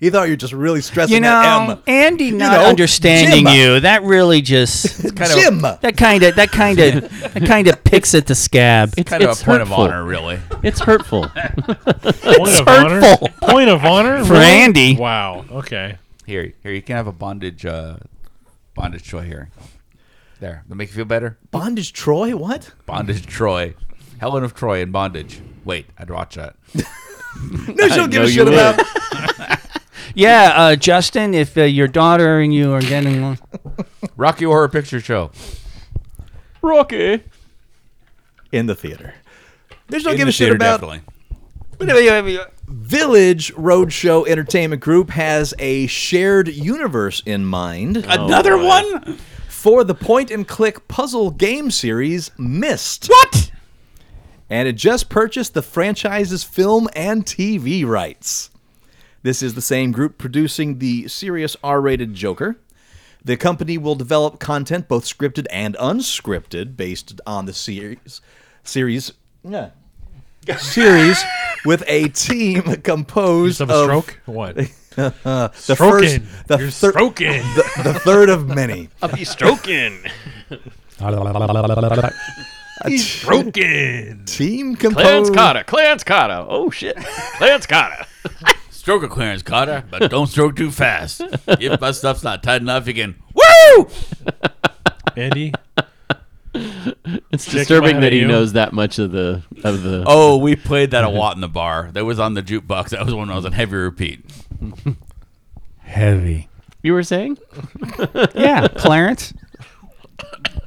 Speaker 9: you thought you were just really stressing
Speaker 1: you know,
Speaker 9: that M.
Speaker 1: Andy not
Speaker 9: know,
Speaker 1: understanding
Speaker 9: Jim.
Speaker 1: you. That really just kind of
Speaker 9: Jim.
Speaker 1: that kind of that kind of that kind of picks at the scab.
Speaker 5: It's
Speaker 8: Kind
Speaker 5: it's
Speaker 8: of a point
Speaker 5: hurtful.
Speaker 8: of honor, really.
Speaker 5: It's hurtful.
Speaker 7: Point
Speaker 1: hurtful.
Speaker 7: of honor. Point of honor
Speaker 1: For
Speaker 7: Really?
Speaker 1: Andy.
Speaker 7: Wow. Okay.
Speaker 8: Here, here you can have a bondage, uh, bondage Troy here. There, that make you feel better.
Speaker 9: Bondage Troy. What?
Speaker 8: Bondage Troy, Helen of Troy in bondage. Wait, I'd watch that.
Speaker 9: No, she don't give
Speaker 5: know
Speaker 9: a
Speaker 5: you
Speaker 9: shit
Speaker 5: would.
Speaker 9: about.
Speaker 1: Yeah, uh, Justin, if uh, your daughter and you are getting along-
Speaker 8: Rocky Horror Picture Show.
Speaker 5: Rocky.
Speaker 9: in the theater. There's no
Speaker 8: In
Speaker 9: give
Speaker 8: the
Speaker 9: a shit
Speaker 8: theater,
Speaker 9: about.
Speaker 8: definitely.
Speaker 1: Wait, wait, wait, wait.
Speaker 9: Village Roadshow Entertainment Group has a shared universe in mind
Speaker 8: Another one?
Speaker 9: for the point and click puzzle game series Mist.
Speaker 8: What?
Speaker 9: and it just purchased the franchise's film and TV rights. This is the same group producing the serious R rated Joker. The company will develop content, both scripted and unscripted, based on the series. Series.
Speaker 7: (laughs)
Speaker 9: Yeah. series with a team composed
Speaker 7: Some
Speaker 9: of
Speaker 7: stroke? What?
Speaker 9: the
Speaker 7: stroking.
Speaker 9: first, the,
Speaker 7: You're
Speaker 9: thir-
Speaker 7: stroking.
Speaker 9: the, the third of
Speaker 7: (laughs)
Speaker 9: many.
Speaker 5: I'll be stroking.
Speaker 7: Stroking.
Speaker 9: Team composed.
Speaker 5: Clarence Cotta. Clarence Cotta. Oh shit. Clarence Cotta.
Speaker 8: Stroke a clearance, Cotter,
Speaker 9: (laughs)
Speaker 8: but don't stroke too fast. If my stuff's not tight enough,
Speaker 9: (laughs)
Speaker 8: you can. Woo!
Speaker 7: Andy,
Speaker 5: It's
Speaker 7: Chick, am
Speaker 5: disturbing
Speaker 7: I
Speaker 5: that he
Speaker 7: you?
Speaker 5: knows that much of the of the.
Speaker 8: Oh, we played that a lot in the bar. That was on the jukebox. That was when I was on heavy repeat.
Speaker 1: Heavy.
Speaker 5: You were saying?
Speaker 1: Yeah, Clarence.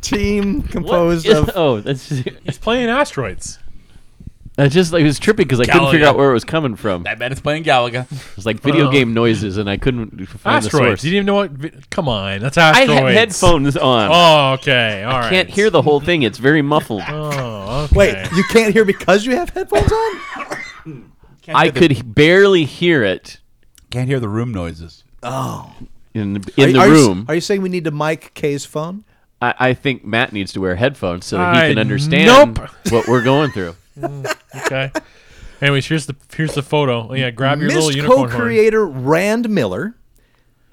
Speaker 9: Team
Speaker 7: (laughs)
Speaker 9: composed
Speaker 5: Is-
Speaker 9: of
Speaker 5: oh, that's just,
Speaker 7: he's playing asteroids.
Speaker 5: that's just like it was tripping because I couldn't figure
Speaker 8: Galaga.
Speaker 5: out where it was coming from. It
Speaker 8: That man is playing Galaga.
Speaker 5: was like video game noises, and I couldn't find
Speaker 7: Asteroids.
Speaker 5: the
Speaker 7: You
Speaker 5: source.
Speaker 7: didn't even know what. vi- Come on, that's
Speaker 5: I
Speaker 7: asteroids.
Speaker 5: had headphones on.
Speaker 7: Oh, okay. All right.
Speaker 5: Can't hear the whole thing. It's very muffled.
Speaker 7: Oh, okay.
Speaker 9: Wait, you can't hear because you have headphones on?
Speaker 5: I could h- barely hear it
Speaker 8: Can't hear the room noises.
Speaker 5: in in the
Speaker 9: Are you-
Speaker 5: room.
Speaker 9: are you saying we need to mic K's phone?
Speaker 5: I, I think Matt needs to wear headphones so that he
Speaker 7: I-
Speaker 5: can understand
Speaker 7: nope.
Speaker 5: what we're going
Speaker 7: (laughs)
Speaker 5: through.
Speaker 7: okay. Anyways, here's the here's the photo. Oh, Yeah, grab your little
Speaker 9: Missed
Speaker 7: unicorn horn.
Speaker 9: co-creator Rand Miller,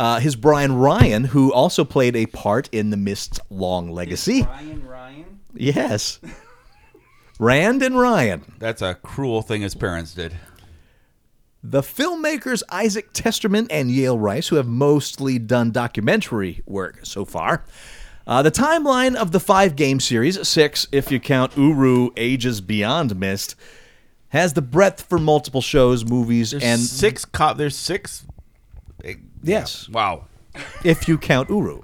Speaker 9: uh, his Brian Ryan, who also played a part in the Mist's long legacy.
Speaker 1: Ryan Ryan.
Speaker 9: Yes, (laughs) Rand and Ryan.
Speaker 8: That's a cruel thing his parents did.
Speaker 9: The filmmakers Isaac Testerman and Yale Rice, who have mostly done documentary work so far. Uh, the timeline of the five game series, six if you count Uru Ages Beyond Mist, has the breadth for multiple shows, movies, and
Speaker 8: six cop. There's six. eh,
Speaker 9: Yes,
Speaker 8: Wow.
Speaker 9: if you count Uru.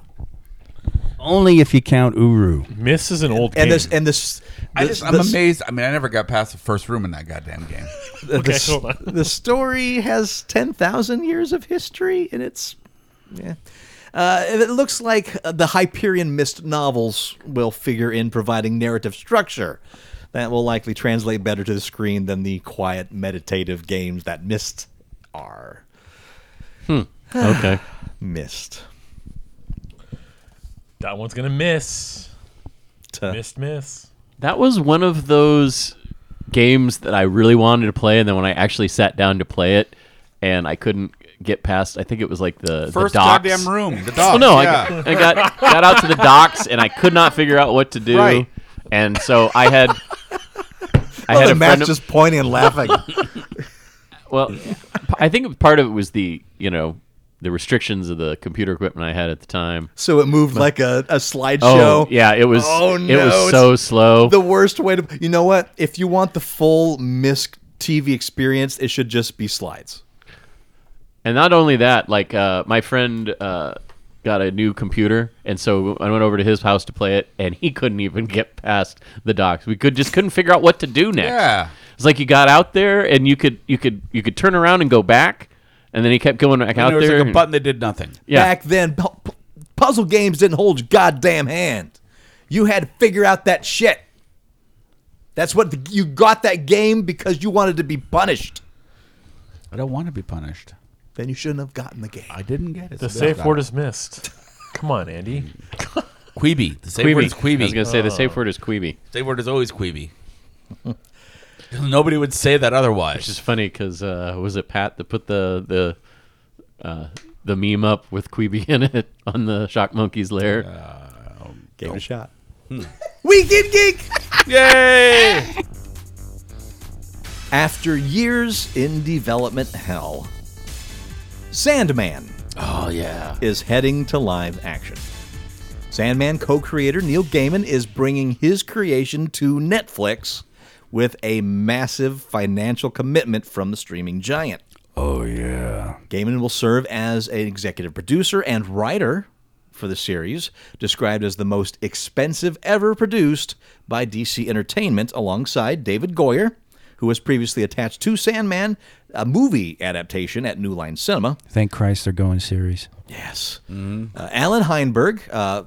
Speaker 1: Only if you count Uru.
Speaker 7: Miss is an old
Speaker 9: And
Speaker 7: game.
Speaker 9: this, and this,
Speaker 8: I
Speaker 9: this-
Speaker 8: just, I'm
Speaker 9: this-
Speaker 8: amazed. I mean, I never got past the first room in that goddamn
Speaker 5: (laughs)
Speaker 8: game.
Speaker 9: the-
Speaker 7: Okay,
Speaker 9: the-
Speaker 7: hold on.
Speaker 9: (laughs) The story has 10,000 years of history, and it's. Yeah. Uh, it looks like uh, the Hyperion Mist novels will figure in providing narrative structure that will likely translate better to the screen than the quiet, meditative games that Mist are.
Speaker 5: Okay.
Speaker 9: Mist. (laughs)
Speaker 7: that one's gonna miss.
Speaker 9: Tuh.
Speaker 7: Missed miss.
Speaker 5: That was one of those games that I really wanted to play, and then when I actually sat down to play it, and I couldn't get past. I think it was like the
Speaker 8: First
Speaker 5: the docks.
Speaker 8: goddamn room. The dog.
Speaker 5: Oh no!
Speaker 8: yeah.
Speaker 5: I, got, I got got out to the docks, and I could not figure out what to do,
Speaker 8: Right.
Speaker 5: and so I had. I had
Speaker 9: Oh,
Speaker 5: a
Speaker 9: Matt's
Speaker 5: friend of,
Speaker 9: just pointing
Speaker 5: (laughs)
Speaker 9: and laughing.
Speaker 5: well, I think part of it was the you know the restrictions of the computer equipment I had at the time.
Speaker 9: so it moved like a, a slideshow.
Speaker 5: Oh yeah, it was
Speaker 9: Oh,
Speaker 5: it
Speaker 9: no,
Speaker 5: was so
Speaker 9: it's
Speaker 5: slow.
Speaker 9: the worst way to you know what if you want the full misc tv experience it should just be slides
Speaker 5: And not only that, like uh, my friend uh, got a new computer, and so I went over to his house to play it, and he couldn't even get past the docks. We could just couldn't figure out what to do next.
Speaker 8: Yeah.
Speaker 5: it's like you got out there, and you could you could you could turn around and go back, and then he kept going back out
Speaker 8: And there was
Speaker 5: there.
Speaker 8: like a
Speaker 5: and-
Speaker 8: button that did nothing.
Speaker 5: yeah,
Speaker 9: back then pu- pu- puzzle games didn't hold your goddamn hand you had to figure out that shit that's what the, you got that game because you wanted to be punished
Speaker 8: I don't want to be punished.
Speaker 9: then you shouldn't have gotten the game
Speaker 8: I didn't get it.
Speaker 7: The safe word is missed. Come on, Andy.
Speaker 8: Queeby. The safe word
Speaker 5: Queeby.
Speaker 8: is Queeby. Oh.
Speaker 5: I was gonna say the safe word is Queeby.
Speaker 8: safe word is always Queeby. (laughs) Nobody would say that otherwise.
Speaker 5: Which is funny because uh, was it Pat that put the the uh, the meme up with Queeby (laughs) in it on the Shock Monkey's lair?
Speaker 9: gave it a shot
Speaker 8: Hmm.
Speaker 9: (laughs)
Speaker 8: (laughs) Yay!
Speaker 9: after years in development hell sandman
Speaker 8: Oh yeah.
Speaker 9: is heading to live action. Sandman co creator Neil Gaiman is bringing his creation to Netflix with a massive financial commitment from the streaming giant.
Speaker 1: Oh yeah.
Speaker 9: Gaiman will serve as an executive producer and writer for the series, described as the most expensive ever produced by DC Entertainment alongside David Goyer, who was previously attached to Sandman, a movie adaptation at New Line Cinema.
Speaker 1: Thank Christ they're going series.
Speaker 9: Yes. Uh, Alan Heinberg, uh,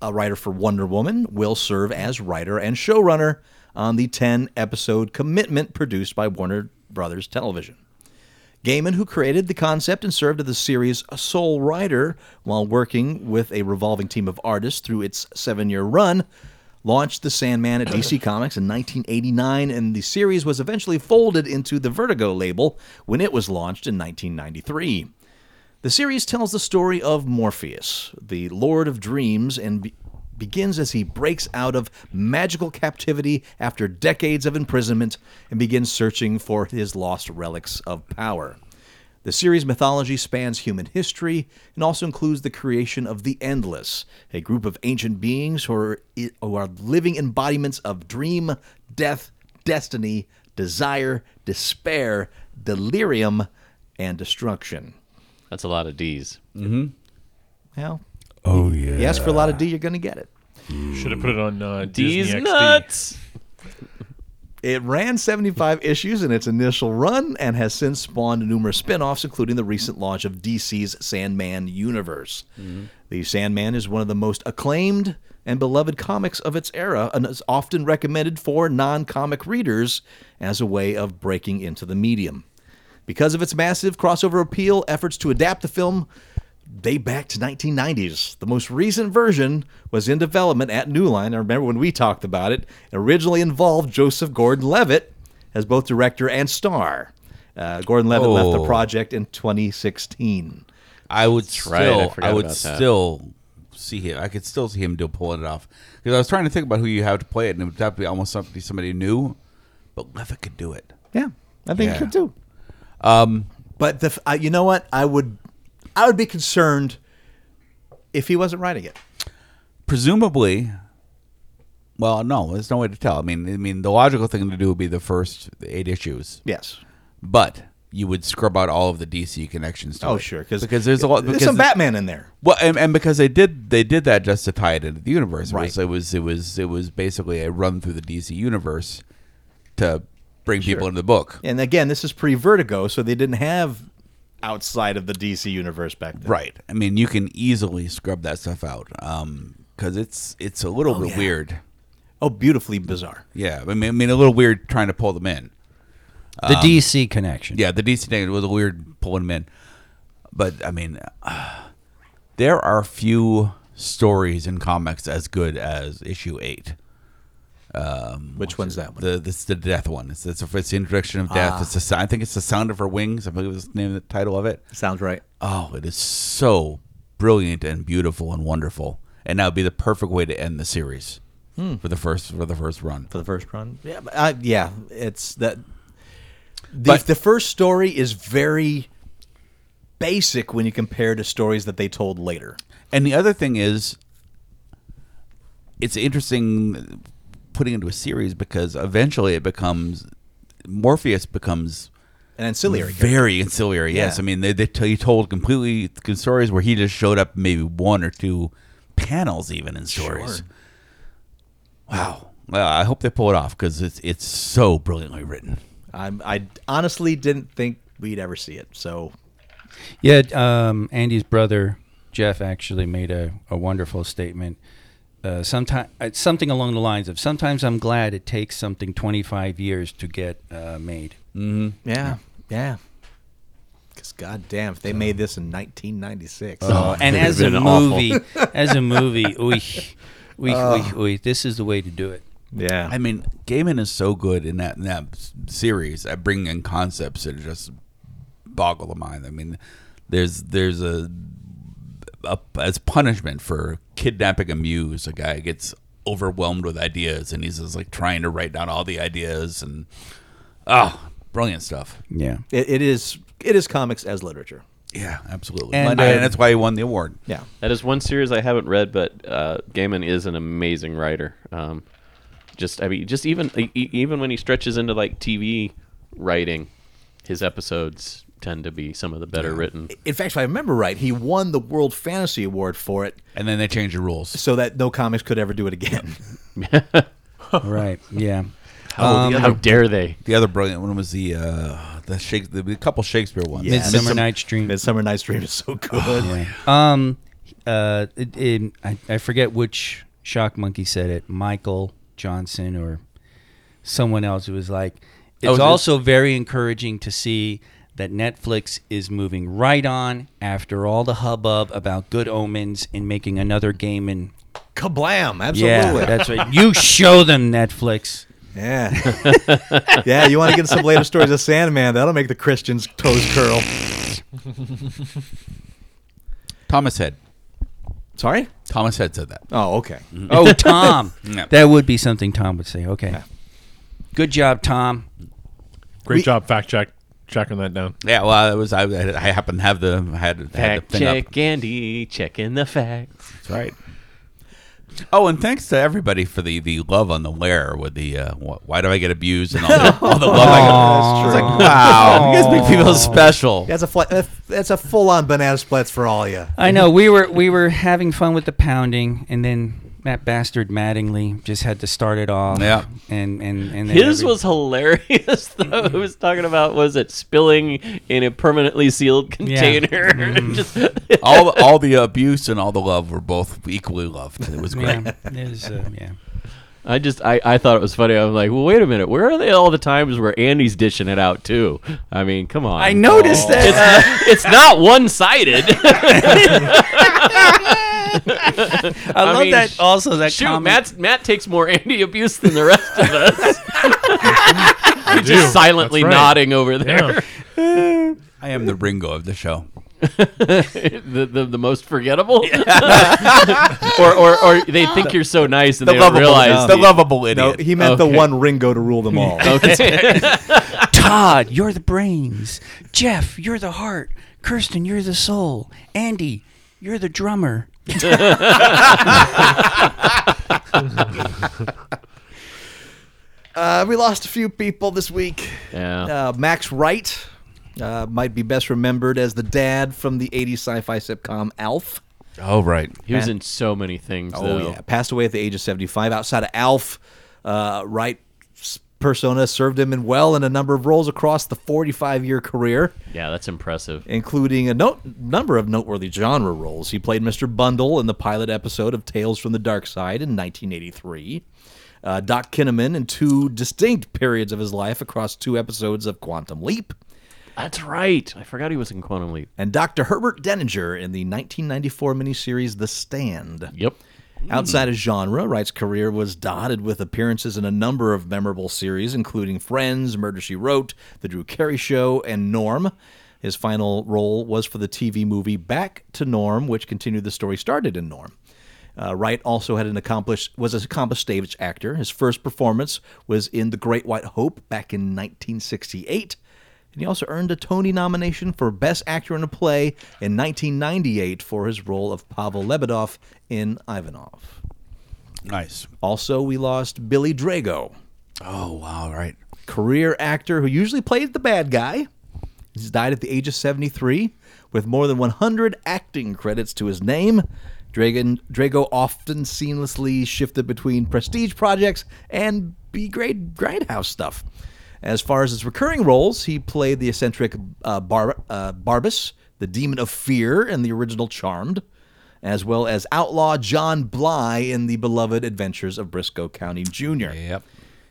Speaker 9: a writer for Wonder Woman, will serve as writer and showrunner on the 10 episode commitment produced by Warner Brothers Television. Gaiman, who created the concept and served as the series' sole writer while working with a revolving team of artists through its seven year run, launched The Sandman at DC Comics in 1989, and the series was eventually folded into the Vertigo label when it was launched in 1993. The series tells the story of Morpheus, the Lord of Dreams, and be- begins as he breaks out of magical captivity after decades of imprisonment and begins searching for his lost relics of power. The series' mythology spans human history and also includes the creation of the Endless, a group of ancient beings who are, who are living embodiments of dream, death, destiny, desire, despair, delirium, and destruction.
Speaker 5: That's a lot of D's.
Speaker 9: Well,
Speaker 1: Oh yeah.
Speaker 9: you ask for a lot of D, you're going to get it.
Speaker 7: Should have put it on uh,
Speaker 5: D's
Speaker 7: Disney XD.
Speaker 5: nuts.
Speaker 9: It ran 75 issues in its initial run and has since spawned numerous spin offs, including the recent launch of DC's Sandman universe. The Sandman is one of the most acclaimed and beloved comics of its era and is often recommended for non comic readers as a way of breaking into the medium. Because of its massive crossover appeal, efforts to adapt the film date back to 1990s. The most recent version was in development at New Line. I remember when we talked about it. It originally involved Joseph Gordon-Levitt as both director and star. Uh, Gordon-Levitt left the
Speaker 8: Oh.
Speaker 9: project in 2016.
Speaker 8: I would
Speaker 5: right, I
Speaker 8: still, I,
Speaker 5: forgot
Speaker 8: would
Speaker 5: about that.
Speaker 8: still see him. I could still see him do pulling it off because I was trying to think about who you have to play it, and it would have to be almost somebody somebody new. But Levitt could do it.
Speaker 9: Yeah, I think
Speaker 8: Yeah. Um,
Speaker 9: it could too. Um, but the f- uh, you know what? I would I would be concerned if he wasn't writing it.
Speaker 8: Presumably, well, no, there's no way to tell. I mean, I mean, the logical thing to do would be the first eight issues,
Speaker 9: Yes.
Speaker 8: but you would scrub out all of the DC connections. to
Speaker 9: Oh
Speaker 8: it.
Speaker 9: sure, because
Speaker 8: because there's a lot.
Speaker 9: There's
Speaker 8: because
Speaker 9: some
Speaker 8: the-
Speaker 9: Batman in there.
Speaker 8: Well, and, and because they did they did that just to tie it into the universe. It
Speaker 9: Right.
Speaker 8: was- It was it was it was basically a run through the DC universe to bring people into the book.
Speaker 9: And again, this is pre Vertigo, so they didn't have outside of the DC universe back then.
Speaker 8: Right. I mean, you can easily scrub that stuff out because it's it's a little bit
Speaker 9: yeah.
Speaker 8: weird.
Speaker 9: Oh, beautifully bizarre.
Speaker 8: Yeah, I mean, I mean, a little weird trying to pull them in.
Speaker 1: The DC connection.
Speaker 8: Yeah, the DC thing was a weird pulling them in, but I mean, (sighs) there are few stories in comics as good as issue eight. Mm-hmm.
Speaker 9: Which one's that one? Ah.
Speaker 8: The this the death one. It's it's, it's the introduction of death. It's the sou- I think it's the sound of her wings. I believe is the name of the title of it.
Speaker 9: Sounds right.
Speaker 8: Oh, it is so brilliant and beautiful and wonderful. And that would be the perfect way to end the series for the first for the first run.
Speaker 9: Hmm. For the first run. Yeah, but, uh, yeah. It's that. The,
Speaker 8: But-
Speaker 9: the first story is very basic when you compare to stories that they told later.
Speaker 8: And the other thing is, it's interesting putting into a series because eventually it becomes Morpheus becomes
Speaker 9: An ancillary. character.
Speaker 8: very ancillary. Yes,
Speaker 9: Yeah.
Speaker 8: I mean they they t- he told completely good stories where he just showed up maybe one or two panels even in stories.
Speaker 9: Sure.
Speaker 8: Wow. Well, I hope they pull it off because it's it's so brilliantly written.
Speaker 9: I'm, I honestly didn't think we'd ever see it. So
Speaker 1: Yeah, um, Andy's brother Jeff actually made a, a wonderful statement. Uh, sometime, uh, something along the lines of, "Sometimes I'm glad it takes something 25 years to get uh, made."
Speaker 9: yeah, yeah. Because goddamn, if they made this in 1996,
Speaker 8: Oh.
Speaker 1: Uh, and as a
Speaker 5: been awful.
Speaker 1: movie, as a movie, oy, oy, oy, oy, this is the way to do it.
Speaker 9: yeah,
Speaker 8: I mean, Gaiman is so good in that in that s- series at bringing in concepts that just boggle the mind. I mean, there's there's a, a as punishment for kidnapping a muse, a guy gets overwhelmed with ideas and he's just like trying to write down all the ideas and oh, brilliant stuff.
Speaker 1: Yeah.
Speaker 9: It, it is it is comics as literature.
Speaker 8: Yeah, absolutely.
Speaker 1: And,
Speaker 8: And,
Speaker 1: uh,
Speaker 8: and that's why he won the award.
Speaker 9: Yeah.
Speaker 5: That is one series I haven't read, but uh, Gaiman is an amazing writer. Um, just I mean, just even e- e- even when he stretches into like TV writing, his episodes tend to be some of the better written.
Speaker 9: In fact, if I remember right, he won the World Fantasy Award for it,
Speaker 8: And then they changed the
Speaker 1: (laughs)
Speaker 8: rules.
Speaker 9: so that no comics could ever do it again.
Speaker 1: Right. Yeah.
Speaker 8: Oh, the
Speaker 5: Um, How
Speaker 8: other
Speaker 5: dare they?
Speaker 8: the other brilliant one was the uh the Shake the, the couple Shakespeare ones.
Speaker 9: Yeah.
Speaker 1: Midsummer
Speaker 9: Midsomm-
Speaker 1: Night's Dream.
Speaker 9: Midsummer Night's Dream is
Speaker 1: Oh,
Speaker 9: so good.
Speaker 1: Um, uh, it, it, I, I forget which shock monkey said it. Michael Johnson or someone else. It was like it's
Speaker 8: was it-
Speaker 1: also very encouraging to see that Netflix is moving right on after all the hubbub about Good Omens and making another game. And
Speaker 9: Kablam!
Speaker 1: yeah,
Speaker 9: Absolutely.
Speaker 1: that's right. You show them Netflix.
Speaker 9: Yeah.
Speaker 1: (laughs)
Speaker 9: yeah, (laughs) you want to get some later stories of Sandman? That'll make the Christians' toes curl.
Speaker 8: Thomas Head.
Speaker 9: Sorry?
Speaker 8: Thomas Head said that.
Speaker 9: Oh, okay.
Speaker 1: Oh, Tom.
Speaker 8: No.
Speaker 1: That would be something Tom would say. Okay. Good job, Tom.
Speaker 7: Great job, fact check, checking that down.
Speaker 8: Yeah, well, it was I. I happened to have the had, had
Speaker 5: Fact
Speaker 8: the thing up.
Speaker 5: check Andy, checking the facts.
Speaker 8: That's right. Oh, and thanks to everybody for the, the love on the lair with the uh, wh- why do I get abused and all the,
Speaker 9: (laughs)
Speaker 8: all
Speaker 9: Oh,
Speaker 8: the love. I got. It's like wow, you guys make me feel special.
Speaker 9: That's a fl- that's a full-on banana splits for all you.
Speaker 1: I know we were we were having fun with the pounding, and then that bastard Mattingly just had to start it off.
Speaker 8: Yeah.
Speaker 1: and and and then
Speaker 5: His
Speaker 1: every-
Speaker 5: was hilarious (laughs) though. It was talking about was it spilling in a permanently sealed container? (laughs)
Speaker 8: Mm-hmm.
Speaker 5: Just-
Speaker 8: all all the abuse and all the love were both equally loved. It was great.
Speaker 1: yeah, it was, (laughs) uh, yeah.
Speaker 5: I just I, I thought it was funny. I was like, well, wait a minute. Where are they all the times where Andy's dishing it out too? I mean, come on.
Speaker 1: I noticed that.
Speaker 5: (laughs) It's not one sided.
Speaker 1: I love
Speaker 5: mean,
Speaker 1: that. Also, that
Speaker 5: Shoot,
Speaker 1: comment-
Speaker 5: Matt Matt takes more Andy abuse than the rest
Speaker 7: (laughs)
Speaker 5: of us. You're just (laughs) silently
Speaker 7: That's right.
Speaker 5: nodding over there. (laughs)
Speaker 7: Yeah.
Speaker 8: I am the Ringo of the show.
Speaker 5: the, the, the most forgettable, (laughs) or, or or they think you're so nice and they don't realize.
Speaker 8: the
Speaker 5: you-
Speaker 8: lovable idiot.
Speaker 9: No, he meant the
Speaker 5: Okay.
Speaker 9: one Ringo to rule
Speaker 1: (laughs)
Speaker 9: them all.
Speaker 1: (laughs) Todd, you're the brains. Jeff, you're the heart. Kirsten, you're the soul. Andy, you're the (laughs) drummer.
Speaker 9: Uh, we lost a few people this week.
Speaker 5: Yeah.
Speaker 9: Uh, Max Wright uh, might be best remembered as the dad from the 80s sci-fi sitcom Alf.
Speaker 8: oh right.
Speaker 5: He was in so many things.
Speaker 9: Oh
Speaker 5: though.
Speaker 9: yeah, passed away at the age of 75. Outside of Alf, uh, Wright's persona served him in well in a number of roles across the 45-year career.
Speaker 5: Yeah, that's impressive.
Speaker 9: including a no- number of noteworthy genre roles. He played Mr. Bundle in the pilot episode of Tales from the Dark Side in 1983. Uh, Doc Kinnaman in two distinct periods of his life across two episodes of Quantum Leap,
Speaker 5: That's right. I forgot he was in Quantum Leap.
Speaker 9: and Dr. Herbert Denninger in the 1994 miniseries The Stand.
Speaker 5: Yep.
Speaker 9: Outside of genre, Wright's career was dotted with appearances in a number of memorable series, including Friends, Murder She Wrote, The Drew Carey Show, and Norm. His final role was for the TV movie Back to Norm, which continued the story started in Norm. Uh, Wright also had an accomplished was an accomplished stage actor. His first performance was in The Great White Hope back in 1968. And he also earned a Tony nomination for Best Actor in a Play in 1998 for his role of Pavel Lebedov in Ivanov.
Speaker 8: Nice.
Speaker 9: Also, we lost Billy Drago,
Speaker 8: Oh wow. Right.
Speaker 9: career actor who usually played the bad guy. He's died at the age of 73 with more than 100 acting credits to his name. Dragon, Drago often seamlessly shifted between prestige projects and B grade grindhouse stuff. As far as his recurring roles, he played the eccentric uh, Bar- uh, Barbus, the Demon of Fear, in the original Charmed, as well as outlaw John Bly in the beloved Adventures of Briscoe County Jr.
Speaker 8: Yep.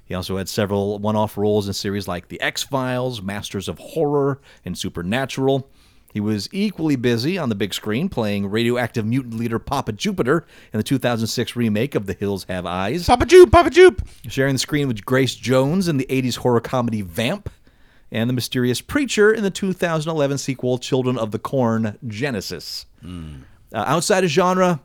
Speaker 9: He also had several one off roles in series like The X Files, Masters of Horror, and Supernatural. He was equally busy on the big screen playing radioactive mutant leader Papa Jupiter in the 2006 remake of The Hills Have Eyes,
Speaker 8: Papa Jupe. Papa Jupe.
Speaker 9: sharing the screen with Grace Jones in the 80s horror comedy Vamp, and the mysterious preacher in the 2011 sequel Children of the Corn Genesis. Uh, outside of genre,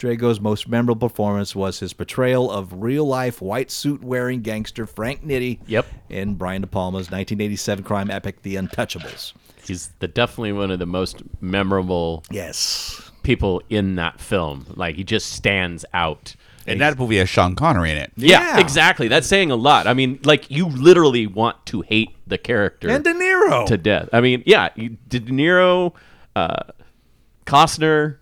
Speaker 9: Drago's most memorable performance was his portrayal of real life white suit wearing gangster Frank Nitti
Speaker 5: Yep.
Speaker 9: in Brian De Palma's 1987 crime epic The Untouchables.
Speaker 5: He's the, definitely one of the most memorable
Speaker 9: Yes.
Speaker 5: people in that film. Like he just stands out.
Speaker 8: And that movie has Sean Connery in it.
Speaker 5: Yeah,
Speaker 9: Yeah.
Speaker 5: exactly. That's saying a lot. I mean, like you literally want to hate the character
Speaker 9: And De Niro.
Speaker 5: to death. I mean, yeah, you- De Niro, uh, Costner,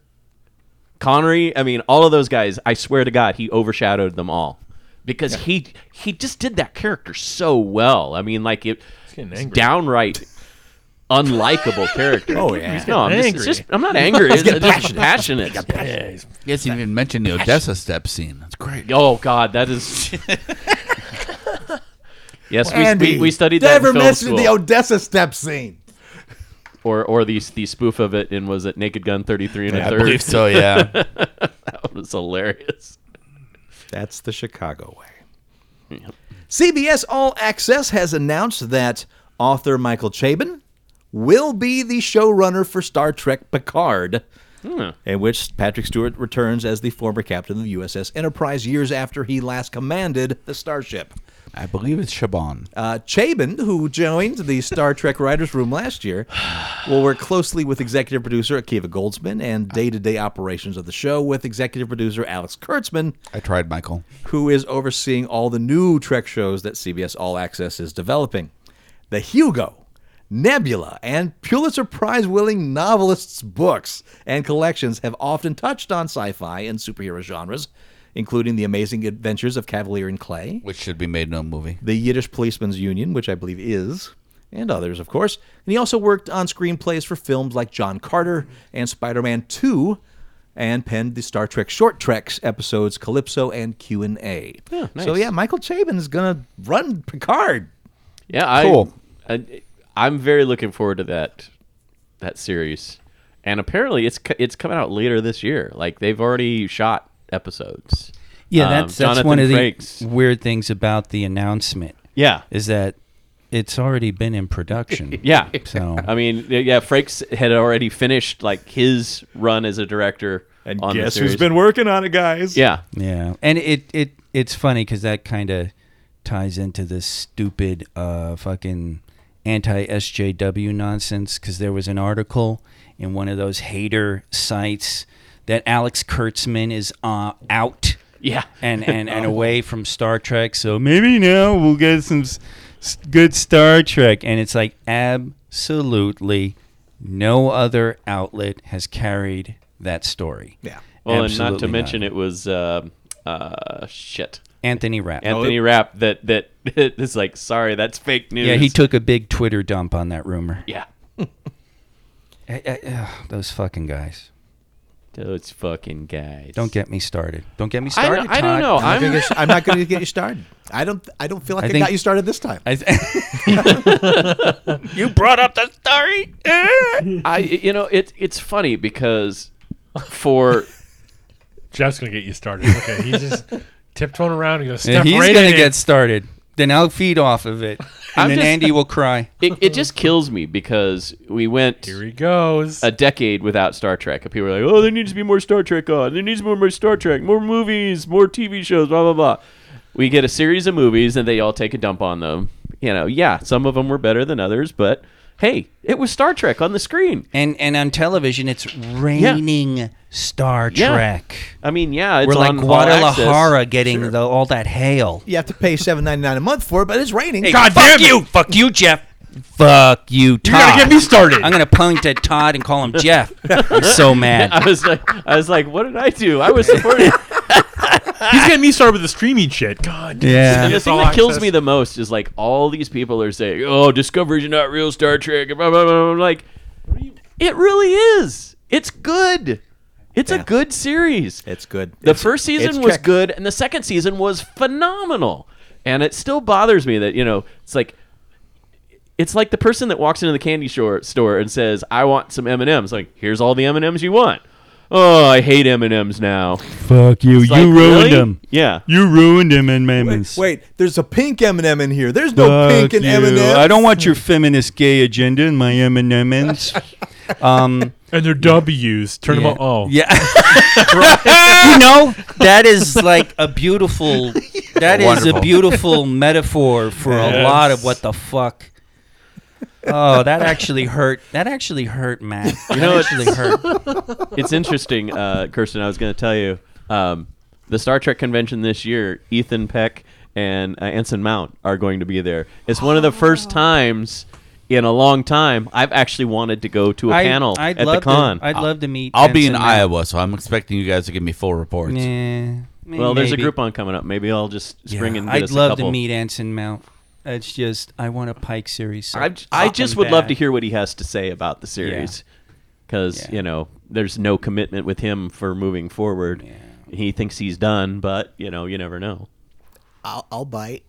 Speaker 5: Connery. I mean, all of those guys. I swear to God, he overshadowed them all because he he just did that character so well. I mean, like it,
Speaker 7: getting
Speaker 5: it's
Speaker 7: angry.
Speaker 5: downright unlikable character. Oh
Speaker 9: yeah.
Speaker 5: no, I'm
Speaker 7: getting
Speaker 5: just,
Speaker 7: angry.
Speaker 5: just- I'm not angry. It's just passionate.
Speaker 8: You guys didn't even mention the Odessa step scene. That's great.
Speaker 5: Oh God, that is. yes, we, we,
Speaker 6: Andy,
Speaker 5: we studied that.
Speaker 6: never
Speaker 5: in film
Speaker 6: mentioned the
Speaker 5: school.
Speaker 6: Odessa step scene.
Speaker 5: or or the the spoof of it in was it Naked Gun 33 and a
Speaker 8: I
Speaker 5: third.
Speaker 8: believe so. Yeah.
Speaker 5: That was hilarious.
Speaker 9: That's the Chicago way. CBS All Access has announced that author Michael Chabon will be the showrunner for Star Trek Picard, in which Patrick Stewart returns as the former captain of the USS Enterprise years after he last commanded the starship.
Speaker 8: I believe it's Shaban.
Speaker 9: Uh, Chabon, who joined the Star Trek writers' room last year, will work closely with executive producer Akiva Goldsman and day-to-day operations of the show with executive producer Alex Kurtzman,
Speaker 8: I tried, Michael.
Speaker 9: who is overseeing all the new Trek shows that CBS All Access is developing. The Hugo, Nebula, and Pulitzer Prize winning novelists' books and collections have often touched on sci fi and superhero genres, including The Amazing Adventures of Cavalier and Clay,
Speaker 8: Which should be made no movie.
Speaker 9: The Yiddish Policemen's Union, which I believe is, and others, of course. And he also worked on screenplays for films like John Carter and Spider Man 2. And penned the Star Trek Short Treks episodes Calypso and Q and A. So yeah, Michael Chabon is gonna run Picard.
Speaker 5: Yeah, I,
Speaker 8: Cool.
Speaker 5: I I'm very looking forward to that that series. And apparently it's co- it's coming out later this year. Like they've already shot episodes.
Speaker 1: Yeah,
Speaker 5: Um,
Speaker 1: that's that's
Speaker 5: Jonathan
Speaker 1: one of
Speaker 5: Frakes.
Speaker 1: the weird things about the announcement
Speaker 5: Yeah.
Speaker 1: is that it's already been in (laughs) production.
Speaker 5: Yeah.
Speaker 1: So
Speaker 5: (laughs) I mean, yeah, Frakes had already finished like his run as a director
Speaker 9: And
Speaker 5: on the
Speaker 9: guess who's
Speaker 5: series.
Speaker 9: been working on it, guys?
Speaker 5: Yeah.
Speaker 1: yeah, and it it it's funny because that kind of ties into this stupid uh, fucking anti SJW nonsense because there was an article in one of those hater sites that Alex Kurtzman is uh, out.
Speaker 5: Yeah.
Speaker 1: and and, and away from Star Trek. So maybe now we'll get some s- s- good Star Trek. And it's like absolutely no other outlet has carried that story.
Speaker 9: Yeah.
Speaker 5: Well, and not to
Speaker 1: Absolutely
Speaker 5: mention it was um uh shit.
Speaker 1: Anthony Rapp.
Speaker 5: Anthony Rapp that that (laughs) is like, sorry, that's fake news.
Speaker 1: yeah, he took a big Twitter dump on that rumor.
Speaker 5: Yeah.
Speaker 1: Eh, eh, eh, those fucking guys.
Speaker 5: Those fucking guys.
Speaker 1: Don't get me started. Don't get me
Speaker 5: I,
Speaker 1: started.
Speaker 5: don't- I don't
Speaker 1: Todd.
Speaker 5: know.
Speaker 9: I'm,
Speaker 5: I'm,
Speaker 9: not going to get you started. I don't. I don't feel like
Speaker 1: I
Speaker 9: I,
Speaker 1: think-
Speaker 9: got you started this time.
Speaker 1: I th-
Speaker 5: (laughs) you brought up the
Speaker 1: (laughs)
Speaker 5: story. I you know it it's funny because for
Speaker 7: Jeff's gonna get you started. Okay, he's just tiptoeing around and gonna step
Speaker 1: he's
Speaker 7: right
Speaker 1: gonna
Speaker 7: in
Speaker 1: get
Speaker 7: it.
Speaker 1: started. Then I'll feed off
Speaker 5: (laughs)
Speaker 1: of it, and
Speaker 5: I'm
Speaker 1: then
Speaker 5: just-
Speaker 1: Andy will cry.
Speaker 5: it, it just kills me because we went
Speaker 7: Here he goes.
Speaker 5: a decade without Star Trek. And people were like, oh, there needs to be more Star Trek on. There needs to be more Star Trek, more movies, more TV shows, blah, blah, blah. We get a series of movies and they all take a dump on them. You know, yeah, some of them were better than others, but hey, it was Star Trek on the screen.
Speaker 1: And and on television, it's raining Star
Speaker 5: Yeah.
Speaker 1: Trek.
Speaker 5: I mean, yeah, it's
Speaker 1: We're like
Speaker 5: on all access.
Speaker 1: Guadalajara getting the, all that hail.
Speaker 9: You have to pay seven ninety nine a month for it, but it's raining.
Speaker 1: God fuck
Speaker 7: damn it.
Speaker 1: you! Fuck you, Jeff! Fuck you, Todd!
Speaker 7: gotta get me started.
Speaker 1: I'm gonna point at Todd and call him Jeff.
Speaker 5: (laughs)
Speaker 1: I'm so mad.
Speaker 5: (laughs) I was like, I was like, what did I do? I was
Speaker 1: (laughs)
Speaker 5: supporting.
Speaker 7: he's getting me started with the streaming shit. God.
Speaker 5: And
Speaker 1: Yeah.
Speaker 5: the
Speaker 7: It's
Speaker 5: thing
Speaker 7: all
Speaker 5: that kills
Speaker 7: access.
Speaker 5: me the most is like all these people are saying, "Oh, Discovery's not real Star Trek." Blah, blah, blah, blah. I'm like, it really is. It's good. It's a good series.
Speaker 9: It's good.
Speaker 5: The
Speaker 9: It's-
Speaker 5: first
Speaker 9: it's
Speaker 5: season was
Speaker 9: Trek.
Speaker 5: good, and the second season was phenomenal. And it still bothers me that you know it's like it's like the person that walks into the candy store, store and says, "I want some M and M's." Like, here's all the M and M's you want. Oh, I hate M and M's now.
Speaker 1: Fuck you!
Speaker 5: It's like, really? Yeah.
Speaker 1: You ruined him in Mammoth.
Speaker 9: Wait, there's a pink M and m in here. There's no pink in M and m
Speaker 1: don't want your feminist gay agenda in my M&M's.
Speaker 5: (laughs)
Speaker 1: um,
Speaker 7: And they're W's. Turn them
Speaker 1: yeah.
Speaker 7: up. Oh,
Speaker 1: Yeah. (laughs) you know, that (laughs) is like a beautiful that is a
Speaker 8: Wonderful.
Speaker 1: beautiful metaphor for a lot of what the fuck. Oh, that actually hurt. That actually hurt, Matt. You
Speaker 5: know,
Speaker 1: that actually hurt.
Speaker 5: it's interesting, uh, Kirsten. I was going to tell you um, the Star Trek convention this year. Ethan Peck and uh, Anson Mount are going to be there. It's one of the first times in a long time I've actually wanted to go to a panel
Speaker 1: I'd
Speaker 5: at
Speaker 1: love
Speaker 5: the con.
Speaker 1: To, I'd love to meet.
Speaker 8: I'll be in
Speaker 1: Benson now.
Speaker 8: Iowa, so I'm expecting you guys to give me full reports.
Speaker 1: Yeah.
Speaker 5: Well, there's a
Speaker 1: Maybe.
Speaker 5: Groupon coming up. Maybe I'll just spring
Speaker 1: Yeah,
Speaker 5: and get
Speaker 1: I'd
Speaker 5: us a
Speaker 1: love
Speaker 5: couple.
Speaker 1: to meet Anson Mount. It's just I want a Pike series. so
Speaker 5: I, I just
Speaker 1: fucking
Speaker 5: would love
Speaker 1: bad.
Speaker 5: to hear what he has to say about the series because
Speaker 1: Yeah.
Speaker 5: you know there's no commitment with him for moving forward. He thinks he's done, but you know you never know.
Speaker 11: I'll, I'll bite.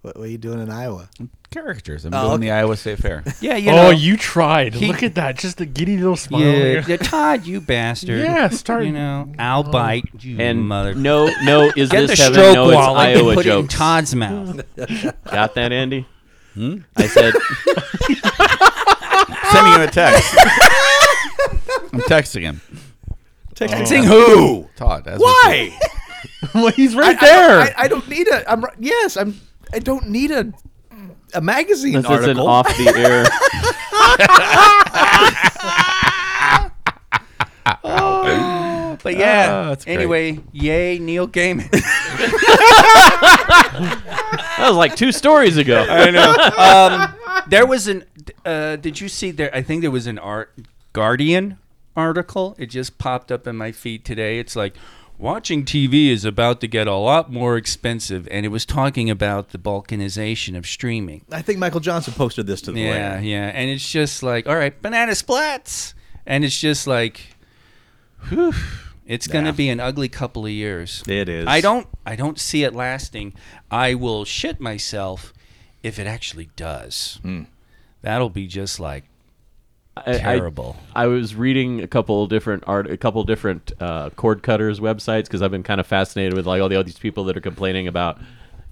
Speaker 11: What, what are you doing in Iowa?
Speaker 8: Characters.
Speaker 1: Oh,
Speaker 8: I'm doing the Iowa
Speaker 1: (laughs)
Speaker 8: State Fair.
Speaker 1: Yeah, you
Speaker 7: oh,
Speaker 1: know,
Speaker 7: you tried.
Speaker 1: he-
Speaker 7: Look at that. Just a giddy little smile.
Speaker 1: yeah, yeah, Todd, you bastard.
Speaker 7: Yeah, start-
Speaker 1: You know, I'll bite you,
Speaker 5: And
Speaker 1: mother.
Speaker 5: no, no, is
Speaker 1: Get the
Speaker 5: this heaven?
Speaker 1: stroke
Speaker 5: no, it's
Speaker 1: wall. I can
Speaker 5: Iowa
Speaker 1: put it in
Speaker 5: jokes.
Speaker 1: Todd's mouth.
Speaker 5: Got that, Andy?
Speaker 1: Hmm?
Speaker 5: I
Speaker 1: (laughs)
Speaker 5: said
Speaker 8: Send me a text. I'm texting him.
Speaker 1: Texting who?
Speaker 8: Todd. As we speak.
Speaker 11: Why?
Speaker 7: (laughs) well, he's
Speaker 11: I,
Speaker 7: right there.
Speaker 11: I, I, I don't need a. I'm ri- yes. I'm. I don't need a a magazine
Speaker 5: this is an
Speaker 11: article.
Speaker 5: off the air.
Speaker 1: But yeah.
Speaker 8: that's great.
Speaker 1: anyway, yay, Neil Gaiman.
Speaker 5: (laughs) That was like two stories ago.
Speaker 1: Um, there was an. Uh, did you see there? I think there was an Art Guardian article. It just popped up in my feed today. It's like watching TV is about to get a lot more expensive, and it was talking about the balkanization of streaming.
Speaker 9: I think Michael Johnson posted this to the
Speaker 1: Yeah,
Speaker 9: layer.
Speaker 1: yeah, and it's just like, all right, banana splats, and it's just like, whew, it's gonna be an ugly couple of years.
Speaker 9: It is.
Speaker 1: I don't, I don't see it lasting. I will shit myself if it actually does. That'll be just like
Speaker 5: I- I-
Speaker 1: terrible.
Speaker 5: I was reading a couple different art, a couple different uh, cord cutters websites because I've been kind of fascinated with like all the all these people that are complaining about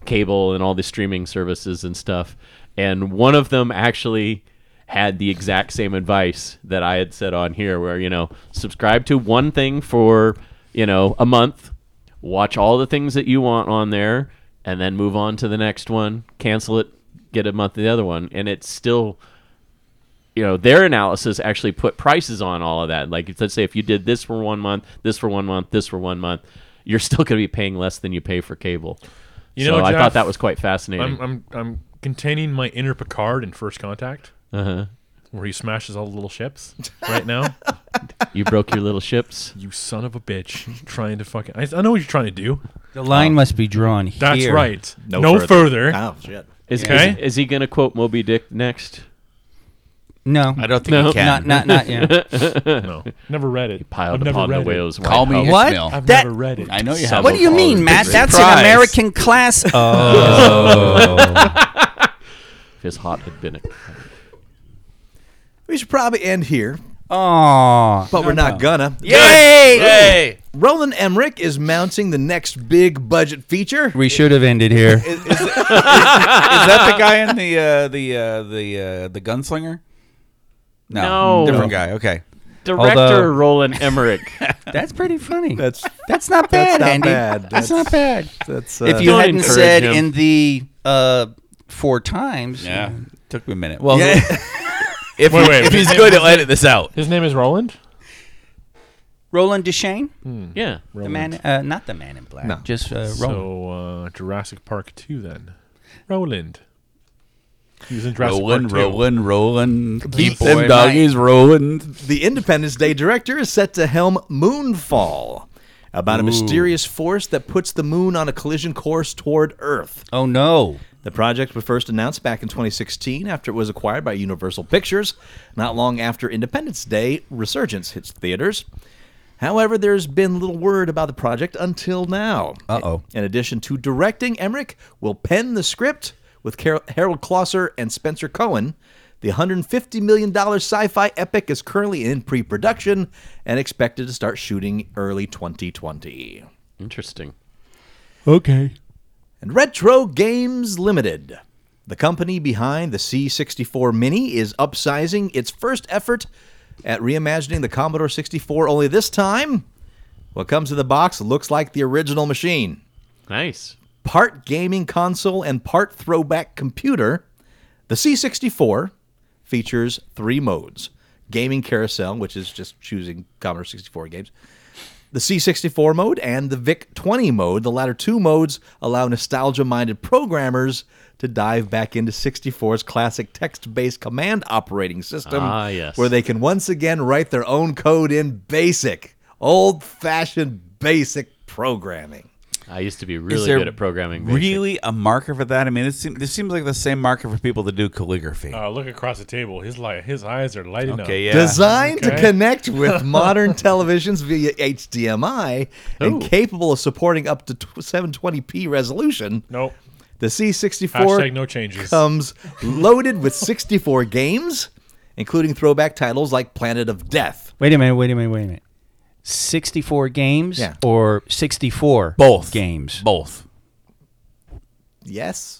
Speaker 5: cable and all the streaming services and stuff. And one of them actually had the exact same advice that I had said on here, where you know, subscribe to one thing for you know a month, watch all the things that you want on there, and then move on to the next one, cancel it, get a month of the other one, and it's still you know their analysis actually put prices on all of that like if- let's say if you did this for one month this for one month this for one month you're still going to be paying less than you pay for cable
Speaker 7: You
Speaker 5: so
Speaker 7: know,
Speaker 5: i
Speaker 7: Jeff,
Speaker 5: thought that was quite fascinating
Speaker 7: I'm, I'm, I'm containing my inner Picard in First Contact,
Speaker 5: uh-huh.
Speaker 7: where he smashes all the little ships.
Speaker 5: (laughs)
Speaker 7: Right now,
Speaker 5: you broke your little ships
Speaker 7: you son of a bitch, trying to fucking. I, I know what you're trying to do.
Speaker 1: The line must be drawn here.
Speaker 7: That's right. No, further.
Speaker 9: Oh shit.
Speaker 5: (laughs) is,
Speaker 7: Okay.
Speaker 5: is, is he going to quote moby dick next
Speaker 1: No,
Speaker 8: I don't think
Speaker 5: No.
Speaker 8: he can.
Speaker 1: not not not yet.
Speaker 7: No, never read it.
Speaker 5: piled
Speaker 7: I've never
Speaker 5: upon the
Speaker 7: read
Speaker 5: whales white
Speaker 8: Call me
Speaker 5: house.
Speaker 1: What?
Speaker 8: Ishmael.
Speaker 7: It. I've
Speaker 1: That-
Speaker 7: never read it.
Speaker 8: I know you
Speaker 5: Some
Speaker 8: have.
Speaker 5: What do you
Speaker 8: Big
Speaker 1: an
Speaker 8: surprise.
Speaker 1: American class. (laughs) Oh,
Speaker 5: if his heart had been it.
Speaker 9: We should probably end here,
Speaker 1: Aw.
Speaker 9: but we're not gonna.
Speaker 1: yay!
Speaker 8: Hey,
Speaker 9: Roland Emmerich is mounting the next big budget feature.
Speaker 1: We should have ended here. (laughs)
Speaker 8: is that the guy in the uh, the uh, the uh, the gunslinger?
Speaker 5: No.
Speaker 8: different guy. Okay.
Speaker 5: director
Speaker 1: Although-
Speaker 5: roland emmerich
Speaker 1: That's pretty funny.
Speaker 9: That's
Speaker 1: That's not bad,
Speaker 9: not
Speaker 1: Andy.
Speaker 9: bad.
Speaker 1: That's, not bad.
Speaker 9: that's uh,
Speaker 1: if you
Speaker 5: Don't
Speaker 1: hadn't
Speaker 5: encourage
Speaker 1: said
Speaker 5: him.
Speaker 1: in the uh, four times,
Speaker 8: Yeah, took me a minute. Well, if,
Speaker 7: Wait,
Speaker 8: he-
Speaker 7: wait,
Speaker 8: if he's
Speaker 7: wait.
Speaker 8: good, he'll edit this out.
Speaker 7: His name is Roland.
Speaker 1: (laughs) Roland Deschain,
Speaker 5: (laughs) yeah
Speaker 1: the man, uh, not the man in black, just uh, Roland.
Speaker 7: So uh, Jurassic Park two then. Roland. He was in Jurassic
Speaker 8: Rolling,
Speaker 7: Park 2.
Speaker 8: rolling, rolling. Keep
Speaker 1: boy,
Speaker 8: them
Speaker 1: mate.
Speaker 8: doggies rolling.
Speaker 9: the Independence Day director is set to helm Moonfall, about a mysterious force that puts the moon on a collision course toward Earth.
Speaker 1: oh no,
Speaker 9: The project was first announced back in 2016 after it was acquired by Universal Pictures, not long after Independence Day Resurgence hits theaters. However, there's been little word about the project until now.
Speaker 1: Uh-oh.
Speaker 9: In addition to directing, Emmerich will pen the script with Car- Harold Klosser and Spencer Cohen. The $150 million sci fi epic is currently in pre production and expected to start shooting early 2020
Speaker 5: interesting
Speaker 7: Okay.
Speaker 9: and Retro Games Limited. The company behind the C64 Mini is upsizing its first effort at reimagining the Commodore 64, only this time, what comes in the box looks like the original machine.
Speaker 5: nice
Speaker 9: Part gaming console and part throwback computer, the C64 features three modes gaming carousel, which is just choosing Commodore 64 games, the C64 mode and the VIC 20 mode. The latter two modes allow nostalgia minded programmers to dive back into 64's classic text based command operating system,
Speaker 5: Ah, yes.
Speaker 9: where they can once again write their own code in BASIC, old fashioned BASIC programming.
Speaker 5: I used to be
Speaker 8: Is
Speaker 5: really
Speaker 8: there
Speaker 5: good at programming. Basic.
Speaker 8: Really, a marker for that? I mean, it seems this seems like the same marker for people that do calligraphy.
Speaker 5: Oh,
Speaker 7: Uh, look across the table. His light, his eyes are lighting up.
Speaker 8: Okay, yeah.
Speaker 9: Designed to
Speaker 7: Okay.
Speaker 9: connect
Speaker 7: (laughs)
Speaker 9: with modern televisions via HDMI and
Speaker 7: Ooh.
Speaker 9: capable of supporting up to tw- 720p resolution,
Speaker 7: Nope.
Speaker 9: the C64
Speaker 7: Hashtag no changes.
Speaker 9: comes loaded with 64 games, including throwback titles like Planet of Death.
Speaker 1: Wait a minute, wait a minute, wait a minute. 64 games
Speaker 9: Yeah.
Speaker 1: or 64
Speaker 8: Both
Speaker 1: games?
Speaker 8: Both
Speaker 9: Yes.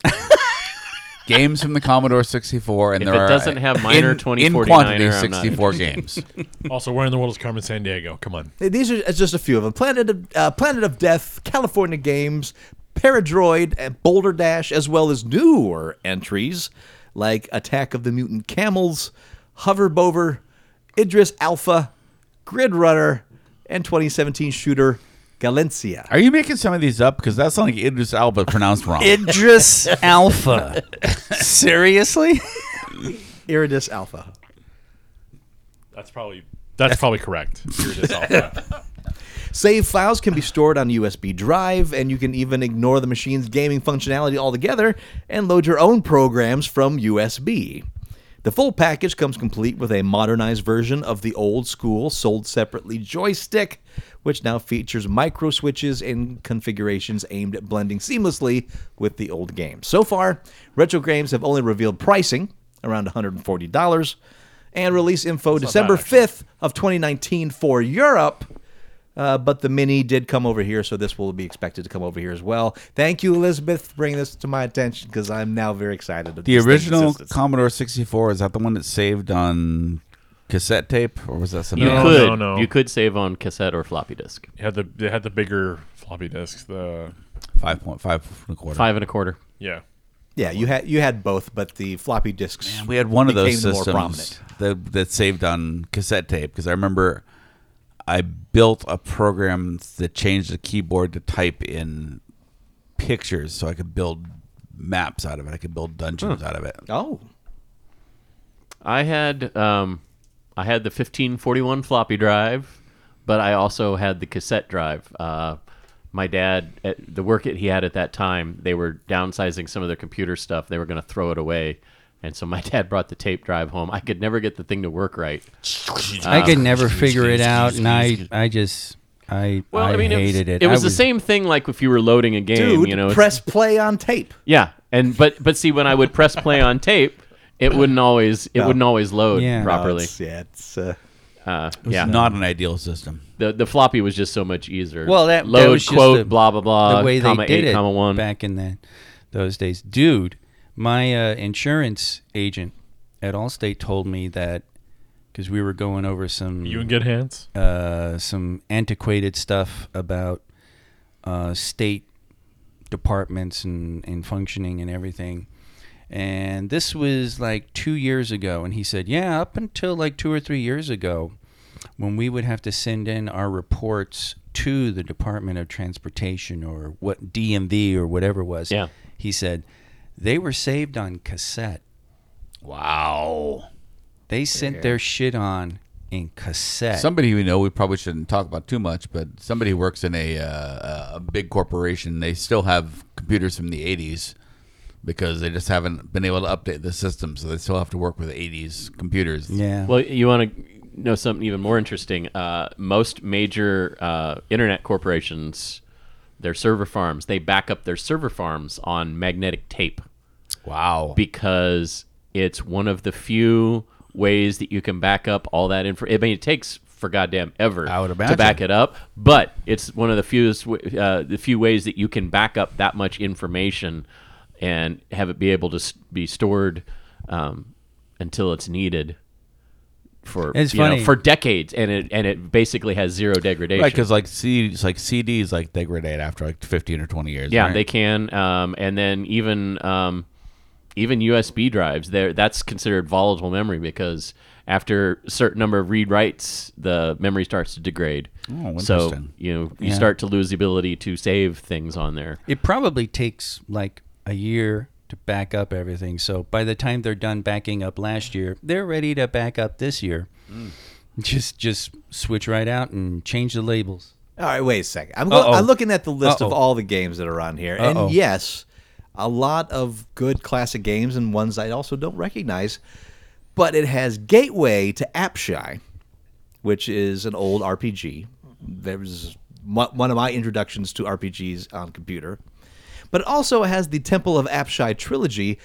Speaker 8: games from the Commodore 64, and
Speaker 5: If
Speaker 8: there
Speaker 5: it
Speaker 8: are
Speaker 5: doesn't have minor
Speaker 8: in, in
Speaker 5: 2049er,
Speaker 8: quantity
Speaker 5: I'm not
Speaker 8: 64 games.
Speaker 5: (laughs)
Speaker 7: also, where in the world is Carmen San Diego? Come on.
Speaker 9: These are uh, just a few of them. Planet of, uh, Planet of Death, California Games, Paradroid, and Boulder Dash, as well as newer entries like Attack of the Mutant Camels, Hoverbover, Idris Alpha, Grid Runner, and 2017 shooter Galencia.
Speaker 8: Are you making some of these up? Because that's like Idris Alba pronounced wrong.
Speaker 1: Idris (laughs)
Speaker 5: (laughs)
Speaker 1: Alpha. Seriously?
Speaker 9: Iridus Alpha.
Speaker 7: That's probably that's probably correct. Here it is off that.
Speaker 9: Save files can be stored on USB drive, and you can even ignore the machine's gaming functionality altogether and load your own programs from USB. The full package comes complete with a modernized version of the old school sold separately joystick, which now features micro switches and configurations aimed at blending seamlessly with the old game. So far, retro games have only revealed pricing around $140 and release info December 5th of 2019 for Europe. Uh, but the mini did come over here, so this will be expected to come over here as well. Thank you, Elizabeth, for bringing this to my attention because I'm now very excited. of
Speaker 8: the
Speaker 9: this thing's
Speaker 8: original
Speaker 9: existence.
Speaker 8: Commodore 64 is that the one that's saved on cassette tape, or was that something?
Speaker 5: You
Speaker 7: No,
Speaker 5: could
Speaker 7: no, no.
Speaker 5: you could save on cassette or floppy disk.
Speaker 7: They had the they had the bigger floppy disks. The
Speaker 8: Five point five and a quarter.
Speaker 5: Five and a quarter.
Speaker 7: yeah.
Speaker 9: yeah, you had you had both, but the floppy disks.
Speaker 8: We had one of those
Speaker 9: became the more
Speaker 8: systems
Speaker 9: prominent.
Speaker 8: that, that saved on cassette tape because I remember I built a program that changed the keyboard to type in pictures so I could build maps out of it. I could build dungeons out of it.
Speaker 9: Oh,
Speaker 5: I had um, I had the fifteen forty one floppy drive, but I also had the cassette drive. Uh, my dad, at the work that he had at that time, they were downsizing some of their computer stuff. They were going to throw it away, and so my (laughs) dad brought the tape drive home. I could never get the thing to work right.
Speaker 1: I could never figure it out, and I, I just, I,
Speaker 5: Well, I,
Speaker 1: I,
Speaker 5: mean,
Speaker 1: hated
Speaker 5: it was,
Speaker 1: it.
Speaker 5: it
Speaker 1: I
Speaker 5: was the same thing. Like if you were loading a game,
Speaker 9: dude,
Speaker 5: you know, it's-
Speaker 9: press play on tape.
Speaker 5: yeah, and but but see, when I would press play on tape, it wouldn't always it wouldn't always load
Speaker 1: Yeah. No,
Speaker 5: properly.
Speaker 9: It's, yeah, it's uh,
Speaker 5: Uh,
Speaker 8: It's
Speaker 5: yeah,
Speaker 8: not an ideal system.
Speaker 5: the the floppy was just so much easier.
Speaker 1: Well, that
Speaker 5: load
Speaker 1: that was just
Speaker 5: quote
Speaker 1: the-
Speaker 5: blah blah blah
Speaker 1: The way they
Speaker 5: comma
Speaker 1: did
Speaker 5: eight
Speaker 1: it
Speaker 5: comma one.
Speaker 1: back in the, those days, dude. My uh, insurance agent at Allstate told me that because we were going over some
Speaker 7: You in good hands?
Speaker 1: uh, some antiquated stuff about uh, state departments and, and functioning and everything. And this was like two years ago. And he said, Yeah, up until like two or three years ago, when we would have to send in our reports to the Department of Transportation or what DMV or whatever it was,
Speaker 5: Yeah.
Speaker 1: he said, they were saved on cassette.
Speaker 8: Wow.
Speaker 1: They sent their shit on in cassette.
Speaker 8: Somebody we know we probably shouldn't talk about too much, but somebody who works in a, uh, a big corporation. They still have computers from the '80s because they just haven't been able to update the system, so they still have to work with '80s computers.
Speaker 1: yeah.
Speaker 5: Well, you want to know something even more interesting? Uh, most major uh, internet corporations, their server farms, they back up their server farms on magnetic tape
Speaker 8: Wow.
Speaker 5: because it's one of the few ways that you can back up all that info. I mean, it takes for goddamn ever
Speaker 8: I would
Speaker 5: to
Speaker 8: imagine.
Speaker 5: back it up, but it's one of the fewest, w- uh, the few ways that you can back up that much information and have it be able to s- be stored um, until it's needed for
Speaker 1: It's
Speaker 5: you know,
Speaker 1: funny.
Speaker 5: for decades, and it and it basically has zero degradation.
Speaker 8: Right, because like CDs, like CDs, like degrade after like fifteen or twenty years.
Speaker 5: Yeah,
Speaker 8: right?
Speaker 5: they can. Um, and then even um, even USB drives, there that's considered volatile memory because after a certain number of read writes, the memory starts to degrade.
Speaker 8: Oh,
Speaker 5: so
Speaker 8: interesting.
Speaker 5: you know you
Speaker 1: Yeah.
Speaker 5: start to lose the ability to save things on there.
Speaker 1: It probably takes like a year to back up everything. So by the time they're done backing up last year, they're ready to back up this year. Just just switch right out and change the labels.
Speaker 9: All right, wait a second. I'm, go-
Speaker 1: Uh-oh.
Speaker 9: I'm looking at the list of
Speaker 1: Uh-oh.
Speaker 9: all the games that are on here,
Speaker 1: Uh-oh.
Speaker 9: and yes, a lot of good classic games and ones I also don't recognize. But it has Gateway to Apshai, which is an old RPG. There was mo- one of my introductions to RPGs on computer. But it also has the Temple of Apshai trilogy,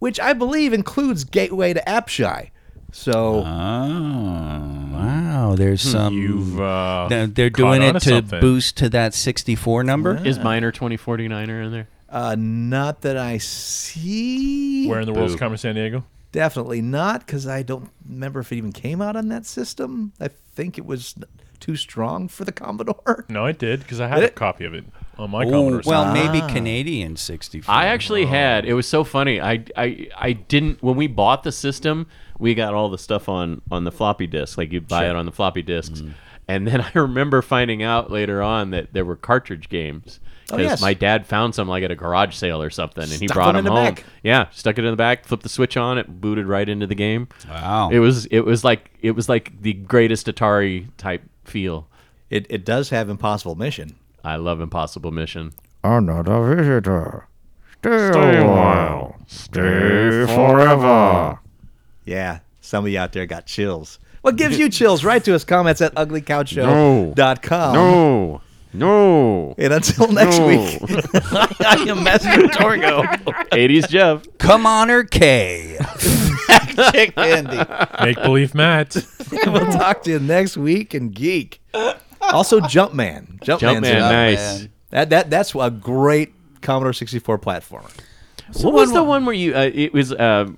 Speaker 9: which I believe includes Gateway to Apshai. So
Speaker 1: Uh-huh. Wow, there's some.
Speaker 7: You've, uh,
Speaker 1: they're, they're
Speaker 7: caught
Speaker 1: doing
Speaker 7: on
Speaker 1: it
Speaker 7: to
Speaker 1: to
Speaker 7: something.
Speaker 1: boost to that 64 number.
Speaker 5: Is Minor 2049er in there?
Speaker 9: uh, not that I see.
Speaker 7: Where in the world's
Speaker 5: Boo.
Speaker 7: Commerce San Diego?
Speaker 9: Definitely not, because I don't remember if it even came out on that system. I think it was too strong for the Commodore.
Speaker 7: No, it did because I had a copy of it on my Commodore.
Speaker 1: Ooh, Oh, well,
Speaker 7: system.
Speaker 1: maybe Canadian 64.
Speaker 5: I actually had. It was so funny. I, I I didn't when we bought the system. We got all the stuff on on the floppy disk. Like you buy it on the floppy disks.
Speaker 9: Mm-hmm.
Speaker 5: And then (laughs) I remember finding out later on that there were cartridge games because
Speaker 9: Oh, yes.
Speaker 5: my dad found some like at a garage sale or something, and he
Speaker 9: Stuck
Speaker 5: brought
Speaker 9: them in
Speaker 5: them
Speaker 9: the
Speaker 5: home.
Speaker 9: back.
Speaker 5: Yeah, stuck it in the back, flipped the switch on, it booted right into the game.
Speaker 8: Wow.
Speaker 5: It was it was like it was like the greatest Atari type feel.
Speaker 9: (laughs) It, it does have Impossible Mission.
Speaker 5: I love Impossible Mission.
Speaker 10: I'm not a visitor. Stay, a while. Stay forever.
Speaker 9: Yeah, some of you out there got chills. What (laughs) gives you chills? Write to us comments at uglycouchshow.com.
Speaker 10: No. No.
Speaker 9: And until next
Speaker 10: No. (laughs)
Speaker 9: week, (laughs) I am Master
Speaker 5: (laughs)
Speaker 9: Torgo.
Speaker 5: 80s Jeff.
Speaker 1: Come on, or K.
Speaker 9: (laughs) Chick Andy.
Speaker 7: make believe Matt.
Speaker 1: (laughs)
Speaker 9: We'll talk to you next week and geek. Also, Jumpman. Jumpman's
Speaker 5: Jumpman,
Speaker 9: in there.
Speaker 5: nice.
Speaker 9: That, that, that's a great Commodore 64 platformer.
Speaker 5: what was the one where you? Uh, it was uh,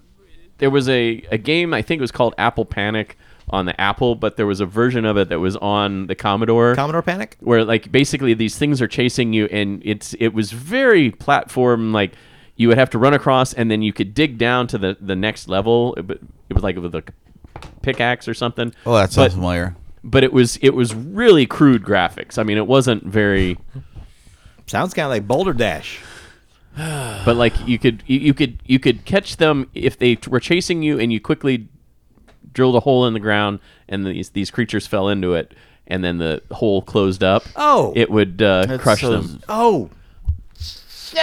Speaker 5: there was a, a game I think it was called Apple Panic on the Apple, but there was a version of it that was on the Commodore.
Speaker 9: Commodore Panic?
Speaker 5: where like basically these things are chasing you, and it's it was very platform like. You would have to run across, and then you could dig down to the, the next level. It, w- it was like with a pickaxe or something.
Speaker 8: Oh, that sounds
Speaker 5: but,
Speaker 8: familiar.
Speaker 5: But it was it was really crude graphics. I mean, it wasn't very
Speaker 9: Sounds kind of like Boulder Dash.
Speaker 5: but like you could you, you could you could catch them if they t- were chasing you and you quickly drilled a hole in the ground and these these creatures fell into it and then the hole closed up
Speaker 9: Oh.
Speaker 5: it would uh, crush
Speaker 8: so-
Speaker 5: them
Speaker 9: Oh,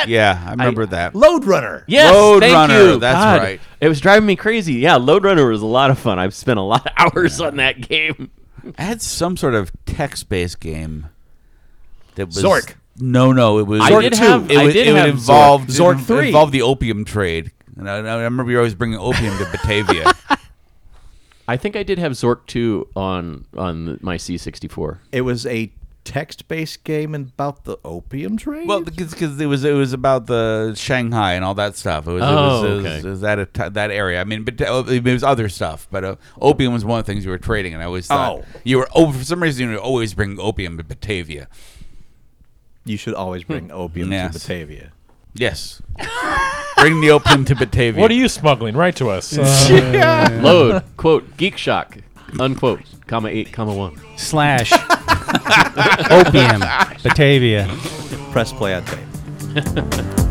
Speaker 8: Yeah, I remember that.
Speaker 9: Load Runner.
Speaker 5: yes
Speaker 8: Road
Speaker 5: thank
Speaker 8: Runner,
Speaker 5: you.
Speaker 8: that's
Speaker 5: God,
Speaker 8: right.
Speaker 5: it was driving me crazy yeah load runner was a lot of fun i've spent a lot of (laughs) hours on that game
Speaker 8: I had some sort of text-based game that was
Speaker 9: Zork.
Speaker 8: No, no, it was
Speaker 5: I Zork did 2. have-
Speaker 8: It,
Speaker 5: I
Speaker 8: would-
Speaker 5: did
Speaker 8: it would
Speaker 5: have
Speaker 8: involve
Speaker 5: Zork.
Speaker 8: it
Speaker 5: Zork
Speaker 8: in-
Speaker 5: 3.
Speaker 8: Involved the opium trade, and I, I remember you always bringing opium to
Speaker 5: (laughs)
Speaker 8: Batavia.
Speaker 5: i think i did have zork 2 on on my c64
Speaker 9: It was a text-based game about the opium trade.
Speaker 8: well, because, 'cause it was it was about the Shanghai and all that stuff. It was,
Speaker 5: Oh,
Speaker 8: it was, it was,
Speaker 5: okay.
Speaker 8: it was that a t- that area. I mean, but uh, it was other stuff. But uh, opium was one of the things you were trading, and I always thought
Speaker 9: Oh.
Speaker 8: you were oh, for some reason you were always bringing opium to Batavia.
Speaker 9: you should always bring opium
Speaker 8: Hmm. Yes.
Speaker 9: to Batavia.
Speaker 8: Yes, bring the opium to
Speaker 5: (laughs)
Speaker 8: Batavia.
Speaker 7: What are you smuggling? Write to
Speaker 1: (laughs)
Speaker 7: us. Uh,
Speaker 5: (laughs) load quote geek shock unquote comma 8 comma 1
Speaker 8: (laughs)
Speaker 1: Slash. Opium. Batavia.
Speaker 9: Press play on tape.